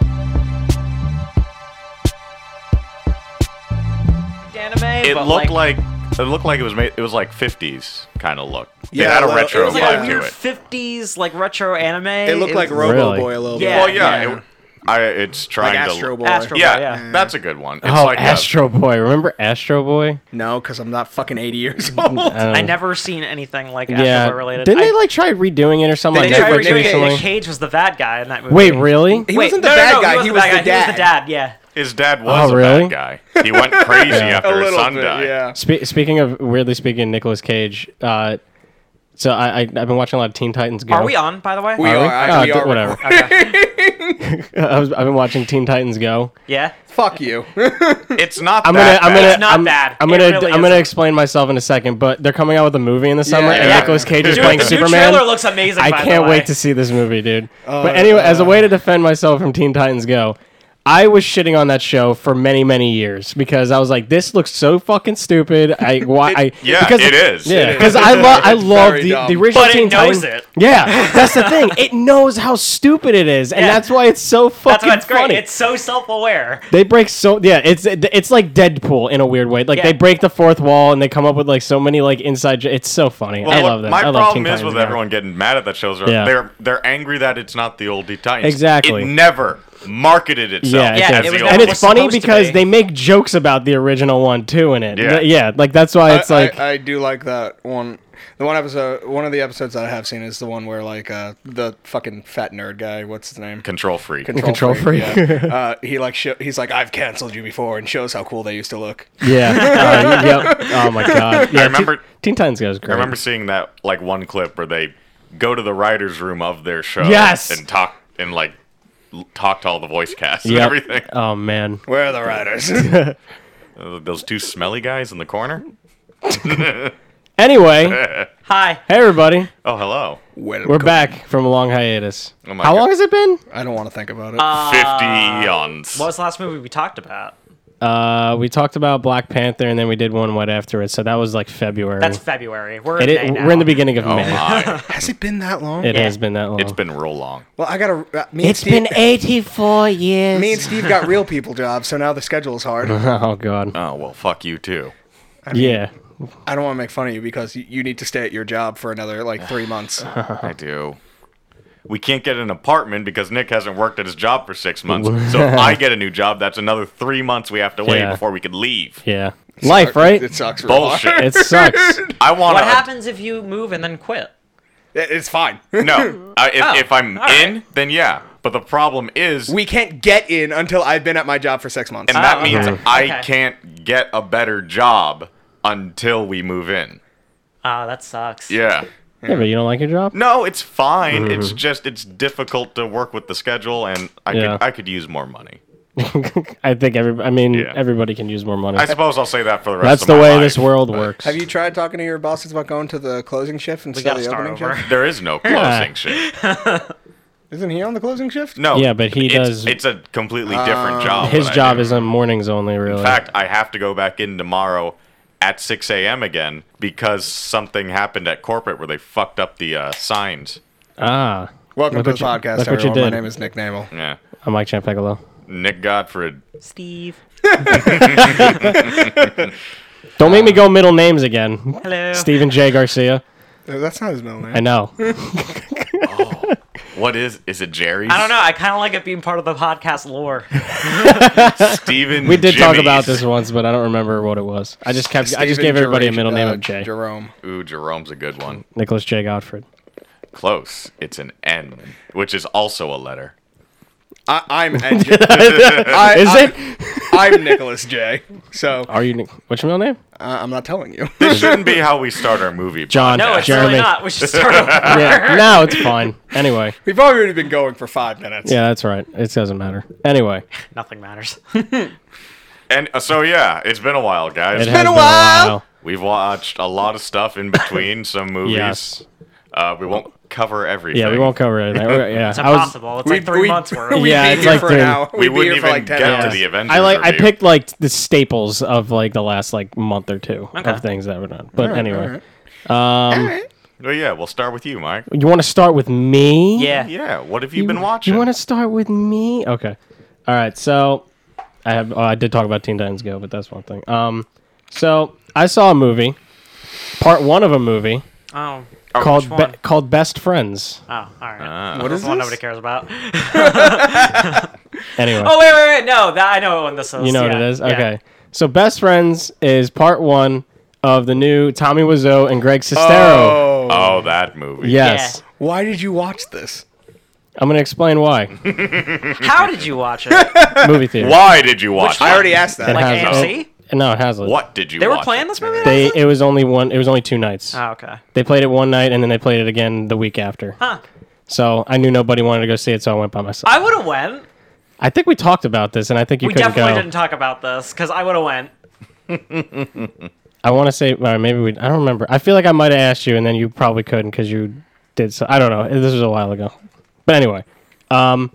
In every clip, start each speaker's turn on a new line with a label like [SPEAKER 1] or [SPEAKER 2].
[SPEAKER 1] Anime,
[SPEAKER 2] It
[SPEAKER 1] but
[SPEAKER 2] looked
[SPEAKER 1] like,
[SPEAKER 2] like, it looked like it was made. It was like 50s kind of look. It
[SPEAKER 3] Yeah,
[SPEAKER 2] had a
[SPEAKER 3] well, it
[SPEAKER 2] retro
[SPEAKER 3] was like
[SPEAKER 1] yeah,
[SPEAKER 2] vibe
[SPEAKER 1] weird
[SPEAKER 2] to it.
[SPEAKER 1] 50s like retro anime.
[SPEAKER 3] It looked like
[SPEAKER 1] was-
[SPEAKER 3] Robo
[SPEAKER 4] Really?
[SPEAKER 3] Boy a little
[SPEAKER 1] Yeah.
[SPEAKER 2] well, Oh, yeah,
[SPEAKER 3] yeah.
[SPEAKER 2] It, I, it's trying
[SPEAKER 3] bit, like
[SPEAKER 2] to.
[SPEAKER 3] Astro Boy.
[SPEAKER 1] Astro Boy,
[SPEAKER 2] Yeah,
[SPEAKER 1] yeah.
[SPEAKER 2] that's a good one. It's
[SPEAKER 4] oh,
[SPEAKER 2] like a-
[SPEAKER 4] Astro Boy. Remember Astro Boy?
[SPEAKER 3] No, because I'm not fucking 80 years old.
[SPEAKER 4] Um,
[SPEAKER 1] I never seen anything like
[SPEAKER 4] Yeah.
[SPEAKER 1] Astro Boy related.
[SPEAKER 4] Didn't
[SPEAKER 1] I,
[SPEAKER 4] they like try redoing it or something?
[SPEAKER 1] They
[SPEAKER 4] Like
[SPEAKER 3] did
[SPEAKER 1] tried
[SPEAKER 3] Netflix
[SPEAKER 1] redoing it.
[SPEAKER 4] recently?
[SPEAKER 1] Nick Cage was the bad guy in that movie.
[SPEAKER 4] Wait, really?
[SPEAKER 1] Wait,
[SPEAKER 3] He wasn't the
[SPEAKER 1] no, no,
[SPEAKER 3] bad
[SPEAKER 1] no,
[SPEAKER 3] guy.
[SPEAKER 1] He,
[SPEAKER 3] He was
[SPEAKER 1] wasn't
[SPEAKER 3] the
[SPEAKER 1] guy. He was the
[SPEAKER 3] dad.
[SPEAKER 1] dad. Yeah.
[SPEAKER 2] his dad was
[SPEAKER 4] Oh,
[SPEAKER 2] a
[SPEAKER 4] really?
[SPEAKER 2] bad guy. He went crazy after his son died.
[SPEAKER 3] yeah.
[SPEAKER 4] Spe- speaking of weirdly speaking, Nicolas Cage. Uh, so I, I I've been watching a lot of Teen Titans Go.
[SPEAKER 1] Are we on, by the way?
[SPEAKER 3] We
[SPEAKER 4] Are
[SPEAKER 3] are.
[SPEAKER 4] we?
[SPEAKER 3] I-
[SPEAKER 4] Oh,
[SPEAKER 3] we
[SPEAKER 4] d-
[SPEAKER 3] are
[SPEAKER 4] whatever.
[SPEAKER 1] Okay.
[SPEAKER 4] I was, I've been watching Teen Titans Go.
[SPEAKER 1] Yeah.
[SPEAKER 3] Fuck you.
[SPEAKER 2] It's not.
[SPEAKER 4] I'm gonna,
[SPEAKER 2] that
[SPEAKER 4] I'm
[SPEAKER 2] bad.
[SPEAKER 4] gonna,
[SPEAKER 1] It's not
[SPEAKER 4] I'm,
[SPEAKER 1] bad.
[SPEAKER 4] I'm
[SPEAKER 1] It
[SPEAKER 4] gonna,
[SPEAKER 1] really
[SPEAKER 4] I'm gonna
[SPEAKER 1] isn't.
[SPEAKER 4] explain myself in a second. But they're coming out with a movie in the summer, and
[SPEAKER 3] yeah.
[SPEAKER 4] Nicolas Cage is
[SPEAKER 1] Dude,
[SPEAKER 4] playing
[SPEAKER 1] the new
[SPEAKER 4] Superman.
[SPEAKER 1] trailer looks amazing.
[SPEAKER 4] I
[SPEAKER 1] by the
[SPEAKER 4] can't
[SPEAKER 1] way.
[SPEAKER 4] wait to see this movie, dude.
[SPEAKER 3] Oh,
[SPEAKER 4] but anyway, as a way to defend myself from Teen Titans Go, I was shitting on that show for many, many years because I was like, this looks so fucking stupid. I why I
[SPEAKER 2] Yeah,
[SPEAKER 4] because
[SPEAKER 2] it is.
[SPEAKER 4] Yeah,
[SPEAKER 2] It
[SPEAKER 4] because I love I
[SPEAKER 3] It's
[SPEAKER 4] love
[SPEAKER 3] very
[SPEAKER 4] the,
[SPEAKER 3] dumb.
[SPEAKER 4] the original
[SPEAKER 1] But it
[SPEAKER 4] Teen
[SPEAKER 1] knows
[SPEAKER 4] Titans.
[SPEAKER 1] it.
[SPEAKER 4] Yeah, that's the thing. It knows how stupid it is, and
[SPEAKER 1] Yeah.
[SPEAKER 4] that's why it's so
[SPEAKER 1] That's
[SPEAKER 4] fucking
[SPEAKER 1] why it's great.
[SPEAKER 4] funny.
[SPEAKER 1] It's so self-aware.
[SPEAKER 4] They break so yeah, it's it's like Deadpool in a weird way. Like
[SPEAKER 1] Yeah.
[SPEAKER 4] they break the fourth wall and they come up with like so many like inside. j- It's so funny.
[SPEAKER 2] Well,
[SPEAKER 4] I
[SPEAKER 2] what-
[SPEAKER 4] love them.
[SPEAKER 2] My
[SPEAKER 4] I love
[SPEAKER 2] problem
[SPEAKER 4] Teen
[SPEAKER 2] is with
[SPEAKER 4] Titans Go.
[SPEAKER 2] everyone getting mad at that show. Is
[SPEAKER 4] Yeah.
[SPEAKER 2] They're they're angry that it's not the old D Titans.
[SPEAKER 4] Exactly.
[SPEAKER 2] It never marketed itself.
[SPEAKER 4] Yeah,
[SPEAKER 1] Yeah,
[SPEAKER 4] it
[SPEAKER 1] it
[SPEAKER 4] does.
[SPEAKER 1] was
[SPEAKER 4] and
[SPEAKER 1] never
[SPEAKER 4] it's funny
[SPEAKER 1] supposed to
[SPEAKER 4] because
[SPEAKER 1] be.
[SPEAKER 4] they make jokes about the original one too in it.
[SPEAKER 2] Yeah.
[SPEAKER 4] Yeah, yeah like that's why it's
[SPEAKER 3] I,
[SPEAKER 4] like
[SPEAKER 3] I, I do like that one. The one episode, one of the episodes that I have seen is the one where like uh, the fucking fat nerd guy, what's his name?
[SPEAKER 2] Control freak.
[SPEAKER 4] Control freak.
[SPEAKER 3] yeah. uh, he like sho- he's like I've canceled you before and shows how cool they used to look.
[SPEAKER 4] yeah, uh, yep. Oh my god. Yeah, Te-
[SPEAKER 2] remember-
[SPEAKER 4] Teen Titans Go is great.
[SPEAKER 2] I remember seeing that like one clip where they go to the writers' room of their show.
[SPEAKER 4] Yes!
[SPEAKER 2] And talk and like l- talk to all the voice casts and
[SPEAKER 4] Yep.
[SPEAKER 2] everything.
[SPEAKER 4] Oh man.
[SPEAKER 3] Where are the writers?
[SPEAKER 2] Uh, Those two smelly guys in the corner.
[SPEAKER 4] Anyway, hey
[SPEAKER 1] Hi.
[SPEAKER 4] everybody,
[SPEAKER 2] Oh, hello.
[SPEAKER 3] Welcome.
[SPEAKER 4] we're back from a long hiatus.
[SPEAKER 2] Oh my
[SPEAKER 4] How
[SPEAKER 2] God.
[SPEAKER 4] long has it been?
[SPEAKER 3] I don't want to think about it.
[SPEAKER 2] Fifty yawns.
[SPEAKER 1] What was the last movie we talked about?
[SPEAKER 4] Uh, we talked about Black Panther and then we did one right after it, so that was like February.
[SPEAKER 1] That's February. We're
[SPEAKER 4] It
[SPEAKER 1] in,
[SPEAKER 4] i-
[SPEAKER 1] May now.
[SPEAKER 4] we're in the beginning of
[SPEAKER 2] Oh
[SPEAKER 4] May.
[SPEAKER 2] my!
[SPEAKER 3] Has it been that long?
[SPEAKER 4] It
[SPEAKER 1] Yeah.
[SPEAKER 4] has been that long.
[SPEAKER 2] It's been real long.
[SPEAKER 3] well, I gotta. Uh, me and
[SPEAKER 4] It's
[SPEAKER 3] Steve,
[SPEAKER 4] been 84 years.
[SPEAKER 3] me and Steve got real people jobs, so now the schedule is hard.
[SPEAKER 4] oh god.
[SPEAKER 2] Oh well, fuck you too.
[SPEAKER 4] yeah.
[SPEAKER 3] I don't want to make fun of you because you, you need to stay at your job for another like three months.
[SPEAKER 4] Uh-huh.
[SPEAKER 2] I do. We can't get an apartment because Nick hasn't worked at his job for six months. so if I get a new job, that's another three months we have to wait
[SPEAKER 4] Yeah.
[SPEAKER 2] before we can leave.
[SPEAKER 4] Yeah. Life, right?
[SPEAKER 3] It, sucks. real hard.
[SPEAKER 2] Bullshit.
[SPEAKER 4] it sucks.
[SPEAKER 2] I want
[SPEAKER 1] What
[SPEAKER 2] to.
[SPEAKER 1] happens if you move and then quit?
[SPEAKER 3] It- it's fine.
[SPEAKER 2] No. I, Uh, if,
[SPEAKER 1] Oh,
[SPEAKER 2] if I'm
[SPEAKER 1] all right.
[SPEAKER 2] in, then yeah. But the problem is,
[SPEAKER 3] We can't get in until I've been at my job for six months.
[SPEAKER 2] and that
[SPEAKER 4] Ah,
[SPEAKER 1] Oh,
[SPEAKER 2] means
[SPEAKER 1] okay.
[SPEAKER 2] I
[SPEAKER 1] Okay.
[SPEAKER 2] can't get a better job until we move in.
[SPEAKER 1] Oh, that sucks.
[SPEAKER 2] Yeah.
[SPEAKER 4] Yeah, but you don't like your job?
[SPEAKER 2] No, it's fine.
[SPEAKER 4] Mm-hmm.
[SPEAKER 2] It's just it's difficult to work with the schedule, and I
[SPEAKER 4] Yeah.
[SPEAKER 2] could I could use more money.
[SPEAKER 4] I think every. I mean,
[SPEAKER 2] Yeah.
[SPEAKER 4] everybody can use more money.
[SPEAKER 2] I suppose I'll say that for the rest.
[SPEAKER 4] That's
[SPEAKER 2] of
[SPEAKER 4] the
[SPEAKER 2] my
[SPEAKER 4] way
[SPEAKER 2] life,
[SPEAKER 4] this world
[SPEAKER 2] but
[SPEAKER 4] works.
[SPEAKER 3] Have you tried talking to your bosses about going to the closing shift
[SPEAKER 1] We
[SPEAKER 3] instead
[SPEAKER 1] gotta
[SPEAKER 3] of the
[SPEAKER 1] start
[SPEAKER 3] opening
[SPEAKER 1] over.
[SPEAKER 3] shift?
[SPEAKER 2] There is no closing shit.
[SPEAKER 3] Isn't he on the closing shift?
[SPEAKER 2] No.
[SPEAKER 4] Yeah, but he
[SPEAKER 2] it's,
[SPEAKER 4] does-
[SPEAKER 2] It's a completely
[SPEAKER 1] Uh,
[SPEAKER 2] different job.
[SPEAKER 4] His
[SPEAKER 2] that I
[SPEAKER 4] job
[SPEAKER 2] do.
[SPEAKER 4] is on mornings only, really.
[SPEAKER 2] In fact, I have to go back in tomorrow at 6 a.m. again because something happened at corporate where they fucked up the uh, signs.
[SPEAKER 4] ah,
[SPEAKER 3] Welcome
[SPEAKER 4] Look
[SPEAKER 3] to
[SPEAKER 4] what
[SPEAKER 3] the
[SPEAKER 4] you-
[SPEAKER 3] podcast,
[SPEAKER 4] look what you
[SPEAKER 3] everyone.
[SPEAKER 4] did.
[SPEAKER 3] My name is Nick Namel.
[SPEAKER 2] Yeah.
[SPEAKER 4] I'm Mike
[SPEAKER 2] uh,
[SPEAKER 4] Champagolo.
[SPEAKER 2] Nick Godfred.
[SPEAKER 1] Steve.
[SPEAKER 4] Don't make me go middle names again.
[SPEAKER 1] Hello.
[SPEAKER 4] Stephen J. Garcia.
[SPEAKER 3] Uh, That's not his middle name.
[SPEAKER 4] I know.
[SPEAKER 2] What is? Is it Jerry's?
[SPEAKER 1] I don't know. I kind of like it being part of the podcast lore.
[SPEAKER 2] Steven.
[SPEAKER 4] We did talk
[SPEAKER 2] Jimmy's.
[SPEAKER 4] about this once, but I don't remember what it was. I just kept. I just
[SPEAKER 3] Steven
[SPEAKER 4] gave everybody a
[SPEAKER 3] Jerome-
[SPEAKER 4] middle name
[SPEAKER 3] uh,
[SPEAKER 4] of J.
[SPEAKER 3] Jerome.
[SPEAKER 2] Ooh, Jerome's a good one.
[SPEAKER 4] Nicholas J. Godfred.
[SPEAKER 2] Close. It's an N, which is also a letter.
[SPEAKER 3] I, I'm N- J- I,
[SPEAKER 4] Is
[SPEAKER 3] I,
[SPEAKER 4] it?
[SPEAKER 3] I'm Nicholas J. So uh,
[SPEAKER 4] Are you? Nic- What's your middle name?
[SPEAKER 3] I'm not telling you.
[SPEAKER 2] This shouldn't be how we start our movie. but
[SPEAKER 4] John.
[SPEAKER 1] No, it's
[SPEAKER 4] Jeremy.
[SPEAKER 1] really not. We should start over.
[SPEAKER 4] Yeah, no, it's fine. Anyway.
[SPEAKER 3] We've already been going for five minutes.
[SPEAKER 4] Yeah, that's right. It doesn't matter. Anyway.
[SPEAKER 1] Nothing matters.
[SPEAKER 2] And uh, so yeah, it's been a while, guys.
[SPEAKER 4] it has
[SPEAKER 3] a while.
[SPEAKER 2] We've watched a lot of stuff in between some movies.
[SPEAKER 4] Yes.
[SPEAKER 2] Uh, we won't cover everything.
[SPEAKER 4] Yeah, we won't cover it. We're- Yeah,
[SPEAKER 1] It's
[SPEAKER 4] I was-
[SPEAKER 1] impossible. it's like three months worth.
[SPEAKER 4] we- Yeah, it's like
[SPEAKER 3] for
[SPEAKER 4] three-
[SPEAKER 3] an hour.
[SPEAKER 2] We
[SPEAKER 3] We'd be
[SPEAKER 2] wouldn't
[SPEAKER 3] here for
[SPEAKER 2] even
[SPEAKER 3] like ten
[SPEAKER 2] get
[SPEAKER 3] hours.
[SPEAKER 2] to the Avengers.
[SPEAKER 4] I like I
[SPEAKER 2] review.
[SPEAKER 4] picked like the staples of like the last like month or two
[SPEAKER 1] Okay.
[SPEAKER 4] of things that were done. But anyway,
[SPEAKER 2] Well, yeah, we'll start with you, Mike.
[SPEAKER 4] you want to start with me?
[SPEAKER 1] yeah.
[SPEAKER 2] Yeah, what have you, been watching?
[SPEAKER 4] You want to start with me? Okay. All right. So I have. Oh, I did talk about Teen Titans Go, but that's one thing. Um. So I saw a movie, part one of a movie
[SPEAKER 1] Oh.
[SPEAKER 4] called
[SPEAKER 1] one?
[SPEAKER 4] Be- called Best Friends.
[SPEAKER 1] Oh, all right.
[SPEAKER 2] Ah.
[SPEAKER 3] What
[SPEAKER 1] This
[SPEAKER 3] is
[SPEAKER 1] is one
[SPEAKER 3] this?
[SPEAKER 1] nobody cares about.
[SPEAKER 4] Anyway.
[SPEAKER 1] Oh wait, wait, wait. No, that I know what this is.
[SPEAKER 4] You know
[SPEAKER 1] yeah.
[SPEAKER 4] what it is?
[SPEAKER 1] yeah.
[SPEAKER 4] Okay. So Best Friends is part one of the new Tommy Wiseau and Greg Sestero.
[SPEAKER 3] Oh,
[SPEAKER 2] Oh, that movie.
[SPEAKER 4] Yes.
[SPEAKER 3] why did you watch this?
[SPEAKER 4] I'm gonna explain why.
[SPEAKER 1] How did you watch it?
[SPEAKER 4] Movie theater.
[SPEAKER 2] Why did you watch?
[SPEAKER 3] I
[SPEAKER 2] it?
[SPEAKER 3] already asked that.
[SPEAKER 4] It
[SPEAKER 1] Like
[SPEAKER 4] has-
[SPEAKER 1] AMC?
[SPEAKER 4] No, it hasn't.
[SPEAKER 2] What did you?
[SPEAKER 1] They were
[SPEAKER 2] watch
[SPEAKER 1] playing
[SPEAKER 2] it?
[SPEAKER 1] this movie.
[SPEAKER 4] They
[SPEAKER 1] last night?
[SPEAKER 4] it was only one. It was only two nights.
[SPEAKER 1] Oh, okay.
[SPEAKER 4] They played it one night and then they played it again the week after.
[SPEAKER 1] Huh.
[SPEAKER 4] So I knew nobody wanted to go see it, so I went by myself.
[SPEAKER 1] I would have went.
[SPEAKER 4] I think we talked about this, and I think you
[SPEAKER 1] We
[SPEAKER 4] couldn't
[SPEAKER 1] definitely
[SPEAKER 4] go.
[SPEAKER 1] didn't talk about this because I would have went.
[SPEAKER 4] I want to say well, maybe we. I don't remember. I feel like I might have asked you, and then you probably couldn't because you did. So I don't know. This was a while ago. But anyway, um,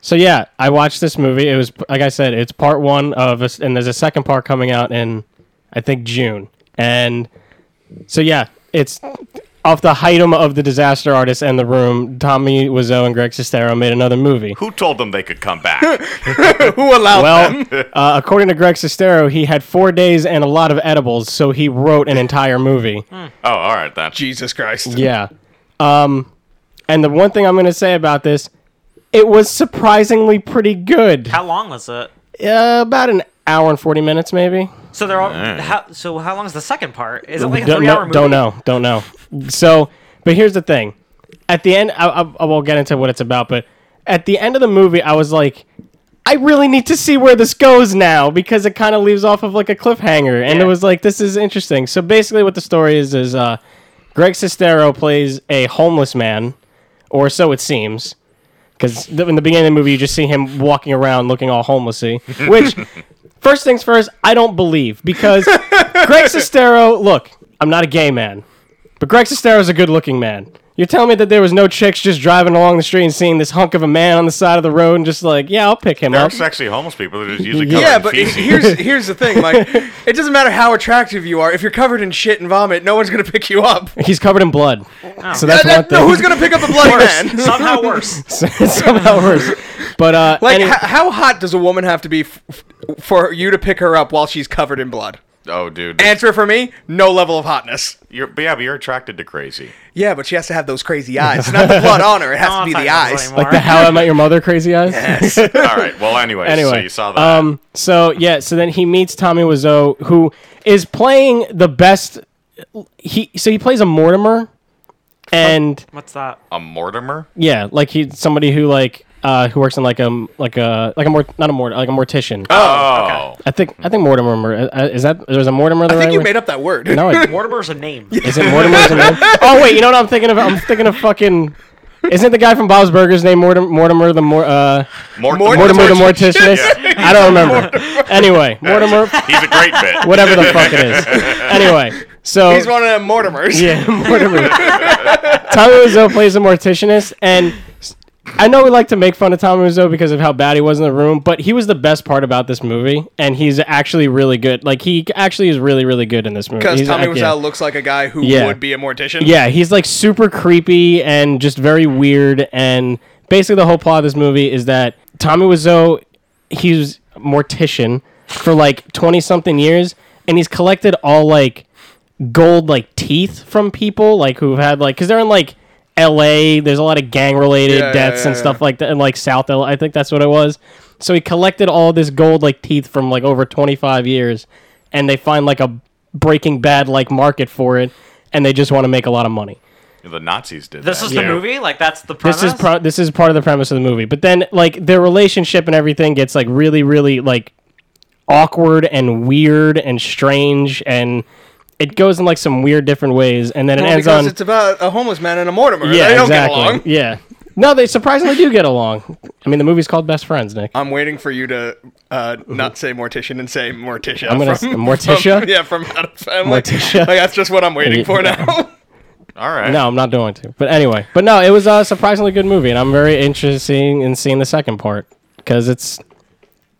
[SPEAKER 4] so yeah, I watched this movie. It was like I said, it's part one of, a, and there's a second part coming out in, I think June. And so yeah, it's off the height of the disaster artist and the room. Tommy Wiseau and Greg Sestero made another movie.
[SPEAKER 2] Who told them they could come back? Oh,
[SPEAKER 3] Who allowed them?
[SPEAKER 4] Well, uh, according to Greg Sestero, he had four days and a lot of edibles, so he wrote an entire movie.
[SPEAKER 2] oh, all right, that's
[SPEAKER 3] Jesus Christ.
[SPEAKER 4] Yeah. Um, and the one thing I'm going to say about this, it was surprisingly pretty good.
[SPEAKER 1] How long was it?
[SPEAKER 4] Uh, about an hour and 40 minutes, maybe.
[SPEAKER 1] So they're all. How, so how long is the second part? Is it like a
[SPEAKER 4] don't,
[SPEAKER 1] three-hour
[SPEAKER 4] know,
[SPEAKER 1] movie?
[SPEAKER 4] don't know. Don't know. So, but here's the thing. At the end, I, I, I will get into what it's about, but at the end of the movie, I was like, I really need to see where this goes now because it kind of leaves off of like a cliffhanger. And
[SPEAKER 1] Yeah.
[SPEAKER 4] it was like, this is interesting. So basically, what the story is is uh, Greg Sestero plays a homeless man, or so it seems. Because in the beginning of the movie, you just see him walking around looking all homelessy. Which, first things first, I don't believe because Greg Sestero. Look, I'm not a gay man, but Greg Sestero is a good-looking man. You're telling me that there was no chicks just driving along the street and seeing this hunk of a man on the side of the road and just like, yeah, I'll pick him
[SPEAKER 2] There are
[SPEAKER 4] up.
[SPEAKER 2] sexy homeless people that are just usually covered
[SPEAKER 3] Yeah,
[SPEAKER 2] in
[SPEAKER 3] but
[SPEAKER 2] feces.
[SPEAKER 3] here's here's the thing. Like, it doesn't matter how attractive you are. If you're covered in shit and vomit, no one's gonna pick you up.
[SPEAKER 4] He's covered in blood, so that's
[SPEAKER 3] Uh, uh,
[SPEAKER 4] one thing.
[SPEAKER 3] no, who's gonna pick up a bloody man?
[SPEAKER 1] Somehow worse.
[SPEAKER 4] somehow worse. But uh,
[SPEAKER 3] Like,
[SPEAKER 4] any-
[SPEAKER 3] h- how hot does a woman have to be f- f- for you to pick her up while she's covered in blood?
[SPEAKER 2] oh, dude,
[SPEAKER 3] Answer for me: no level of hotness.
[SPEAKER 2] you're, but yeah, but you're attracted to crazy.
[SPEAKER 3] Yeah, but she has to have those crazy eyes. Not the blood on her. It has
[SPEAKER 1] No,
[SPEAKER 3] to
[SPEAKER 1] I'm
[SPEAKER 3] be
[SPEAKER 1] not
[SPEAKER 3] the
[SPEAKER 1] gonna
[SPEAKER 3] eyes.
[SPEAKER 1] blame
[SPEAKER 4] like the
[SPEAKER 1] Mark.
[SPEAKER 4] How I Met Your Mother crazy eyes.
[SPEAKER 2] all right, well, anyway, so
[SPEAKER 4] Anyway,
[SPEAKER 2] you saw that.
[SPEAKER 4] Um, so yeah, so then he meets Tommy Wiseau, who is playing the best. He so he plays a Mortimer, and
[SPEAKER 1] What's that?
[SPEAKER 2] a
[SPEAKER 4] uh,
[SPEAKER 2] um, Mortimer.
[SPEAKER 4] yeah, like he's somebody who like uh, who works in like a like a like a mort not a mort like a mortician.
[SPEAKER 2] Oh,
[SPEAKER 4] I think I think Mortimer Mor- uh, is that there's a Mortimer. The
[SPEAKER 3] I
[SPEAKER 4] right
[SPEAKER 3] think you
[SPEAKER 4] word?
[SPEAKER 3] made up that word.
[SPEAKER 4] No, I,
[SPEAKER 1] Mortimer's a name.
[SPEAKER 4] is it Mortimer's name? Oh wait, you know what I'm thinking of? I'm thinking of fucking. Isn't the guy from Bob's Burgers named Mortimer, Mortimer the more, uh,
[SPEAKER 2] Mort-
[SPEAKER 4] Mortimer the
[SPEAKER 3] Mortimer-
[SPEAKER 4] morticianist? I don't remember. Anyway, Mortimer,
[SPEAKER 2] He's a great bit.
[SPEAKER 4] whatever the fuck it is. Anyway, so
[SPEAKER 3] He's one of them Mortimers.
[SPEAKER 4] yeah, Mortimer. Tommy Wiseau plays a morticianist, and s- I know we like to make fun of Tommy Wiseau because of how bad he was in the room, but he was the best part about this movie, and he's actually really good. Like he actually is really, really good in this movie.
[SPEAKER 3] Because
[SPEAKER 4] He's
[SPEAKER 3] Tommy
[SPEAKER 4] like-
[SPEAKER 3] Wiseau
[SPEAKER 4] yeah.
[SPEAKER 3] looks like a guy who
[SPEAKER 4] Yeah.
[SPEAKER 3] would be a mortician.
[SPEAKER 4] Yeah, he's like super creepy and just very weird. And basically, the whole plot of this movie is that Tommy Wiseau, he's a mortician for like twenty something years, and he's collected all like gold like teeth from people like who've had like because they're in like L.A. There's a lot of gang related
[SPEAKER 3] Yeah, yeah,
[SPEAKER 4] deaths and
[SPEAKER 3] yeah,
[SPEAKER 4] stuff like that, and like South L. I think that's what it was. So he collected all this gold like teeth from like over 25 years, and they find like a Breaking Bad like market for it, and they just want to make a lot of money.
[SPEAKER 2] The Nazis did.
[SPEAKER 1] This
[SPEAKER 2] that.
[SPEAKER 1] is
[SPEAKER 4] Yeah.
[SPEAKER 1] the movie. Like that's the premise.
[SPEAKER 4] This is pro- this is part of the premise of the movie. But then like their relationship and everything gets like really really like awkward and weird and strange and it goes in like some weird different ways and then it
[SPEAKER 3] Well,
[SPEAKER 4] ends
[SPEAKER 3] because
[SPEAKER 4] on
[SPEAKER 3] it's about a homeless man and a Mortimer.
[SPEAKER 4] yeah
[SPEAKER 3] they don't
[SPEAKER 4] exactly
[SPEAKER 3] get along.
[SPEAKER 4] yeah no they surprisingly do get along I mean the movie's called Best Friends Nick
[SPEAKER 3] I'm waiting for you to uh, not say mortician and say morticia.
[SPEAKER 4] I'm gonna s-
[SPEAKER 3] from,
[SPEAKER 4] Morticia?
[SPEAKER 3] From, yeah, from out of family.
[SPEAKER 4] Morticia.
[SPEAKER 3] Like that's just what I'm waiting for now.
[SPEAKER 2] All right.
[SPEAKER 4] No, I'm not doing to. But anyway, but no, it was a surprisingly good movie, and I'm very interested in seeing the second part because it's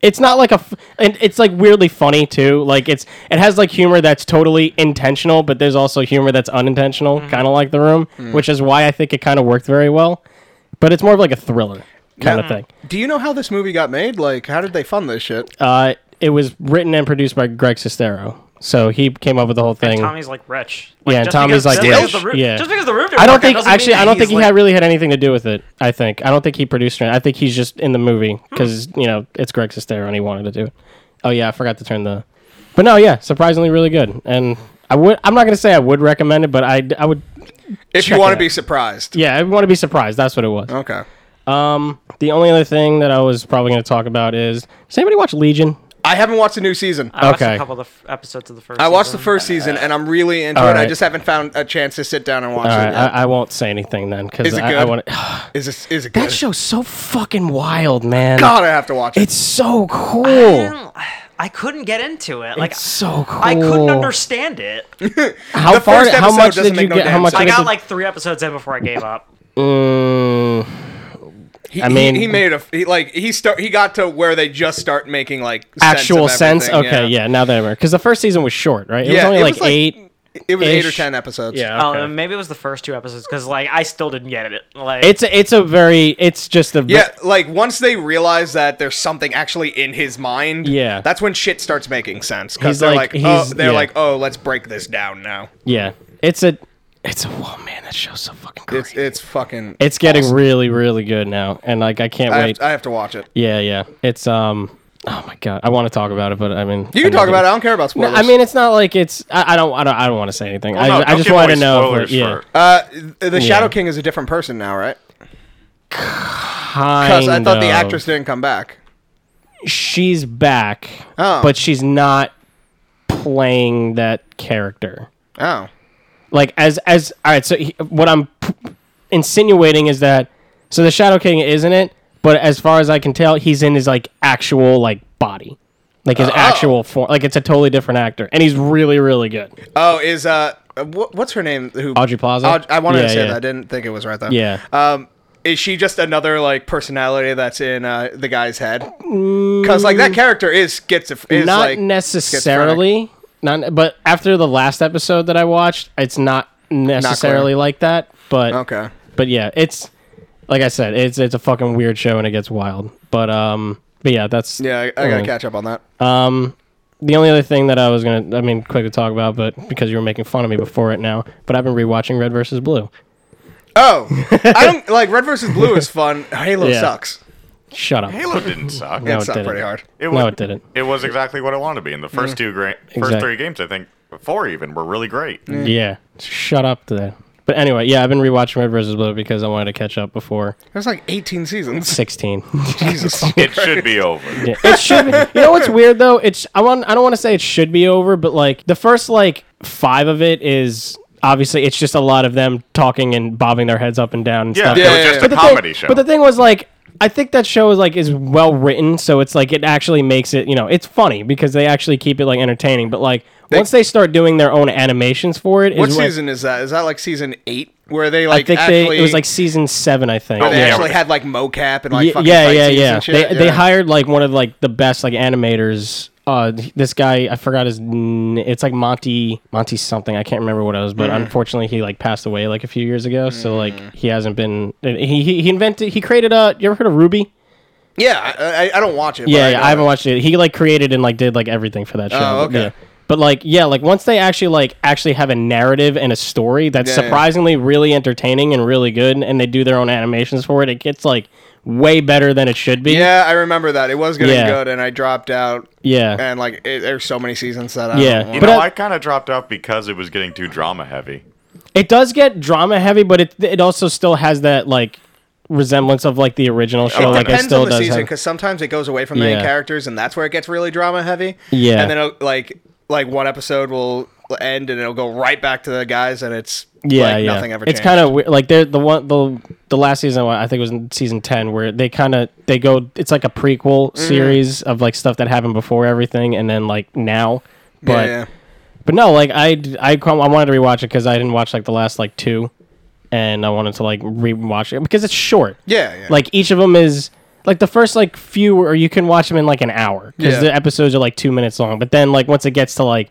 [SPEAKER 4] it's not like a f- and it's like weirdly funny too. Like it's it has like humor that's totally intentional, but there's also humor that's unintentional,
[SPEAKER 3] Mm-hmm.
[SPEAKER 4] kind of like The Room, which is why I think it kind of worked very well. But it's more of like a thriller kind of thing.
[SPEAKER 3] Do you know how this movie got made? Like, how did they fund this shit?
[SPEAKER 4] Uh, it was written and produced by Greg Sestero, so he came up with the whole thing.
[SPEAKER 1] Tommy's like rich. Like,
[SPEAKER 4] Yeah, and
[SPEAKER 1] just
[SPEAKER 4] Tommy's,
[SPEAKER 1] because-
[SPEAKER 4] like,
[SPEAKER 1] just because
[SPEAKER 4] rich.
[SPEAKER 1] the roof-
[SPEAKER 4] Yeah.
[SPEAKER 1] Just because the roof. didn't
[SPEAKER 4] I don't
[SPEAKER 1] work out
[SPEAKER 4] think
[SPEAKER 1] doesn't mean
[SPEAKER 4] actually.
[SPEAKER 1] that
[SPEAKER 4] I don't think
[SPEAKER 1] he's,
[SPEAKER 4] he
[SPEAKER 1] like-
[SPEAKER 4] had really had anything to do with it. I think I don't think he produced it. I think he's just in the movie
[SPEAKER 1] Hmm.
[SPEAKER 4] because you know it's Greg Sestero and he wanted to do it. Oh yeah, I forgot to turn the. But no, yeah, surprisingly really good. And I would. I'm not gonna say I would recommend it, but I I would.
[SPEAKER 3] If
[SPEAKER 4] Check
[SPEAKER 3] you want
[SPEAKER 4] it
[SPEAKER 3] to be
[SPEAKER 4] out.
[SPEAKER 3] surprised.
[SPEAKER 4] Yeah, I want to be surprised. That's what it
[SPEAKER 1] Oh.
[SPEAKER 4] was.
[SPEAKER 3] Okay.
[SPEAKER 4] Um, the only other thing that I was probably gonna talk about is does anybody watch Legion?
[SPEAKER 3] I haven't watched a new season.
[SPEAKER 1] I watched
[SPEAKER 4] Okay.
[SPEAKER 1] a couple of the f- episodes of the first.
[SPEAKER 3] I watched the
[SPEAKER 1] season.
[SPEAKER 3] first season and I'm really into
[SPEAKER 4] All
[SPEAKER 3] it. I
[SPEAKER 4] right.
[SPEAKER 3] just haven't found a chance to sit down and watch
[SPEAKER 4] All
[SPEAKER 3] it.
[SPEAKER 4] right,
[SPEAKER 3] yet.
[SPEAKER 4] I, I won't say anything then because
[SPEAKER 3] Is it
[SPEAKER 4] I, I
[SPEAKER 3] good?
[SPEAKER 4] want
[SPEAKER 3] is this is it good?
[SPEAKER 4] that show's so fucking wild, man.
[SPEAKER 3] God, I have to watch it.
[SPEAKER 4] it's so cool.
[SPEAKER 1] I, didn't- I couldn't get into it. Like
[SPEAKER 4] It's so cool.
[SPEAKER 1] I couldn't understand it.
[SPEAKER 4] How
[SPEAKER 3] The
[SPEAKER 4] far?
[SPEAKER 3] first
[SPEAKER 4] How
[SPEAKER 3] episode
[SPEAKER 4] much
[SPEAKER 3] doesn't
[SPEAKER 4] did
[SPEAKER 3] make
[SPEAKER 4] you
[SPEAKER 3] no
[SPEAKER 4] get? How
[SPEAKER 3] damn
[SPEAKER 4] much?
[SPEAKER 3] sense.
[SPEAKER 1] I
[SPEAKER 4] did
[SPEAKER 1] got
[SPEAKER 4] you-
[SPEAKER 1] like three episodes in before I gave up.
[SPEAKER 4] Mm,
[SPEAKER 3] He,
[SPEAKER 4] I
[SPEAKER 3] he-
[SPEAKER 4] mean-
[SPEAKER 3] he, made a he like he start he got to where they just start making like
[SPEAKER 4] actual
[SPEAKER 3] sense.
[SPEAKER 4] sense.
[SPEAKER 3] of everything,
[SPEAKER 4] Okay, yeah. Now that I remember, because the first season was short, right? It was
[SPEAKER 3] Yeah,
[SPEAKER 4] only
[SPEAKER 3] it
[SPEAKER 4] like,
[SPEAKER 3] was, like-
[SPEAKER 4] eight.
[SPEAKER 3] It was eight or
[SPEAKER 4] Ish.
[SPEAKER 3] ten episodes.
[SPEAKER 4] Yeah. Okay.
[SPEAKER 1] Um, maybe it was the first two episodes because like I still didn't get it. Like
[SPEAKER 4] it's a, it's a very. It's just a. ve-
[SPEAKER 3] Yeah, like once they realize that there's something actually in his mind,
[SPEAKER 4] Yeah.
[SPEAKER 3] that's when shit starts making sense.
[SPEAKER 4] He's
[SPEAKER 3] Because they're
[SPEAKER 4] like-
[SPEAKER 3] like,
[SPEAKER 4] he's-
[SPEAKER 3] oh, they're
[SPEAKER 4] yeah.
[SPEAKER 3] like, oh, let's break this down now.
[SPEAKER 4] yeah. It's a. It's a. Oh man, that show's so fucking great.
[SPEAKER 3] It's
[SPEAKER 4] It's,
[SPEAKER 3] it's fucking.
[SPEAKER 4] getting
[SPEAKER 3] awesome.
[SPEAKER 4] really, really good now, and like I can't
[SPEAKER 3] I
[SPEAKER 4] wait.
[SPEAKER 3] have, I have to watch it.
[SPEAKER 4] yeah, yeah. It's um. Oh my god, I want to talk about it, but I mean,
[SPEAKER 3] You can talk about it. I don't care about
[SPEAKER 4] No,
[SPEAKER 3] spoilers.
[SPEAKER 4] I mean, it's not like it's. I, I don't. I don't. I don't want to say anything.
[SPEAKER 2] Well, no,
[SPEAKER 4] I, I
[SPEAKER 2] don't
[SPEAKER 4] just
[SPEAKER 2] give
[SPEAKER 4] wanted
[SPEAKER 2] away
[SPEAKER 4] to know. If
[SPEAKER 2] spoilers
[SPEAKER 4] we're, yeah.
[SPEAKER 2] for-
[SPEAKER 3] uh, the Shadow
[SPEAKER 4] Yeah.
[SPEAKER 3] King is a different person now, right?
[SPEAKER 4] Because
[SPEAKER 3] Because I thought the actress didn't come back.
[SPEAKER 4] she's back,
[SPEAKER 3] Oh.
[SPEAKER 4] but she's not playing that character.
[SPEAKER 3] Oh,
[SPEAKER 4] Like as as all right. So he, what I'm p- insinuating is that so the Shadow King isn't it, but as far as I can tell, he's in his like actual like body, like
[SPEAKER 3] Oh.
[SPEAKER 4] his actual form. Like it's a totally different actor, and he's really really good.
[SPEAKER 3] oh, is uh, wh- what's her name? Who
[SPEAKER 4] Audrey Plaza?
[SPEAKER 3] Aud- I wanted
[SPEAKER 4] Yeah,
[SPEAKER 3] to say
[SPEAKER 4] yeah.
[SPEAKER 3] that. I didn't think it was right though.
[SPEAKER 4] Yeah.
[SPEAKER 3] Um, is she just another like personality that's in uh, the guy's head? Because like that character is schizoph- is
[SPEAKER 4] not
[SPEAKER 3] like,
[SPEAKER 4] necessarily not but after the last episode that i watched it's not necessarily like that but
[SPEAKER 3] Okay.
[SPEAKER 4] but yeah it's like i said it's it's a fucking weird show and it gets wild but um but yeah that's
[SPEAKER 3] Yeah, I, I gotta
[SPEAKER 4] Mm.
[SPEAKER 3] catch up on that.
[SPEAKER 4] um the only other thing that i was gonna i mean quickly talk about but because you were making fun of me before it now but i've been rewatching red versus blue
[SPEAKER 3] Oh, I don't like Red versus Blue is fun. Halo
[SPEAKER 4] Yeah.
[SPEAKER 3] sucks.
[SPEAKER 4] shut up
[SPEAKER 2] Halo didn't suck.
[SPEAKER 3] It
[SPEAKER 4] it
[SPEAKER 3] sucked
[SPEAKER 4] didn't.
[SPEAKER 3] pretty hard.
[SPEAKER 2] It was,
[SPEAKER 4] no it didn't
[SPEAKER 2] It was exactly what I wanted to be. In the first two gra- first
[SPEAKER 4] Exact-
[SPEAKER 2] three games, I think four even were really great.
[SPEAKER 4] yeah shut up to that but anyway yeah i've been rewatching red versus blue because i wanted to catch up before
[SPEAKER 3] There's like 18 seasons.
[SPEAKER 4] 16
[SPEAKER 3] Jesus.
[SPEAKER 2] It should be over.
[SPEAKER 4] Yeah, it should. Be, you know what's weird though? It's I want. I don't want to say it should be over, but like the first like five of it is obviously it's just a lot of them talking and bobbing their heads up and down. And
[SPEAKER 2] Yeah,
[SPEAKER 4] stuff.
[SPEAKER 2] it
[SPEAKER 3] Yeah,
[SPEAKER 2] was
[SPEAKER 3] yeah,
[SPEAKER 2] just
[SPEAKER 3] yeah.
[SPEAKER 2] a
[SPEAKER 3] But
[SPEAKER 4] the
[SPEAKER 2] comedy
[SPEAKER 4] thing,
[SPEAKER 2] show.
[SPEAKER 4] But the thing was like. I think that show is like is well written, so it's like it actually makes it you know it's funny because they actually keep it like entertaining. But like once they start doing their own animations for it, is
[SPEAKER 3] What
[SPEAKER 4] when-
[SPEAKER 3] season is that? Is that like season eight where they
[SPEAKER 4] I
[SPEAKER 3] like
[SPEAKER 4] think
[SPEAKER 3] actually Oh,
[SPEAKER 4] they it was like season seven, I think.
[SPEAKER 3] they
[SPEAKER 2] Yeah.
[SPEAKER 3] actually had like mocap and like
[SPEAKER 4] Ye-
[SPEAKER 3] fucking
[SPEAKER 4] yeah,
[SPEAKER 3] fight
[SPEAKER 4] yeah,
[SPEAKER 3] scenes
[SPEAKER 4] yeah.
[SPEAKER 3] and
[SPEAKER 4] They
[SPEAKER 3] shit?
[SPEAKER 4] they hired like one of like the best like animators. Uh, th- this guy I forgot his. N- it's like Monty Monty something. I can't remember what it was,
[SPEAKER 3] Hmm.
[SPEAKER 4] but unfortunately he like passed away like a few years ago. So like he hasn't been. He he, he invented. He created a. You ever heard of Ruby?
[SPEAKER 3] Yeah, I, I, I don't watch it. but
[SPEAKER 4] Yeah,
[SPEAKER 3] I,
[SPEAKER 4] yeah,
[SPEAKER 3] know
[SPEAKER 4] I haven't
[SPEAKER 3] it.
[SPEAKER 4] watched it. He like created and like did like everything for that show.
[SPEAKER 3] Oh,
[SPEAKER 4] But,
[SPEAKER 3] okay.
[SPEAKER 4] yeah. But like, yeah, like once they actually like actually have a narrative and a story that's
[SPEAKER 3] Yeah, yeah.
[SPEAKER 4] surprisingly really entertaining and really good, and they do their own animations for it, it gets like way better than it should be.
[SPEAKER 3] Yeah, I remember that. It was getting
[SPEAKER 4] Yeah.
[SPEAKER 3] good, and I dropped out.
[SPEAKER 4] Yeah.
[SPEAKER 3] And like, it, there's so many seasons that I
[SPEAKER 4] Yeah.
[SPEAKER 3] don't
[SPEAKER 2] you
[SPEAKER 4] but
[SPEAKER 2] know,
[SPEAKER 4] I-
[SPEAKER 2] I kind of dropped off because it was getting too drama heavy.
[SPEAKER 4] It does get drama heavy, but it it also still has that like resemblance of like the original
[SPEAKER 3] It
[SPEAKER 4] show. like it
[SPEAKER 3] depends
[SPEAKER 4] still
[SPEAKER 3] on the
[SPEAKER 4] does.
[SPEAKER 3] season
[SPEAKER 4] have-
[SPEAKER 3] because sometimes it goes away from the main
[SPEAKER 4] Yeah.
[SPEAKER 3] characters, and that's where it gets really drama heavy.
[SPEAKER 4] Yeah.
[SPEAKER 3] and then it'll, like like one episode will end, and it'll go right back to the guys, and it's
[SPEAKER 4] yeah,
[SPEAKER 3] like,
[SPEAKER 4] yeah.
[SPEAKER 3] nothing ever.
[SPEAKER 4] it's
[SPEAKER 3] changed.
[SPEAKER 4] kind of weird. Like they're the one the the last season I think it was in season ten where they kind of they go. It's like a
[SPEAKER 3] Mm-hmm.
[SPEAKER 4] prequel series of like stuff that happened before everything, and then like now. But
[SPEAKER 3] yeah,
[SPEAKER 4] But no, like I I I wanted to rewatch it because I didn't watch like the last like two, and I wanted to like rewatch it because it's short.
[SPEAKER 3] Yeah, yeah.
[SPEAKER 4] Like each of them is like the first like few, or you can watch them in like an hour because
[SPEAKER 3] Yeah.
[SPEAKER 4] the episodes are like two minutes long. But then like once it gets to like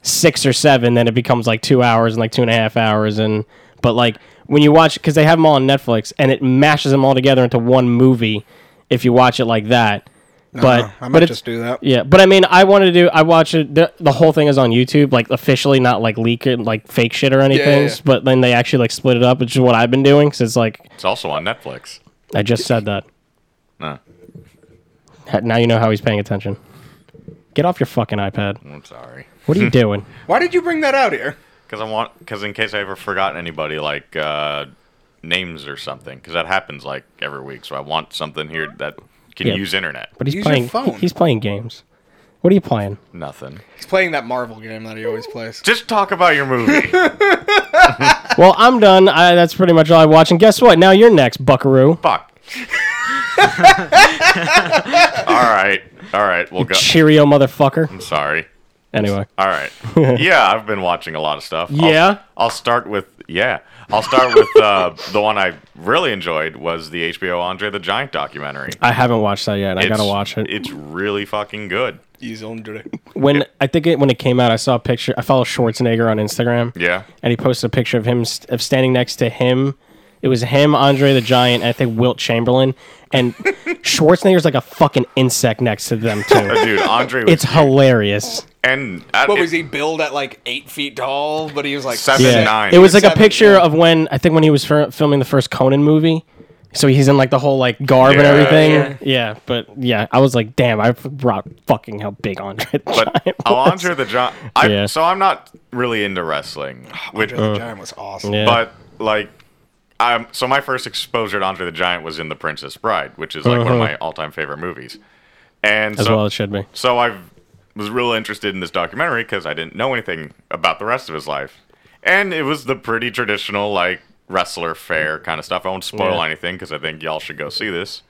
[SPEAKER 4] six or seven, then it becomes like two hours and like two and a half hours. And but like when you watch, because they have them all on Netflix, and it mashes them all together into one movie. If you watch it like that, but
[SPEAKER 3] Uh-huh. Oh, I
[SPEAKER 4] but
[SPEAKER 3] might
[SPEAKER 4] it's,
[SPEAKER 3] just do that.
[SPEAKER 4] yeah, but I mean, I wanted to do. I watch it. The, the whole thing is on YouTube, like officially, not like leak it, like fake shit or anything.
[SPEAKER 3] yeah.
[SPEAKER 4] But then they actually like split it up, which is what I've been doing. Cause it's like
[SPEAKER 2] It's also on Netflix.
[SPEAKER 4] I just said that.
[SPEAKER 2] No,
[SPEAKER 4] Ha- Now you know how he's paying attention. Get off your fucking iPad.
[SPEAKER 2] I'm sorry.
[SPEAKER 4] What are you doing?
[SPEAKER 3] Why did you bring that out here?
[SPEAKER 2] Because I want, because in case I ever forgot anybody, like uh, names or something, because that happens like every week. So I want something here that can
[SPEAKER 4] Yeah.
[SPEAKER 2] use internet.
[SPEAKER 4] But he's
[SPEAKER 3] Use your
[SPEAKER 4] playing.
[SPEAKER 3] phone.
[SPEAKER 4] He's playing games. What are you playing?
[SPEAKER 2] Nothing.
[SPEAKER 3] He's playing that Marvel game that he always plays.
[SPEAKER 2] Just talk about your movie.
[SPEAKER 4] well, I'm done. I, that's pretty much all I watch. And guess what? Now you're next, Buckaroo.
[SPEAKER 2] Fuck. all right, all right, we'll go.
[SPEAKER 4] Cheerio, motherfucker.
[SPEAKER 2] Sorry.
[SPEAKER 4] Anyway,
[SPEAKER 2] All right. Yeah, I've been watching a lot of stuff. I'll-
[SPEAKER 4] Yeah?
[SPEAKER 2] I'll, start with yeah. I'll start with uh, the one I really enjoyed was the HBO Andre the Giant documentary.
[SPEAKER 4] I haven't watched that yet. I gotta
[SPEAKER 2] It's-
[SPEAKER 4] watch it.
[SPEAKER 2] It's really fucking good.
[SPEAKER 3] He's on duty.
[SPEAKER 4] when I think it, when it came out, I saw a picture. I follow Schwarzenegger on Instagram.
[SPEAKER 2] Yeah.
[SPEAKER 4] and he posted a picture of him st- of standing next to him. It was him, Andre the Giant, and I think Wilt Chamberlain, and Schwarzenegger's like a fucking insect next to them too.
[SPEAKER 2] Dude, Andre was
[SPEAKER 4] It's hilarious.
[SPEAKER 2] and uh,
[SPEAKER 3] What
[SPEAKER 2] it-
[SPEAKER 3] was he billed at like eight feet tall? But he was like
[SPEAKER 2] Seven.
[SPEAKER 3] six-
[SPEAKER 4] Yeah,
[SPEAKER 2] nine.
[SPEAKER 4] it was like a
[SPEAKER 3] Seven,
[SPEAKER 4] picture
[SPEAKER 3] yeah.
[SPEAKER 4] of when I think when he was fir- filming the first Conan movie. So he's in like the whole like garb and
[SPEAKER 2] Yeah.
[SPEAKER 4] everything.
[SPEAKER 1] Yeah.
[SPEAKER 4] Yeah. but yeah, I was like, damn, I forgot fucking how big Andre the Giant.
[SPEAKER 2] but Andre the Giant. I,
[SPEAKER 4] Yeah.
[SPEAKER 2] So I'm not really into wrestling, which,
[SPEAKER 3] Andre the Giant was awesome.
[SPEAKER 4] Uh, Yeah.
[SPEAKER 2] but like, I'm so my first exposure to Andre the Giant was in The Princess Bride, which is like one of my all-time favorite movies, and
[SPEAKER 4] Uh-huh. as
[SPEAKER 2] so
[SPEAKER 4] well, it should be.
[SPEAKER 2] so I was real interested in this documentary because I didn't know anything about the rest of his life, and it was the pretty traditional like wrestler fair kind of stuff. I won't spoil
[SPEAKER 4] Yeah.
[SPEAKER 2] anything because I think y'all should go see this.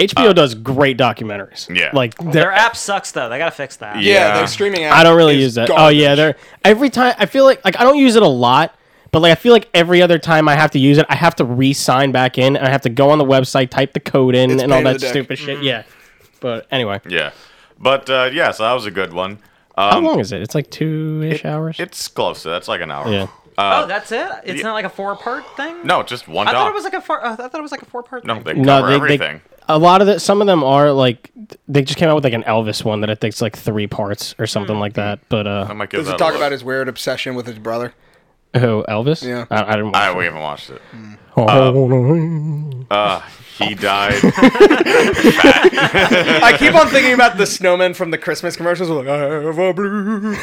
[SPEAKER 4] HBO
[SPEAKER 3] Uh,
[SPEAKER 4] does great documentaries.
[SPEAKER 2] Yeah.
[SPEAKER 4] like they're
[SPEAKER 1] Their app sucks though. They gotta fix that.
[SPEAKER 2] Yeah.
[SPEAKER 3] Yeah, their streaming app.
[SPEAKER 4] I don't really
[SPEAKER 3] is
[SPEAKER 4] use that. Oh
[SPEAKER 3] garbage.
[SPEAKER 4] yeah, they're every time I feel like like I don't use it a lot, but like I feel like every other time I have to use it, I have to re-sign back in and I have to go on the website, type the code in,
[SPEAKER 3] It's
[SPEAKER 4] and all
[SPEAKER 3] pain in
[SPEAKER 4] that
[SPEAKER 3] the dick.
[SPEAKER 4] stupid shit. Yeah. But anyway,
[SPEAKER 2] Yeah, but uh, yeah, so that was a good one.
[SPEAKER 4] how
[SPEAKER 2] Um,
[SPEAKER 4] long is it? It's like two ish hours.
[SPEAKER 2] It's close. That's like an hour. Uh,
[SPEAKER 4] yeah.
[SPEAKER 1] Oh, that's it. It's not like a four part thing.
[SPEAKER 2] No, just one
[SPEAKER 1] I
[SPEAKER 2] doc.
[SPEAKER 1] thought it was like a four. I thought it was like a four part.
[SPEAKER 2] no,
[SPEAKER 1] thing.
[SPEAKER 2] they cover
[SPEAKER 4] No, they,
[SPEAKER 2] everything.
[SPEAKER 4] they a lot of the some of them are like they just came out with like an Elvis one that I think's like three parts
[SPEAKER 1] Hmm.
[SPEAKER 4] or something like that. But
[SPEAKER 2] I
[SPEAKER 4] uh,
[SPEAKER 2] might give
[SPEAKER 3] Does
[SPEAKER 2] that
[SPEAKER 3] it
[SPEAKER 2] a
[SPEAKER 3] talk
[SPEAKER 2] look.
[SPEAKER 3] about his weird obsession with his brother?
[SPEAKER 4] who Elvis?
[SPEAKER 3] Yeah.
[SPEAKER 4] I, I didn't. Watch
[SPEAKER 2] I,
[SPEAKER 4] it.
[SPEAKER 2] we haven't watched it.
[SPEAKER 4] Oh,
[SPEAKER 2] Uh, he died.
[SPEAKER 3] I keep on thinking about the snowmen from the Christmas commercials. Like, I have a blue.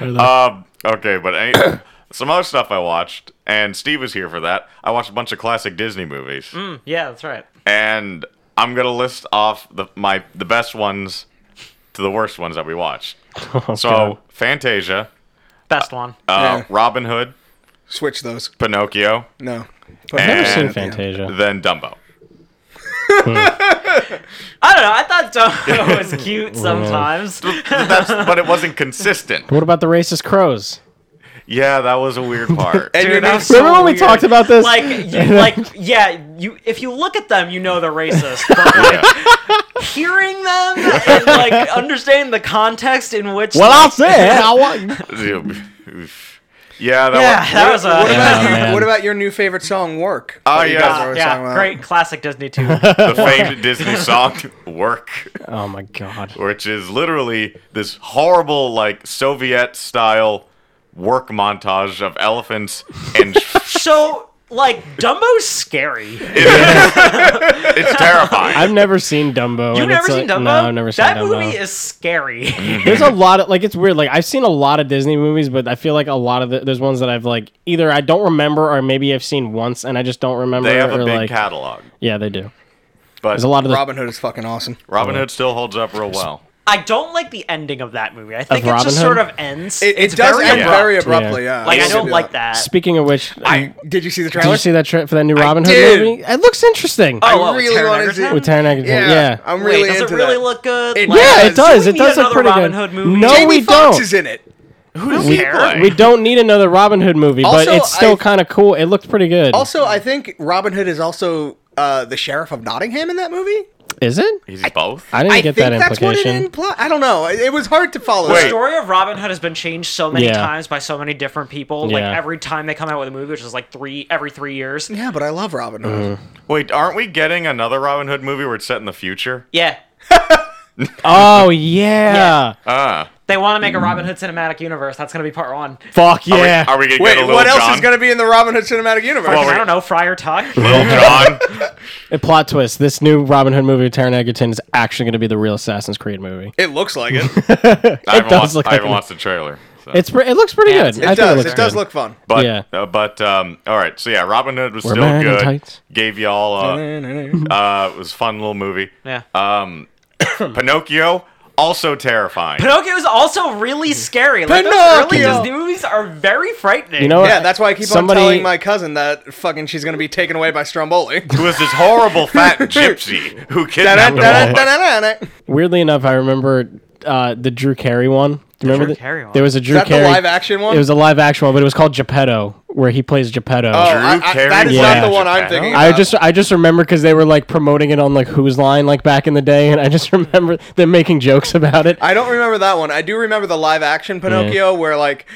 [SPEAKER 2] um, okay, but any, some other stuff I watched, and Steve was here for that. I watched a bunch of classic Disney movies,
[SPEAKER 1] Mm, yeah, that's right.
[SPEAKER 2] and I'm gonna list off the my the best ones to the worst ones that we watched. so,
[SPEAKER 4] God.
[SPEAKER 2] Fantasia,
[SPEAKER 1] Best one.
[SPEAKER 2] uh,
[SPEAKER 3] Yeah.
[SPEAKER 2] Robin Hood,
[SPEAKER 3] Switch those.
[SPEAKER 2] Pinocchio,
[SPEAKER 3] No.
[SPEAKER 2] I've
[SPEAKER 4] I've
[SPEAKER 2] never
[SPEAKER 4] never seen
[SPEAKER 2] And-
[SPEAKER 4] Fantasia.
[SPEAKER 2] then Dumbo.
[SPEAKER 1] I don't know. I thought Dumbo was cute sometimes.
[SPEAKER 2] That's, but it wasn't consistent.
[SPEAKER 4] What about the racist crows?
[SPEAKER 2] Yeah, that was a weird part.
[SPEAKER 3] And
[SPEAKER 1] Dude,
[SPEAKER 3] your
[SPEAKER 1] that
[SPEAKER 3] new-
[SPEAKER 1] was so
[SPEAKER 4] Remember when we
[SPEAKER 1] weird.
[SPEAKER 4] talked about this?
[SPEAKER 1] Like, you, like, yeah. You, if you look at them, you know they're racist. But like,
[SPEAKER 2] Yeah.
[SPEAKER 1] hearing them and like understanding the context in which.
[SPEAKER 4] Well, I'll
[SPEAKER 1] like,
[SPEAKER 4] say it. I want.
[SPEAKER 2] yeah, that
[SPEAKER 1] yeah, that
[SPEAKER 2] was,
[SPEAKER 1] was a
[SPEAKER 3] What about,
[SPEAKER 4] Yeah,
[SPEAKER 3] your,
[SPEAKER 4] man.
[SPEAKER 3] what about your new favorite song, Work?
[SPEAKER 2] Oh,
[SPEAKER 3] That you
[SPEAKER 2] yeah.
[SPEAKER 3] guys
[SPEAKER 2] Uh,
[SPEAKER 3] always talk
[SPEAKER 1] yeah,
[SPEAKER 3] about?
[SPEAKER 1] great classic Disney too.
[SPEAKER 2] the famed Disney song "Work,"
[SPEAKER 4] Oh my god.
[SPEAKER 2] which is literally this horrible, like Soviet-style work montage of elephants, and
[SPEAKER 1] so like Dumbo's scary.
[SPEAKER 2] it's terrifying.
[SPEAKER 4] I've never seen Dumbo.
[SPEAKER 1] You've
[SPEAKER 4] and
[SPEAKER 1] never
[SPEAKER 4] it's
[SPEAKER 1] seen
[SPEAKER 4] like-
[SPEAKER 1] Dumbo?
[SPEAKER 4] No, I've never seen
[SPEAKER 1] that
[SPEAKER 4] Dumbo.
[SPEAKER 1] movie is scary.
[SPEAKER 4] there's a lot of like it's weird. Like I've seen a lot of Disney movies, but I feel like a lot of the, there's ones that I've like either I don't remember or maybe I've seen once and I just don't remember.
[SPEAKER 2] They have
[SPEAKER 4] or
[SPEAKER 2] a big
[SPEAKER 4] like,
[SPEAKER 2] catalog,
[SPEAKER 4] Yeah, they do.
[SPEAKER 2] but
[SPEAKER 4] There's a lot of the
[SPEAKER 3] Robin Hood is fucking awesome.
[SPEAKER 2] Robin Hood still holds up real well.
[SPEAKER 1] I don't like the ending of that movie. I think it
[SPEAKER 4] Robin
[SPEAKER 1] just sort
[SPEAKER 4] Hood?
[SPEAKER 1] of ends.
[SPEAKER 3] It, it
[SPEAKER 1] It's
[SPEAKER 3] does
[SPEAKER 1] very
[SPEAKER 3] end
[SPEAKER 1] abrupt.
[SPEAKER 3] very
[SPEAKER 4] abrupt.
[SPEAKER 3] abruptly.
[SPEAKER 4] Yeah.
[SPEAKER 3] Yeah,
[SPEAKER 1] Like I don't
[SPEAKER 3] Yeah.
[SPEAKER 1] like that.
[SPEAKER 4] Speaking of which,
[SPEAKER 3] I, did you see the
[SPEAKER 4] did
[SPEAKER 3] trailer?
[SPEAKER 4] you see that tra- for that new Robin Hood
[SPEAKER 3] did.
[SPEAKER 4] movie? It looks interesting.
[SPEAKER 1] oh,
[SPEAKER 3] I
[SPEAKER 1] well,
[SPEAKER 3] really
[SPEAKER 1] Taron
[SPEAKER 3] wanna
[SPEAKER 1] Egerton?
[SPEAKER 3] see-
[SPEAKER 4] with Taron Egerton.
[SPEAKER 3] Yeah,
[SPEAKER 4] Yeah.
[SPEAKER 3] I'm
[SPEAKER 1] Wait,
[SPEAKER 3] really
[SPEAKER 1] does
[SPEAKER 3] into
[SPEAKER 1] it really
[SPEAKER 3] that.
[SPEAKER 1] look good?
[SPEAKER 3] It-
[SPEAKER 4] yeah,
[SPEAKER 3] Yes.
[SPEAKER 4] it does.
[SPEAKER 1] Do we
[SPEAKER 4] It
[SPEAKER 1] need
[SPEAKER 4] does look
[SPEAKER 1] another
[SPEAKER 4] pretty
[SPEAKER 1] Robin
[SPEAKER 4] good.
[SPEAKER 1] Hood movie?
[SPEAKER 4] No,
[SPEAKER 3] Jamie
[SPEAKER 4] we
[SPEAKER 3] Foxx
[SPEAKER 4] don't.
[SPEAKER 3] is in it.
[SPEAKER 2] Who does he play?
[SPEAKER 4] We don't need another Robin Hood movie,
[SPEAKER 3] Also,
[SPEAKER 4] but it's still
[SPEAKER 3] I-
[SPEAKER 4] kind of cool. It looked pretty good.
[SPEAKER 3] Also, I think Robin Hood is also uh, the sheriff of Nottingham in that movie.
[SPEAKER 4] is it?
[SPEAKER 2] He's both.
[SPEAKER 4] I didn't
[SPEAKER 3] I
[SPEAKER 4] get
[SPEAKER 3] think
[SPEAKER 4] that
[SPEAKER 3] that's what it
[SPEAKER 4] implication.
[SPEAKER 3] implies. I don't know. It, it was hard to follow.
[SPEAKER 1] The
[SPEAKER 2] Wait.
[SPEAKER 1] story of Robin Hood has been changed so many
[SPEAKER 4] Yeah.
[SPEAKER 1] times by so many different people.
[SPEAKER 4] Yeah.
[SPEAKER 1] Like every time they come out with a movie, which is like three every three years.
[SPEAKER 3] Yeah, but I love Robin
[SPEAKER 4] Mm-hmm.
[SPEAKER 3] Hood.
[SPEAKER 2] Wait, aren't we getting another Robin Hood movie where it's set in the future?
[SPEAKER 1] Yeah,
[SPEAKER 4] Oh yeah.
[SPEAKER 2] Ah,
[SPEAKER 1] they want to make a Robin Hood cinematic universe. That's gonna be part one.
[SPEAKER 4] Fuck
[SPEAKER 2] are we-
[SPEAKER 4] yeah.
[SPEAKER 2] Are we, gonna
[SPEAKER 3] Wait,
[SPEAKER 2] get a little
[SPEAKER 3] what else
[SPEAKER 2] John?
[SPEAKER 3] is going to be in the Robin Hood cinematic universe?
[SPEAKER 2] Well,
[SPEAKER 1] I
[SPEAKER 2] we-
[SPEAKER 1] don't know, Friar Tuck.
[SPEAKER 2] Little John.
[SPEAKER 4] A plot twist: This new Robin Hood movie with Taron Egerton is actually going to be the real Assassin's Creed movie.
[SPEAKER 3] it looks like it.
[SPEAKER 2] I haven't,
[SPEAKER 4] does
[SPEAKER 2] watched,
[SPEAKER 4] look
[SPEAKER 2] I
[SPEAKER 4] like
[SPEAKER 2] haven't
[SPEAKER 4] an-
[SPEAKER 2] watched the trailer. so.
[SPEAKER 4] It's pre- it looks pretty
[SPEAKER 1] Yeah,
[SPEAKER 4] good.
[SPEAKER 1] it's-
[SPEAKER 4] I
[SPEAKER 3] It
[SPEAKER 4] think
[SPEAKER 3] does.
[SPEAKER 4] looks
[SPEAKER 3] It does
[SPEAKER 4] good.
[SPEAKER 3] look fun.
[SPEAKER 2] But
[SPEAKER 4] Yeah.
[SPEAKER 2] uh, but um, all right. So yeah, Robin Hood was
[SPEAKER 4] We're
[SPEAKER 2] still
[SPEAKER 4] man in
[SPEAKER 2] good.
[SPEAKER 4] tights.
[SPEAKER 2] Gave y'all uh,
[SPEAKER 3] It
[SPEAKER 2] uh, it was a fun little movie.
[SPEAKER 1] Yeah.
[SPEAKER 2] Um, Pinocchio also terrifying.
[SPEAKER 1] Pinocchio is also really scary. Like those early
[SPEAKER 3] Pinocchio!
[SPEAKER 1] Disney movies are very frightening.
[SPEAKER 4] You know what?
[SPEAKER 3] Yeah, that's why I keep
[SPEAKER 4] Somebody-
[SPEAKER 3] on telling my cousin that fucking she's gonna be taken away by Stromboli.
[SPEAKER 2] Who was this horrible fat gypsy who kidnapped all of us.
[SPEAKER 3] Da-da-da-da-da-da-da.
[SPEAKER 4] Weirdly enough, I remember uh, the Drew Carey one. Do you remember
[SPEAKER 1] Drew
[SPEAKER 4] the-
[SPEAKER 1] Carey one.
[SPEAKER 4] There was a Drew
[SPEAKER 3] that the
[SPEAKER 4] Carey
[SPEAKER 3] live-action one?
[SPEAKER 4] It was a live action one, but it was called Geppetto, where he plays Geppetto.
[SPEAKER 3] Oh,
[SPEAKER 2] Drew
[SPEAKER 3] I- I-
[SPEAKER 2] Carey
[SPEAKER 3] that is
[SPEAKER 4] Yeah.
[SPEAKER 3] not the one I'm thinking.
[SPEAKER 4] I
[SPEAKER 3] about.
[SPEAKER 4] just I just remember because they were like promoting it on like Who's Line like back in the day, and I just remember them making jokes about it.
[SPEAKER 3] I don't remember that one. I do remember the live-action Pinocchio where like.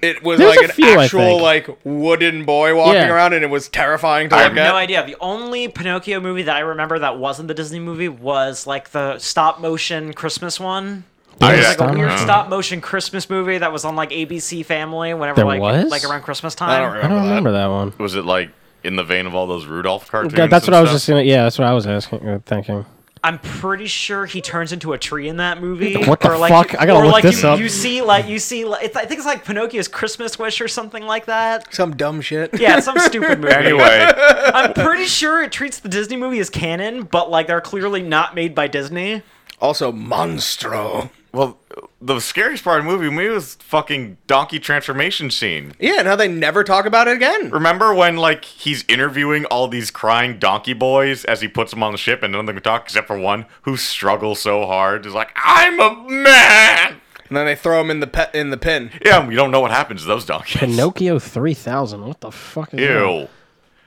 [SPEAKER 3] It was
[SPEAKER 4] There's
[SPEAKER 3] like
[SPEAKER 4] a
[SPEAKER 3] an
[SPEAKER 4] few, I
[SPEAKER 3] actual
[SPEAKER 4] think.
[SPEAKER 3] like wooden boy walking
[SPEAKER 4] Yeah.
[SPEAKER 3] around, and it was terrifying to
[SPEAKER 2] I
[SPEAKER 3] look
[SPEAKER 2] have
[SPEAKER 3] at.
[SPEAKER 1] No idea. The only Pinocchio movie that I remember that wasn't the Disney movie was like the stop motion Christmas one.
[SPEAKER 4] There
[SPEAKER 2] I-
[SPEAKER 4] was
[SPEAKER 2] yeah.
[SPEAKER 1] Like a weird
[SPEAKER 4] Uh-huh.
[SPEAKER 1] stop motion Christmas movie that was on like ABC Family whenever
[SPEAKER 4] There
[SPEAKER 1] like
[SPEAKER 4] was?
[SPEAKER 1] like around Christmas time.
[SPEAKER 3] I don't remember.
[SPEAKER 4] I don't
[SPEAKER 3] that.
[SPEAKER 4] remember that one.
[SPEAKER 2] Was it like in the vein of all those Rudolph cartoons?
[SPEAKER 4] Yeah, that's
[SPEAKER 2] and
[SPEAKER 4] what I was
[SPEAKER 2] stuff?
[SPEAKER 4] just saying. Yeah, that's what I was asking, uh, thinking.
[SPEAKER 1] I'm pretty sure he turns into a tree in that movie.
[SPEAKER 4] What the
[SPEAKER 1] or like,
[SPEAKER 4] fuck? I gotta
[SPEAKER 1] or
[SPEAKER 4] look
[SPEAKER 1] like
[SPEAKER 4] this
[SPEAKER 1] you,
[SPEAKER 4] up.
[SPEAKER 1] You see, like you see, like, it's, I think it's like Pinocchio's Christmas Wish or something like that.
[SPEAKER 3] Some dumb shit.
[SPEAKER 1] Yeah, it's some stupid movie.
[SPEAKER 2] Anyway,
[SPEAKER 1] I'm pretty sure it treats the Disney movie as canon, but like they're clearly not made by Disney.
[SPEAKER 3] Also, Monstro.
[SPEAKER 2] well, the scariest part of the movie maybe was fucking donkey transformation scene.
[SPEAKER 3] Yeah, now they never talk about it again.
[SPEAKER 2] Remember when like he's interviewing all these crying donkey boys as he puts them on the ship and none of them can talk except for one who struggles so hard. Is like, I'm a man.
[SPEAKER 3] And then they throw him in the pe- in the pin.
[SPEAKER 2] Yeah, we don't know what happens to those donkeys.
[SPEAKER 4] Pinocchio 3000. What the fuck is that?
[SPEAKER 2] Ew.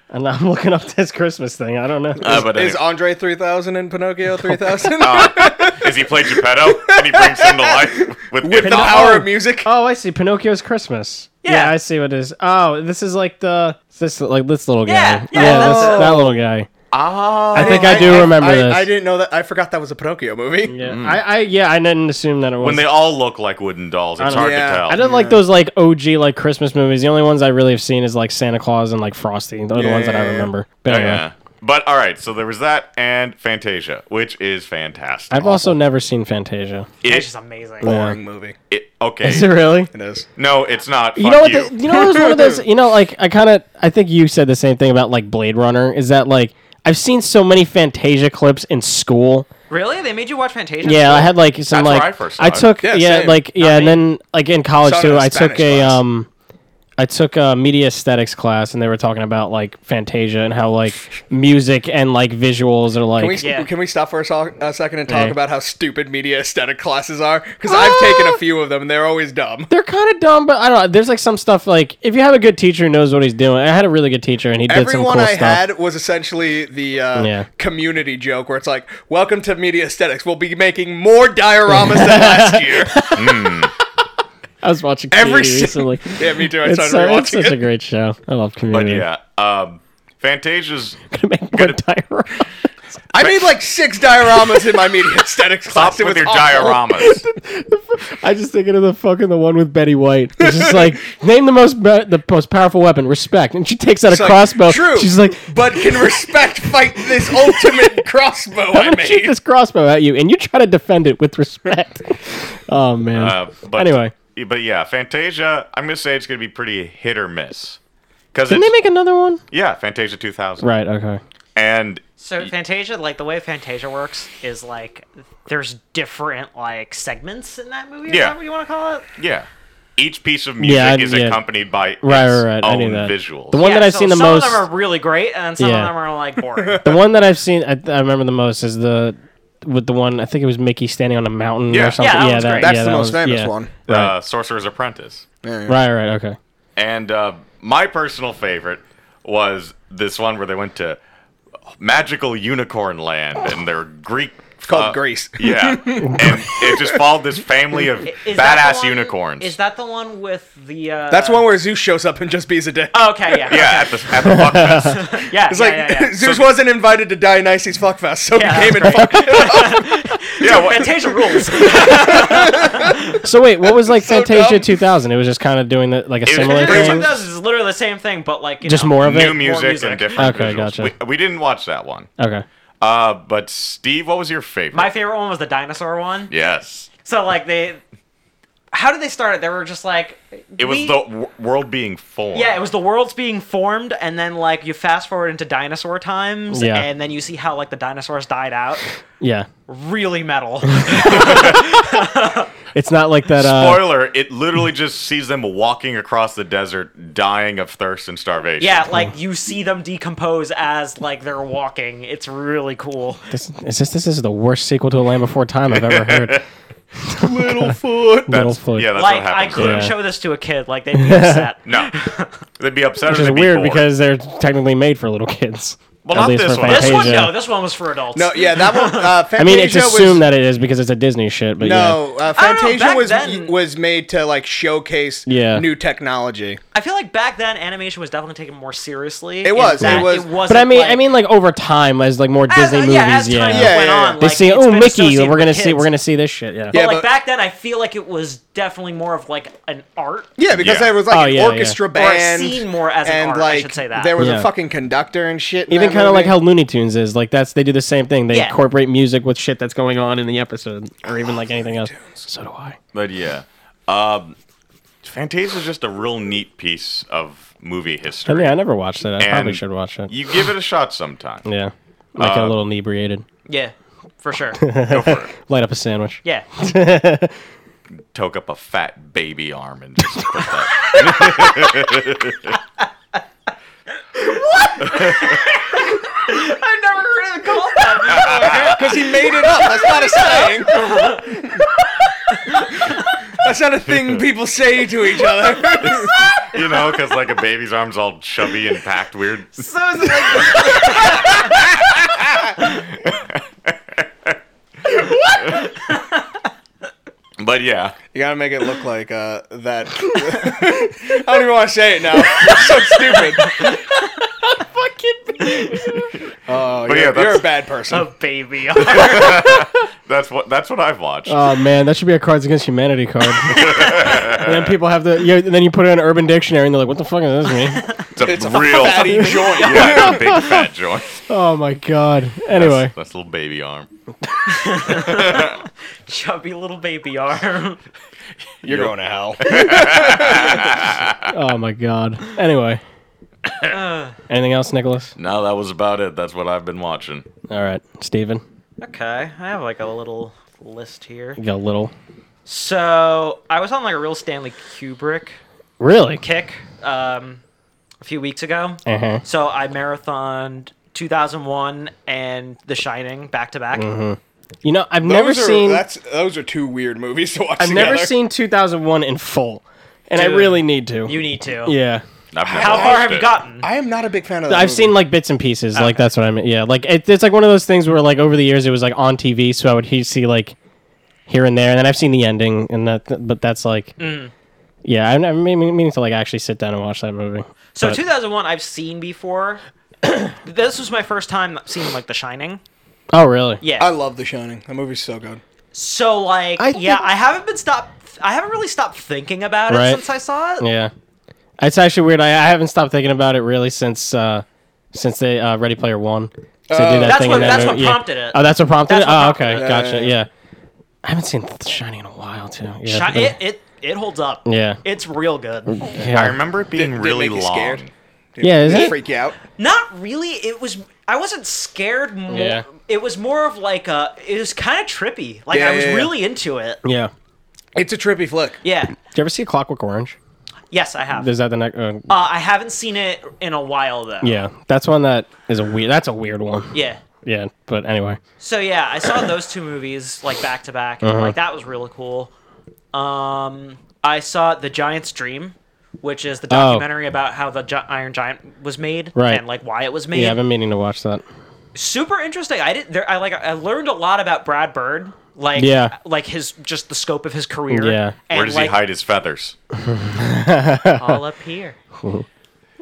[SPEAKER 4] And I'm looking up this Christmas thing. I don't know.
[SPEAKER 2] Uh, but
[SPEAKER 3] Is
[SPEAKER 2] anyway,
[SPEAKER 3] Andre 3000 in Pinocchio 3000?
[SPEAKER 2] is he played Geppetto and he brings him to life with,
[SPEAKER 3] With the
[SPEAKER 2] hypnosis?
[SPEAKER 3] power of music?
[SPEAKER 4] oh, I see. Pinocchio's Christmas. Yeah.
[SPEAKER 1] Yeah.
[SPEAKER 4] I see what it is. Oh, this is like the it's this like this little guy.
[SPEAKER 1] Yeah, yeah,
[SPEAKER 4] that's,
[SPEAKER 1] that's it.
[SPEAKER 4] that little guy.
[SPEAKER 2] Ah,
[SPEAKER 4] I think I, do remember
[SPEAKER 3] I,
[SPEAKER 4] this.
[SPEAKER 3] I didn't know that. I forgot that was a Pinocchio movie.
[SPEAKER 4] Yeah, I, I yeah, I didn't assume that it was.
[SPEAKER 2] when they all look like wooden dolls, it's
[SPEAKER 4] don't-
[SPEAKER 2] hard
[SPEAKER 3] Yeah.
[SPEAKER 2] to tell.
[SPEAKER 4] I don't like those like OG like Christmas movies. The only ones I really have seen is like Santa Claus and like Frosty. Those are the ones that I
[SPEAKER 3] Yeah.
[SPEAKER 4] remember. But
[SPEAKER 2] Oh,
[SPEAKER 4] anyway,
[SPEAKER 2] yeah. But all right, so there was that and Fantasia, which is fantastic.
[SPEAKER 4] I've also never seen Fantasia.
[SPEAKER 1] It's
[SPEAKER 2] it,
[SPEAKER 1] just amazing.
[SPEAKER 3] Boring movie.
[SPEAKER 2] it, okay.
[SPEAKER 4] Is it really?
[SPEAKER 3] It is.
[SPEAKER 2] No, it's not.
[SPEAKER 4] you know what? the- you know what was one of those. You know, like I kind of. I think you said the same thing about like Blade Runner. Is that like I've seen so many Fantasia clips in school.
[SPEAKER 1] Really? They made you watch Fantasia?
[SPEAKER 4] Yeah, I had like some
[SPEAKER 2] That's where
[SPEAKER 4] like
[SPEAKER 2] I first saw
[SPEAKER 4] I
[SPEAKER 2] it.
[SPEAKER 4] took yeah,
[SPEAKER 3] Yeah, same.
[SPEAKER 4] like yeah, and
[SPEAKER 1] me.
[SPEAKER 4] then like in college
[SPEAKER 3] Saw it in
[SPEAKER 4] too.
[SPEAKER 3] a
[SPEAKER 4] I took
[SPEAKER 3] Spanish
[SPEAKER 4] a
[SPEAKER 3] class.
[SPEAKER 4] um, I took a media aesthetics class, and they were talking about like Fantasia and how like music and like visuals are like
[SPEAKER 3] Can we,
[SPEAKER 1] Yeah.
[SPEAKER 3] can we stop for a, so- a second and talk
[SPEAKER 4] Hey.
[SPEAKER 3] about how stupid media aesthetic classes are? Because I've taken a few of them and they're always dumb.
[SPEAKER 4] they're kind of dumb, but I don't know. There's like some stuff like if you have a good teacher who knows what he's doing. I had a really good teacher, and he did some
[SPEAKER 3] Everyone
[SPEAKER 4] cool
[SPEAKER 3] I
[SPEAKER 4] stuff.
[SPEAKER 3] had was essentially the uh,
[SPEAKER 4] Yeah.
[SPEAKER 3] community joke where it's like, Welcome to Media Aesthetics. We'll be making more dioramas than last year.
[SPEAKER 4] I was watching
[SPEAKER 3] Every
[SPEAKER 4] TV
[SPEAKER 3] si-
[SPEAKER 4] recently.
[SPEAKER 3] yeah, me too. I
[SPEAKER 4] It's,
[SPEAKER 3] started
[SPEAKER 4] so, it's
[SPEAKER 3] rewatching
[SPEAKER 4] such
[SPEAKER 3] it.
[SPEAKER 4] a great show. I love
[SPEAKER 2] But
[SPEAKER 4] Community.
[SPEAKER 2] yeah, um, Fantasia's.
[SPEAKER 4] Gonna make more diorama.
[SPEAKER 3] I made like six dioramas in my media aesthetics class.
[SPEAKER 2] Stop
[SPEAKER 3] It
[SPEAKER 2] with
[SPEAKER 3] was
[SPEAKER 2] your
[SPEAKER 3] awful.
[SPEAKER 2] dioramas.
[SPEAKER 4] I just thinking of the fucking the one with Betty White. It's just like name the most be- the most powerful weapon, respect, and she takes out a
[SPEAKER 3] like,
[SPEAKER 4] crossbow.
[SPEAKER 3] true.
[SPEAKER 4] She's like,
[SPEAKER 3] But can respect fight this ultimate crossbow I
[SPEAKER 4] I'm gonna shoot
[SPEAKER 3] made?
[SPEAKER 4] this crossbow at you, and you try to defend it with respect. oh man.
[SPEAKER 2] Uh, but,
[SPEAKER 4] Anyway.
[SPEAKER 2] But yeah, Fantasia, I'm going to say it's going to be pretty hit or miss. Cause
[SPEAKER 4] Didn't
[SPEAKER 2] it's,
[SPEAKER 4] they make another one?
[SPEAKER 2] yeah, Fantasia 2000.
[SPEAKER 4] Right. Okay.
[SPEAKER 2] And
[SPEAKER 1] So Fantasia, like the way Fantasia works is like there's different like segments in that movie. Is
[SPEAKER 2] Yeah.
[SPEAKER 1] that what you want to call it?
[SPEAKER 2] Yeah. Each piece of music
[SPEAKER 4] I-
[SPEAKER 2] is
[SPEAKER 4] yeah.
[SPEAKER 2] accompanied by
[SPEAKER 4] Right,
[SPEAKER 2] its
[SPEAKER 4] right, right. I
[SPEAKER 2] own
[SPEAKER 4] knew that.
[SPEAKER 2] visuals.
[SPEAKER 4] The one
[SPEAKER 1] yeah,
[SPEAKER 4] that I've
[SPEAKER 1] so
[SPEAKER 4] seen the
[SPEAKER 1] some
[SPEAKER 4] most.
[SPEAKER 1] of them are really great, and some
[SPEAKER 4] Yeah.
[SPEAKER 1] of them are like boring.
[SPEAKER 4] The one that I've seen, I, I remember the most is the with the one I think it was Mickey standing on a mountain
[SPEAKER 2] Yeah. Yeah,
[SPEAKER 4] or something.
[SPEAKER 1] that one's great.
[SPEAKER 3] That's the
[SPEAKER 4] that
[SPEAKER 3] most
[SPEAKER 4] one's-
[SPEAKER 3] famous
[SPEAKER 4] yeah.
[SPEAKER 3] one.
[SPEAKER 4] Right.
[SPEAKER 2] uh, Sorcerer's Apprentice.
[SPEAKER 3] Yeah, yeah.
[SPEAKER 4] right, right, okay.
[SPEAKER 2] And uh, my personal favorite was this one where they went to magical unicorn land and they're Greek. It's
[SPEAKER 3] called
[SPEAKER 4] Uh,
[SPEAKER 3] Greece.
[SPEAKER 2] Yeah. and it just followed this family of
[SPEAKER 1] Is that the
[SPEAKER 2] badass
[SPEAKER 1] one-
[SPEAKER 2] unicorns.
[SPEAKER 1] Is that the one with the? Uh,
[SPEAKER 3] That's one where Zeus shows up and just beats a dick.
[SPEAKER 1] Oh, okay, yeah,
[SPEAKER 2] yeah, at the, at the fuck fest.
[SPEAKER 1] okay, yeah.
[SPEAKER 3] It's
[SPEAKER 1] yeah,
[SPEAKER 3] like
[SPEAKER 1] yeah, yeah.
[SPEAKER 3] Zeus
[SPEAKER 2] So-
[SPEAKER 3] wasn't invited to Dionysus Fuckfest, so
[SPEAKER 1] Yeah,
[SPEAKER 3] he came and
[SPEAKER 1] that's
[SPEAKER 3] fucked.
[SPEAKER 2] Yeah, what,
[SPEAKER 1] Fantasia rules.
[SPEAKER 4] So wait, what was like
[SPEAKER 3] So
[SPEAKER 4] Fantasia
[SPEAKER 3] dumb.
[SPEAKER 4] 2000? It was just kind of doing the, like a
[SPEAKER 2] was
[SPEAKER 4] similar
[SPEAKER 2] pretty
[SPEAKER 4] thing,
[SPEAKER 2] much-
[SPEAKER 1] This is literally the same thing, but like you
[SPEAKER 4] just
[SPEAKER 1] know.
[SPEAKER 4] more of
[SPEAKER 2] new
[SPEAKER 4] it.
[SPEAKER 2] music,
[SPEAKER 1] music.
[SPEAKER 2] and different
[SPEAKER 4] Okay,
[SPEAKER 2] visuals.
[SPEAKER 4] gotcha.
[SPEAKER 2] We, we didn't watch that one.
[SPEAKER 4] Okay,
[SPEAKER 2] Uh, but Steve, what was your favorite?
[SPEAKER 1] My favorite one was the dinosaur one.
[SPEAKER 2] yes.
[SPEAKER 1] So like they, how did they start it? They were just like
[SPEAKER 2] It was
[SPEAKER 1] we-
[SPEAKER 2] the w- world being formed.
[SPEAKER 1] Yeah, it was the world's being formed, and then like you fast forward into dinosaur times,
[SPEAKER 4] Yeah.
[SPEAKER 1] and then you see how like the dinosaurs died out.
[SPEAKER 4] yeah.
[SPEAKER 1] Really metal.
[SPEAKER 4] It's not like that. Uh,
[SPEAKER 2] Spoiler, it literally just sees them walking across the desert, dying of thirst and starvation.
[SPEAKER 1] yeah, like you see them decompose as like they're walking. It's really cool.
[SPEAKER 4] this, is this this is the worst sequel to A Land Before Time I've ever heard.
[SPEAKER 2] Littlefoot. That's,
[SPEAKER 4] Littlefoot.
[SPEAKER 2] Yeah, that's
[SPEAKER 1] like
[SPEAKER 2] what
[SPEAKER 1] I
[SPEAKER 2] happens.
[SPEAKER 1] couldn't
[SPEAKER 4] Yeah.
[SPEAKER 1] show this to a kid. Like they'd be upset.
[SPEAKER 2] No. They'd be upset
[SPEAKER 4] Which
[SPEAKER 2] or
[SPEAKER 4] is
[SPEAKER 2] they'd
[SPEAKER 4] weird
[SPEAKER 2] be bored.
[SPEAKER 4] because they're technically made for little kids.
[SPEAKER 2] Well,
[SPEAKER 4] At
[SPEAKER 2] not
[SPEAKER 4] least
[SPEAKER 2] this
[SPEAKER 4] for
[SPEAKER 2] one.
[SPEAKER 1] This one,
[SPEAKER 4] Fantasia.
[SPEAKER 1] no, this one was for adults.
[SPEAKER 3] No, yeah, that one. Uh, Fantasia
[SPEAKER 4] I mean, it's
[SPEAKER 3] was,
[SPEAKER 4] assumed that it is because it's a Disney shit, but yeah.
[SPEAKER 3] No, uh,
[SPEAKER 1] I don't know,
[SPEAKER 3] Fantasia
[SPEAKER 1] Oh, back
[SPEAKER 3] was
[SPEAKER 1] then-
[SPEAKER 3] was made to like showcase
[SPEAKER 4] Yeah.
[SPEAKER 3] new technology.
[SPEAKER 1] I feel like back then animation was definitely taken more seriously.
[SPEAKER 3] It was,
[SPEAKER 1] in that
[SPEAKER 3] it was.
[SPEAKER 1] wasn't,
[SPEAKER 4] But I mean,
[SPEAKER 1] like-
[SPEAKER 4] I mean, like over time, as like more
[SPEAKER 1] as- uh,
[SPEAKER 4] Disney movies,
[SPEAKER 1] yeah, as
[SPEAKER 4] yeah.
[SPEAKER 1] time
[SPEAKER 3] Yeah,
[SPEAKER 1] went
[SPEAKER 3] yeah,
[SPEAKER 1] on,
[SPEAKER 3] yeah.
[SPEAKER 4] they
[SPEAKER 1] like,
[SPEAKER 4] see,
[SPEAKER 1] it's
[SPEAKER 4] oh
[SPEAKER 1] been
[SPEAKER 4] Mickey,
[SPEAKER 1] associated
[SPEAKER 4] we're gonna
[SPEAKER 1] with
[SPEAKER 4] see, we're
[SPEAKER 1] kids."
[SPEAKER 4] gonna see this shit, yeah.
[SPEAKER 1] But,
[SPEAKER 3] Yeah. but-
[SPEAKER 1] like back then, I feel like it was definitely more of like an art.
[SPEAKER 3] Yeah, because
[SPEAKER 2] Yeah.
[SPEAKER 3] there was like
[SPEAKER 4] Oh,
[SPEAKER 3] an
[SPEAKER 4] yeah,
[SPEAKER 3] orchestra
[SPEAKER 1] yeah. Or
[SPEAKER 3] band,
[SPEAKER 1] seen more as an
[SPEAKER 3] and
[SPEAKER 1] art, I
[SPEAKER 3] like
[SPEAKER 1] should say that.
[SPEAKER 3] there was
[SPEAKER 4] Yeah.
[SPEAKER 3] a fucking conductor and shit. in
[SPEAKER 4] Even
[SPEAKER 3] that
[SPEAKER 4] kind of like
[SPEAKER 3] movie.
[SPEAKER 4] how Looney Tunes is, like that's they do the same thing. They
[SPEAKER 1] Yeah.
[SPEAKER 4] incorporate music with shit that's going on in the episode, or even like anything else. So do I.
[SPEAKER 2] But yeah. Um, Fantasia is just a real neat piece of movie
[SPEAKER 4] I
[SPEAKER 2] history.
[SPEAKER 4] mean, I never watched it. I probably
[SPEAKER 2] And Uh,
[SPEAKER 4] should watch it.
[SPEAKER 2] You give it a shot sometime.
[SPEAKER 4] Yeah, like a little inebriated,
[SPEAKER 1] Yeah, for sure.
[SPEAKER 2] Go for it.
[SPEAKER 4] light up a sandwich.
[SPEAKER 1] Yeah,
[SPEAKER 2] Toke up a fat baby arm and just put that.
[SPEAKER 1] I've never heard it called that.
[SPEAKER 3] because he made it up. That's not a saying. That's not a thing people say to each other.
[SPEAKER 2] You know, because like a baby's arm's all chubby and packed weird.
[SPEAKER 1] So it's like,
[SPEAKER 2] But yeah.
[SPEAKER 3] You gotta make it look like uh, that. I don't even want to say it now. It's so stupid. Oh,
[SPEAKER 2] But
[SPEAKER 3] you're,
[SPEAKER 2] yeah,
[SPEAKER 3] you're
[SPEAKER 2] that's-
[SPEAKER 3] a bad person.
[SPEAKER 1] a baby.
[SPEAKER 2] That's what that's what I've watched.
[SPEAKER 4] Oh man, that should be a Cards Against Humanity card. and then people have the, you and then you put it in Urban Dictionary, and they're like, "What the fuck does this mean?"
[SPEAKER 2] it's a
[SPEAKER 3] It's a
[SPEAKER 2] real
[SPEAKER 3] fatty joint.
[SPEAKER 2] yeah, a big fat joint.
[SPEAKER 4] Oh my god.
[SPEAKER 2] That's,
[SPEAKER 4] Anyway,
[SPEAKER 2] that's a little baby arm.
[SPEAKER 1] Chubby little baby arm.
[SPEAKER 3] You're going to hell.
[SPEAKER 4] oh my god. Anyway. Anything else, Nicholas?
[SPEAKER 2] No, that was about it. That's what I've been watching.
[SPEAKER 4] All right, Steven.
[SPEAKER 1] Okay, I have like a little list here.
[SPEAKER 4] You got a little.
[SPEAKER 1] So I was on like a real Stanley Kubrick
[SPEAKER 4] Really?
[SPEAKER 1] kick um, a few weeks ago.
[SPEAKER 4] Uh huh.
[SPEAKER 1] So I marathoned 2001 and The Shining back to back.
[SPEAKER 4] Mm-hmm. You know, I've never
[SPEAKER 3] those are,
[SPEAKER 4] seen.
[SPEAKER 3] That's those are two weird movies to watch.
[SPEAKER 4] I've never
[SPEAKER 3] together.
[SPEAKER 4] seen 2001 in full, and I
[SPEAKER 1] Dude,
[SPEAKER 4] really need to.
[SPEAKER 1] You need to.
[SPEAKER 4] yeah.
[SPEAKER 2] I've never
[SPEAKER 1] How far
[SPEAKER 2] watched
[SPEAKER 1] have you
[SPEAKER 2] it.
[SPEAKER 1] gotten?
[SPEAKER 3] I am not a big fan of that.
[SPEAKER 4] I've
[SPEAKER 3] movie.
[SPEAKER 4] seen like bits and pieces, like that's what I mean. Yeah, like it, it's like one of those things where like over the years it was like on TV, so I would he- see like here and there, and then I've seen the ending, and that, but that's like,
[SPEAKER 1] Mm.
[SPEAKER 4] yeah, I'm, I'm meaning meaning to like actually sit down and watch that movie.
[SPEAKER 1] So
[SPEAKER 4] But-
[SPEAKER 1] 2001, I've seen before. this was my first time seeing like The Shining.
[SPEAKER 4] oh really?
[SPEAKER 1] Yeah.
[SPEAKER 3] I love The Shining. That movie's so good.
[SPEAKER 1] so like,
[SPEAKER 4] I
[SPEAKER 1] yeah,
[SPEAKER 4] think-
[SPEAKER 1] I haven't been stopped. I haven't really stopped thinking about it
[SPEAKER 4] Right.
[SPEAKER 1] since I saw it.
[SPEAKER 4] Yeah, it's actually weird. I, I haven't stopped thinking about it really since uh since they uh, Ready Player One. 'Cause they
[SPEAKER 3] Oh.
[SPEAKER 4] that
[SPEAKER 1] That's
[SPEAKER 4] thing
[SPEAKER 1] what-
[SPEAKER 4] in that
[SPEAKER 1] that's what
[SPEAKER 4] movie. Yeah.
[SPEAKER 1] prompted it.
[SPEAKER 4] Oh, that's what prompted
[SPEAKER 1] That's
[SPEAKER 4] it.
[SPEAKER 1] what
[SPEAKER 4] oh,
[SPEAKER 1] prompted
[SPEAKER 4] okay,
[SPEAKER 1] it.
[SPEAKER 3] Yeah,
[SPEAKER 4] gotcha. Yeah,
[SPEAKER 3] yeah, yeah.
[SPEAKER 4] I haven't seen The Shining in a while too. Yeah,
[SPEAKER 1] Shi-
[SPEAKER 4] but-
[SPEAKER 1] it, it it holds up.
[SPEAKER 4] Yeah.
[SPEAKER 1] It's real good.
[SPEAKER 4] yeah.
[SPEAKER 2] I remember it being
[SPEAKER 3] Did- did it
[SPEAKER 2] really
[SPEAKER 3] make you
[SPEAKER 2] long.
[SPEAKER 3] scared?
[SPEAKER 4] Yeah, is
[SPEAKER 3] Did
[SPEAKER 4] it?
[SPEAKER 3] freak you out?
[SPEAKER 1] Not really. It was. I wasn't scared. More,
[SPEAKER 4] Yeah.
[SPEAKER 1] It was more of like a. It was kind of trippy. Like
[SPEAKER 3] Yeah,
[SPEAKER 1] I was
[SPEAKER 3] yeah, yeah.
[SPEAKER 1] really into it.
[SPEAKER 4] Yeah.
[SPEAKER 3] It's a trippy flick.
[SPEAKER 1] Yeah.
[SPEAKER 4] Did you ever see Clockwork Orange?
[SPEAKER 1] Yes, I have. Uh,
[SPEAKER 4] Is that the next? Uh,
[SPEAKER 1] I haven't seen it in a while though.
[SPEAKER 4] yeah, that's one that is a weird. That's a weird one.
[SPEAKER 1] Yeah.
[SPEAKER 4] Yeah, but anyway.
[SPEAKER 1] So yeah, I saw those two movies like back to back,
[SPEAKER 4] Uh-huh.
[SPEAKER 1] and like that was really cool. Um, I saw The Giant's Dream, which is the
[SPEAKER 4] Oh.
[SPEAKER 1] documentary about how the Gi- Iron Giant was made
[SPEAKER 4] Right.
[SPEAKER 1] and like why it was made.
[SPEAKER 4] Yeah, I've been meaning to watch that.
[SPEAKER 1] Super interesting. I didn't. There, I like. I learned a lot about Brad Bird. Like
[SPEAKER 4] Yeah.
[SPEAKER 1] like his just the scope of his career.
[SPEAKER 4] Yeah.
[SPEAKER 1] and
[SPEAKER 2] Where does
[SPEAKER 1] like,
[SPEAKER 2] he hide his feathers?
[SPEAKER 1] all up here?
[SPEAKER 4] All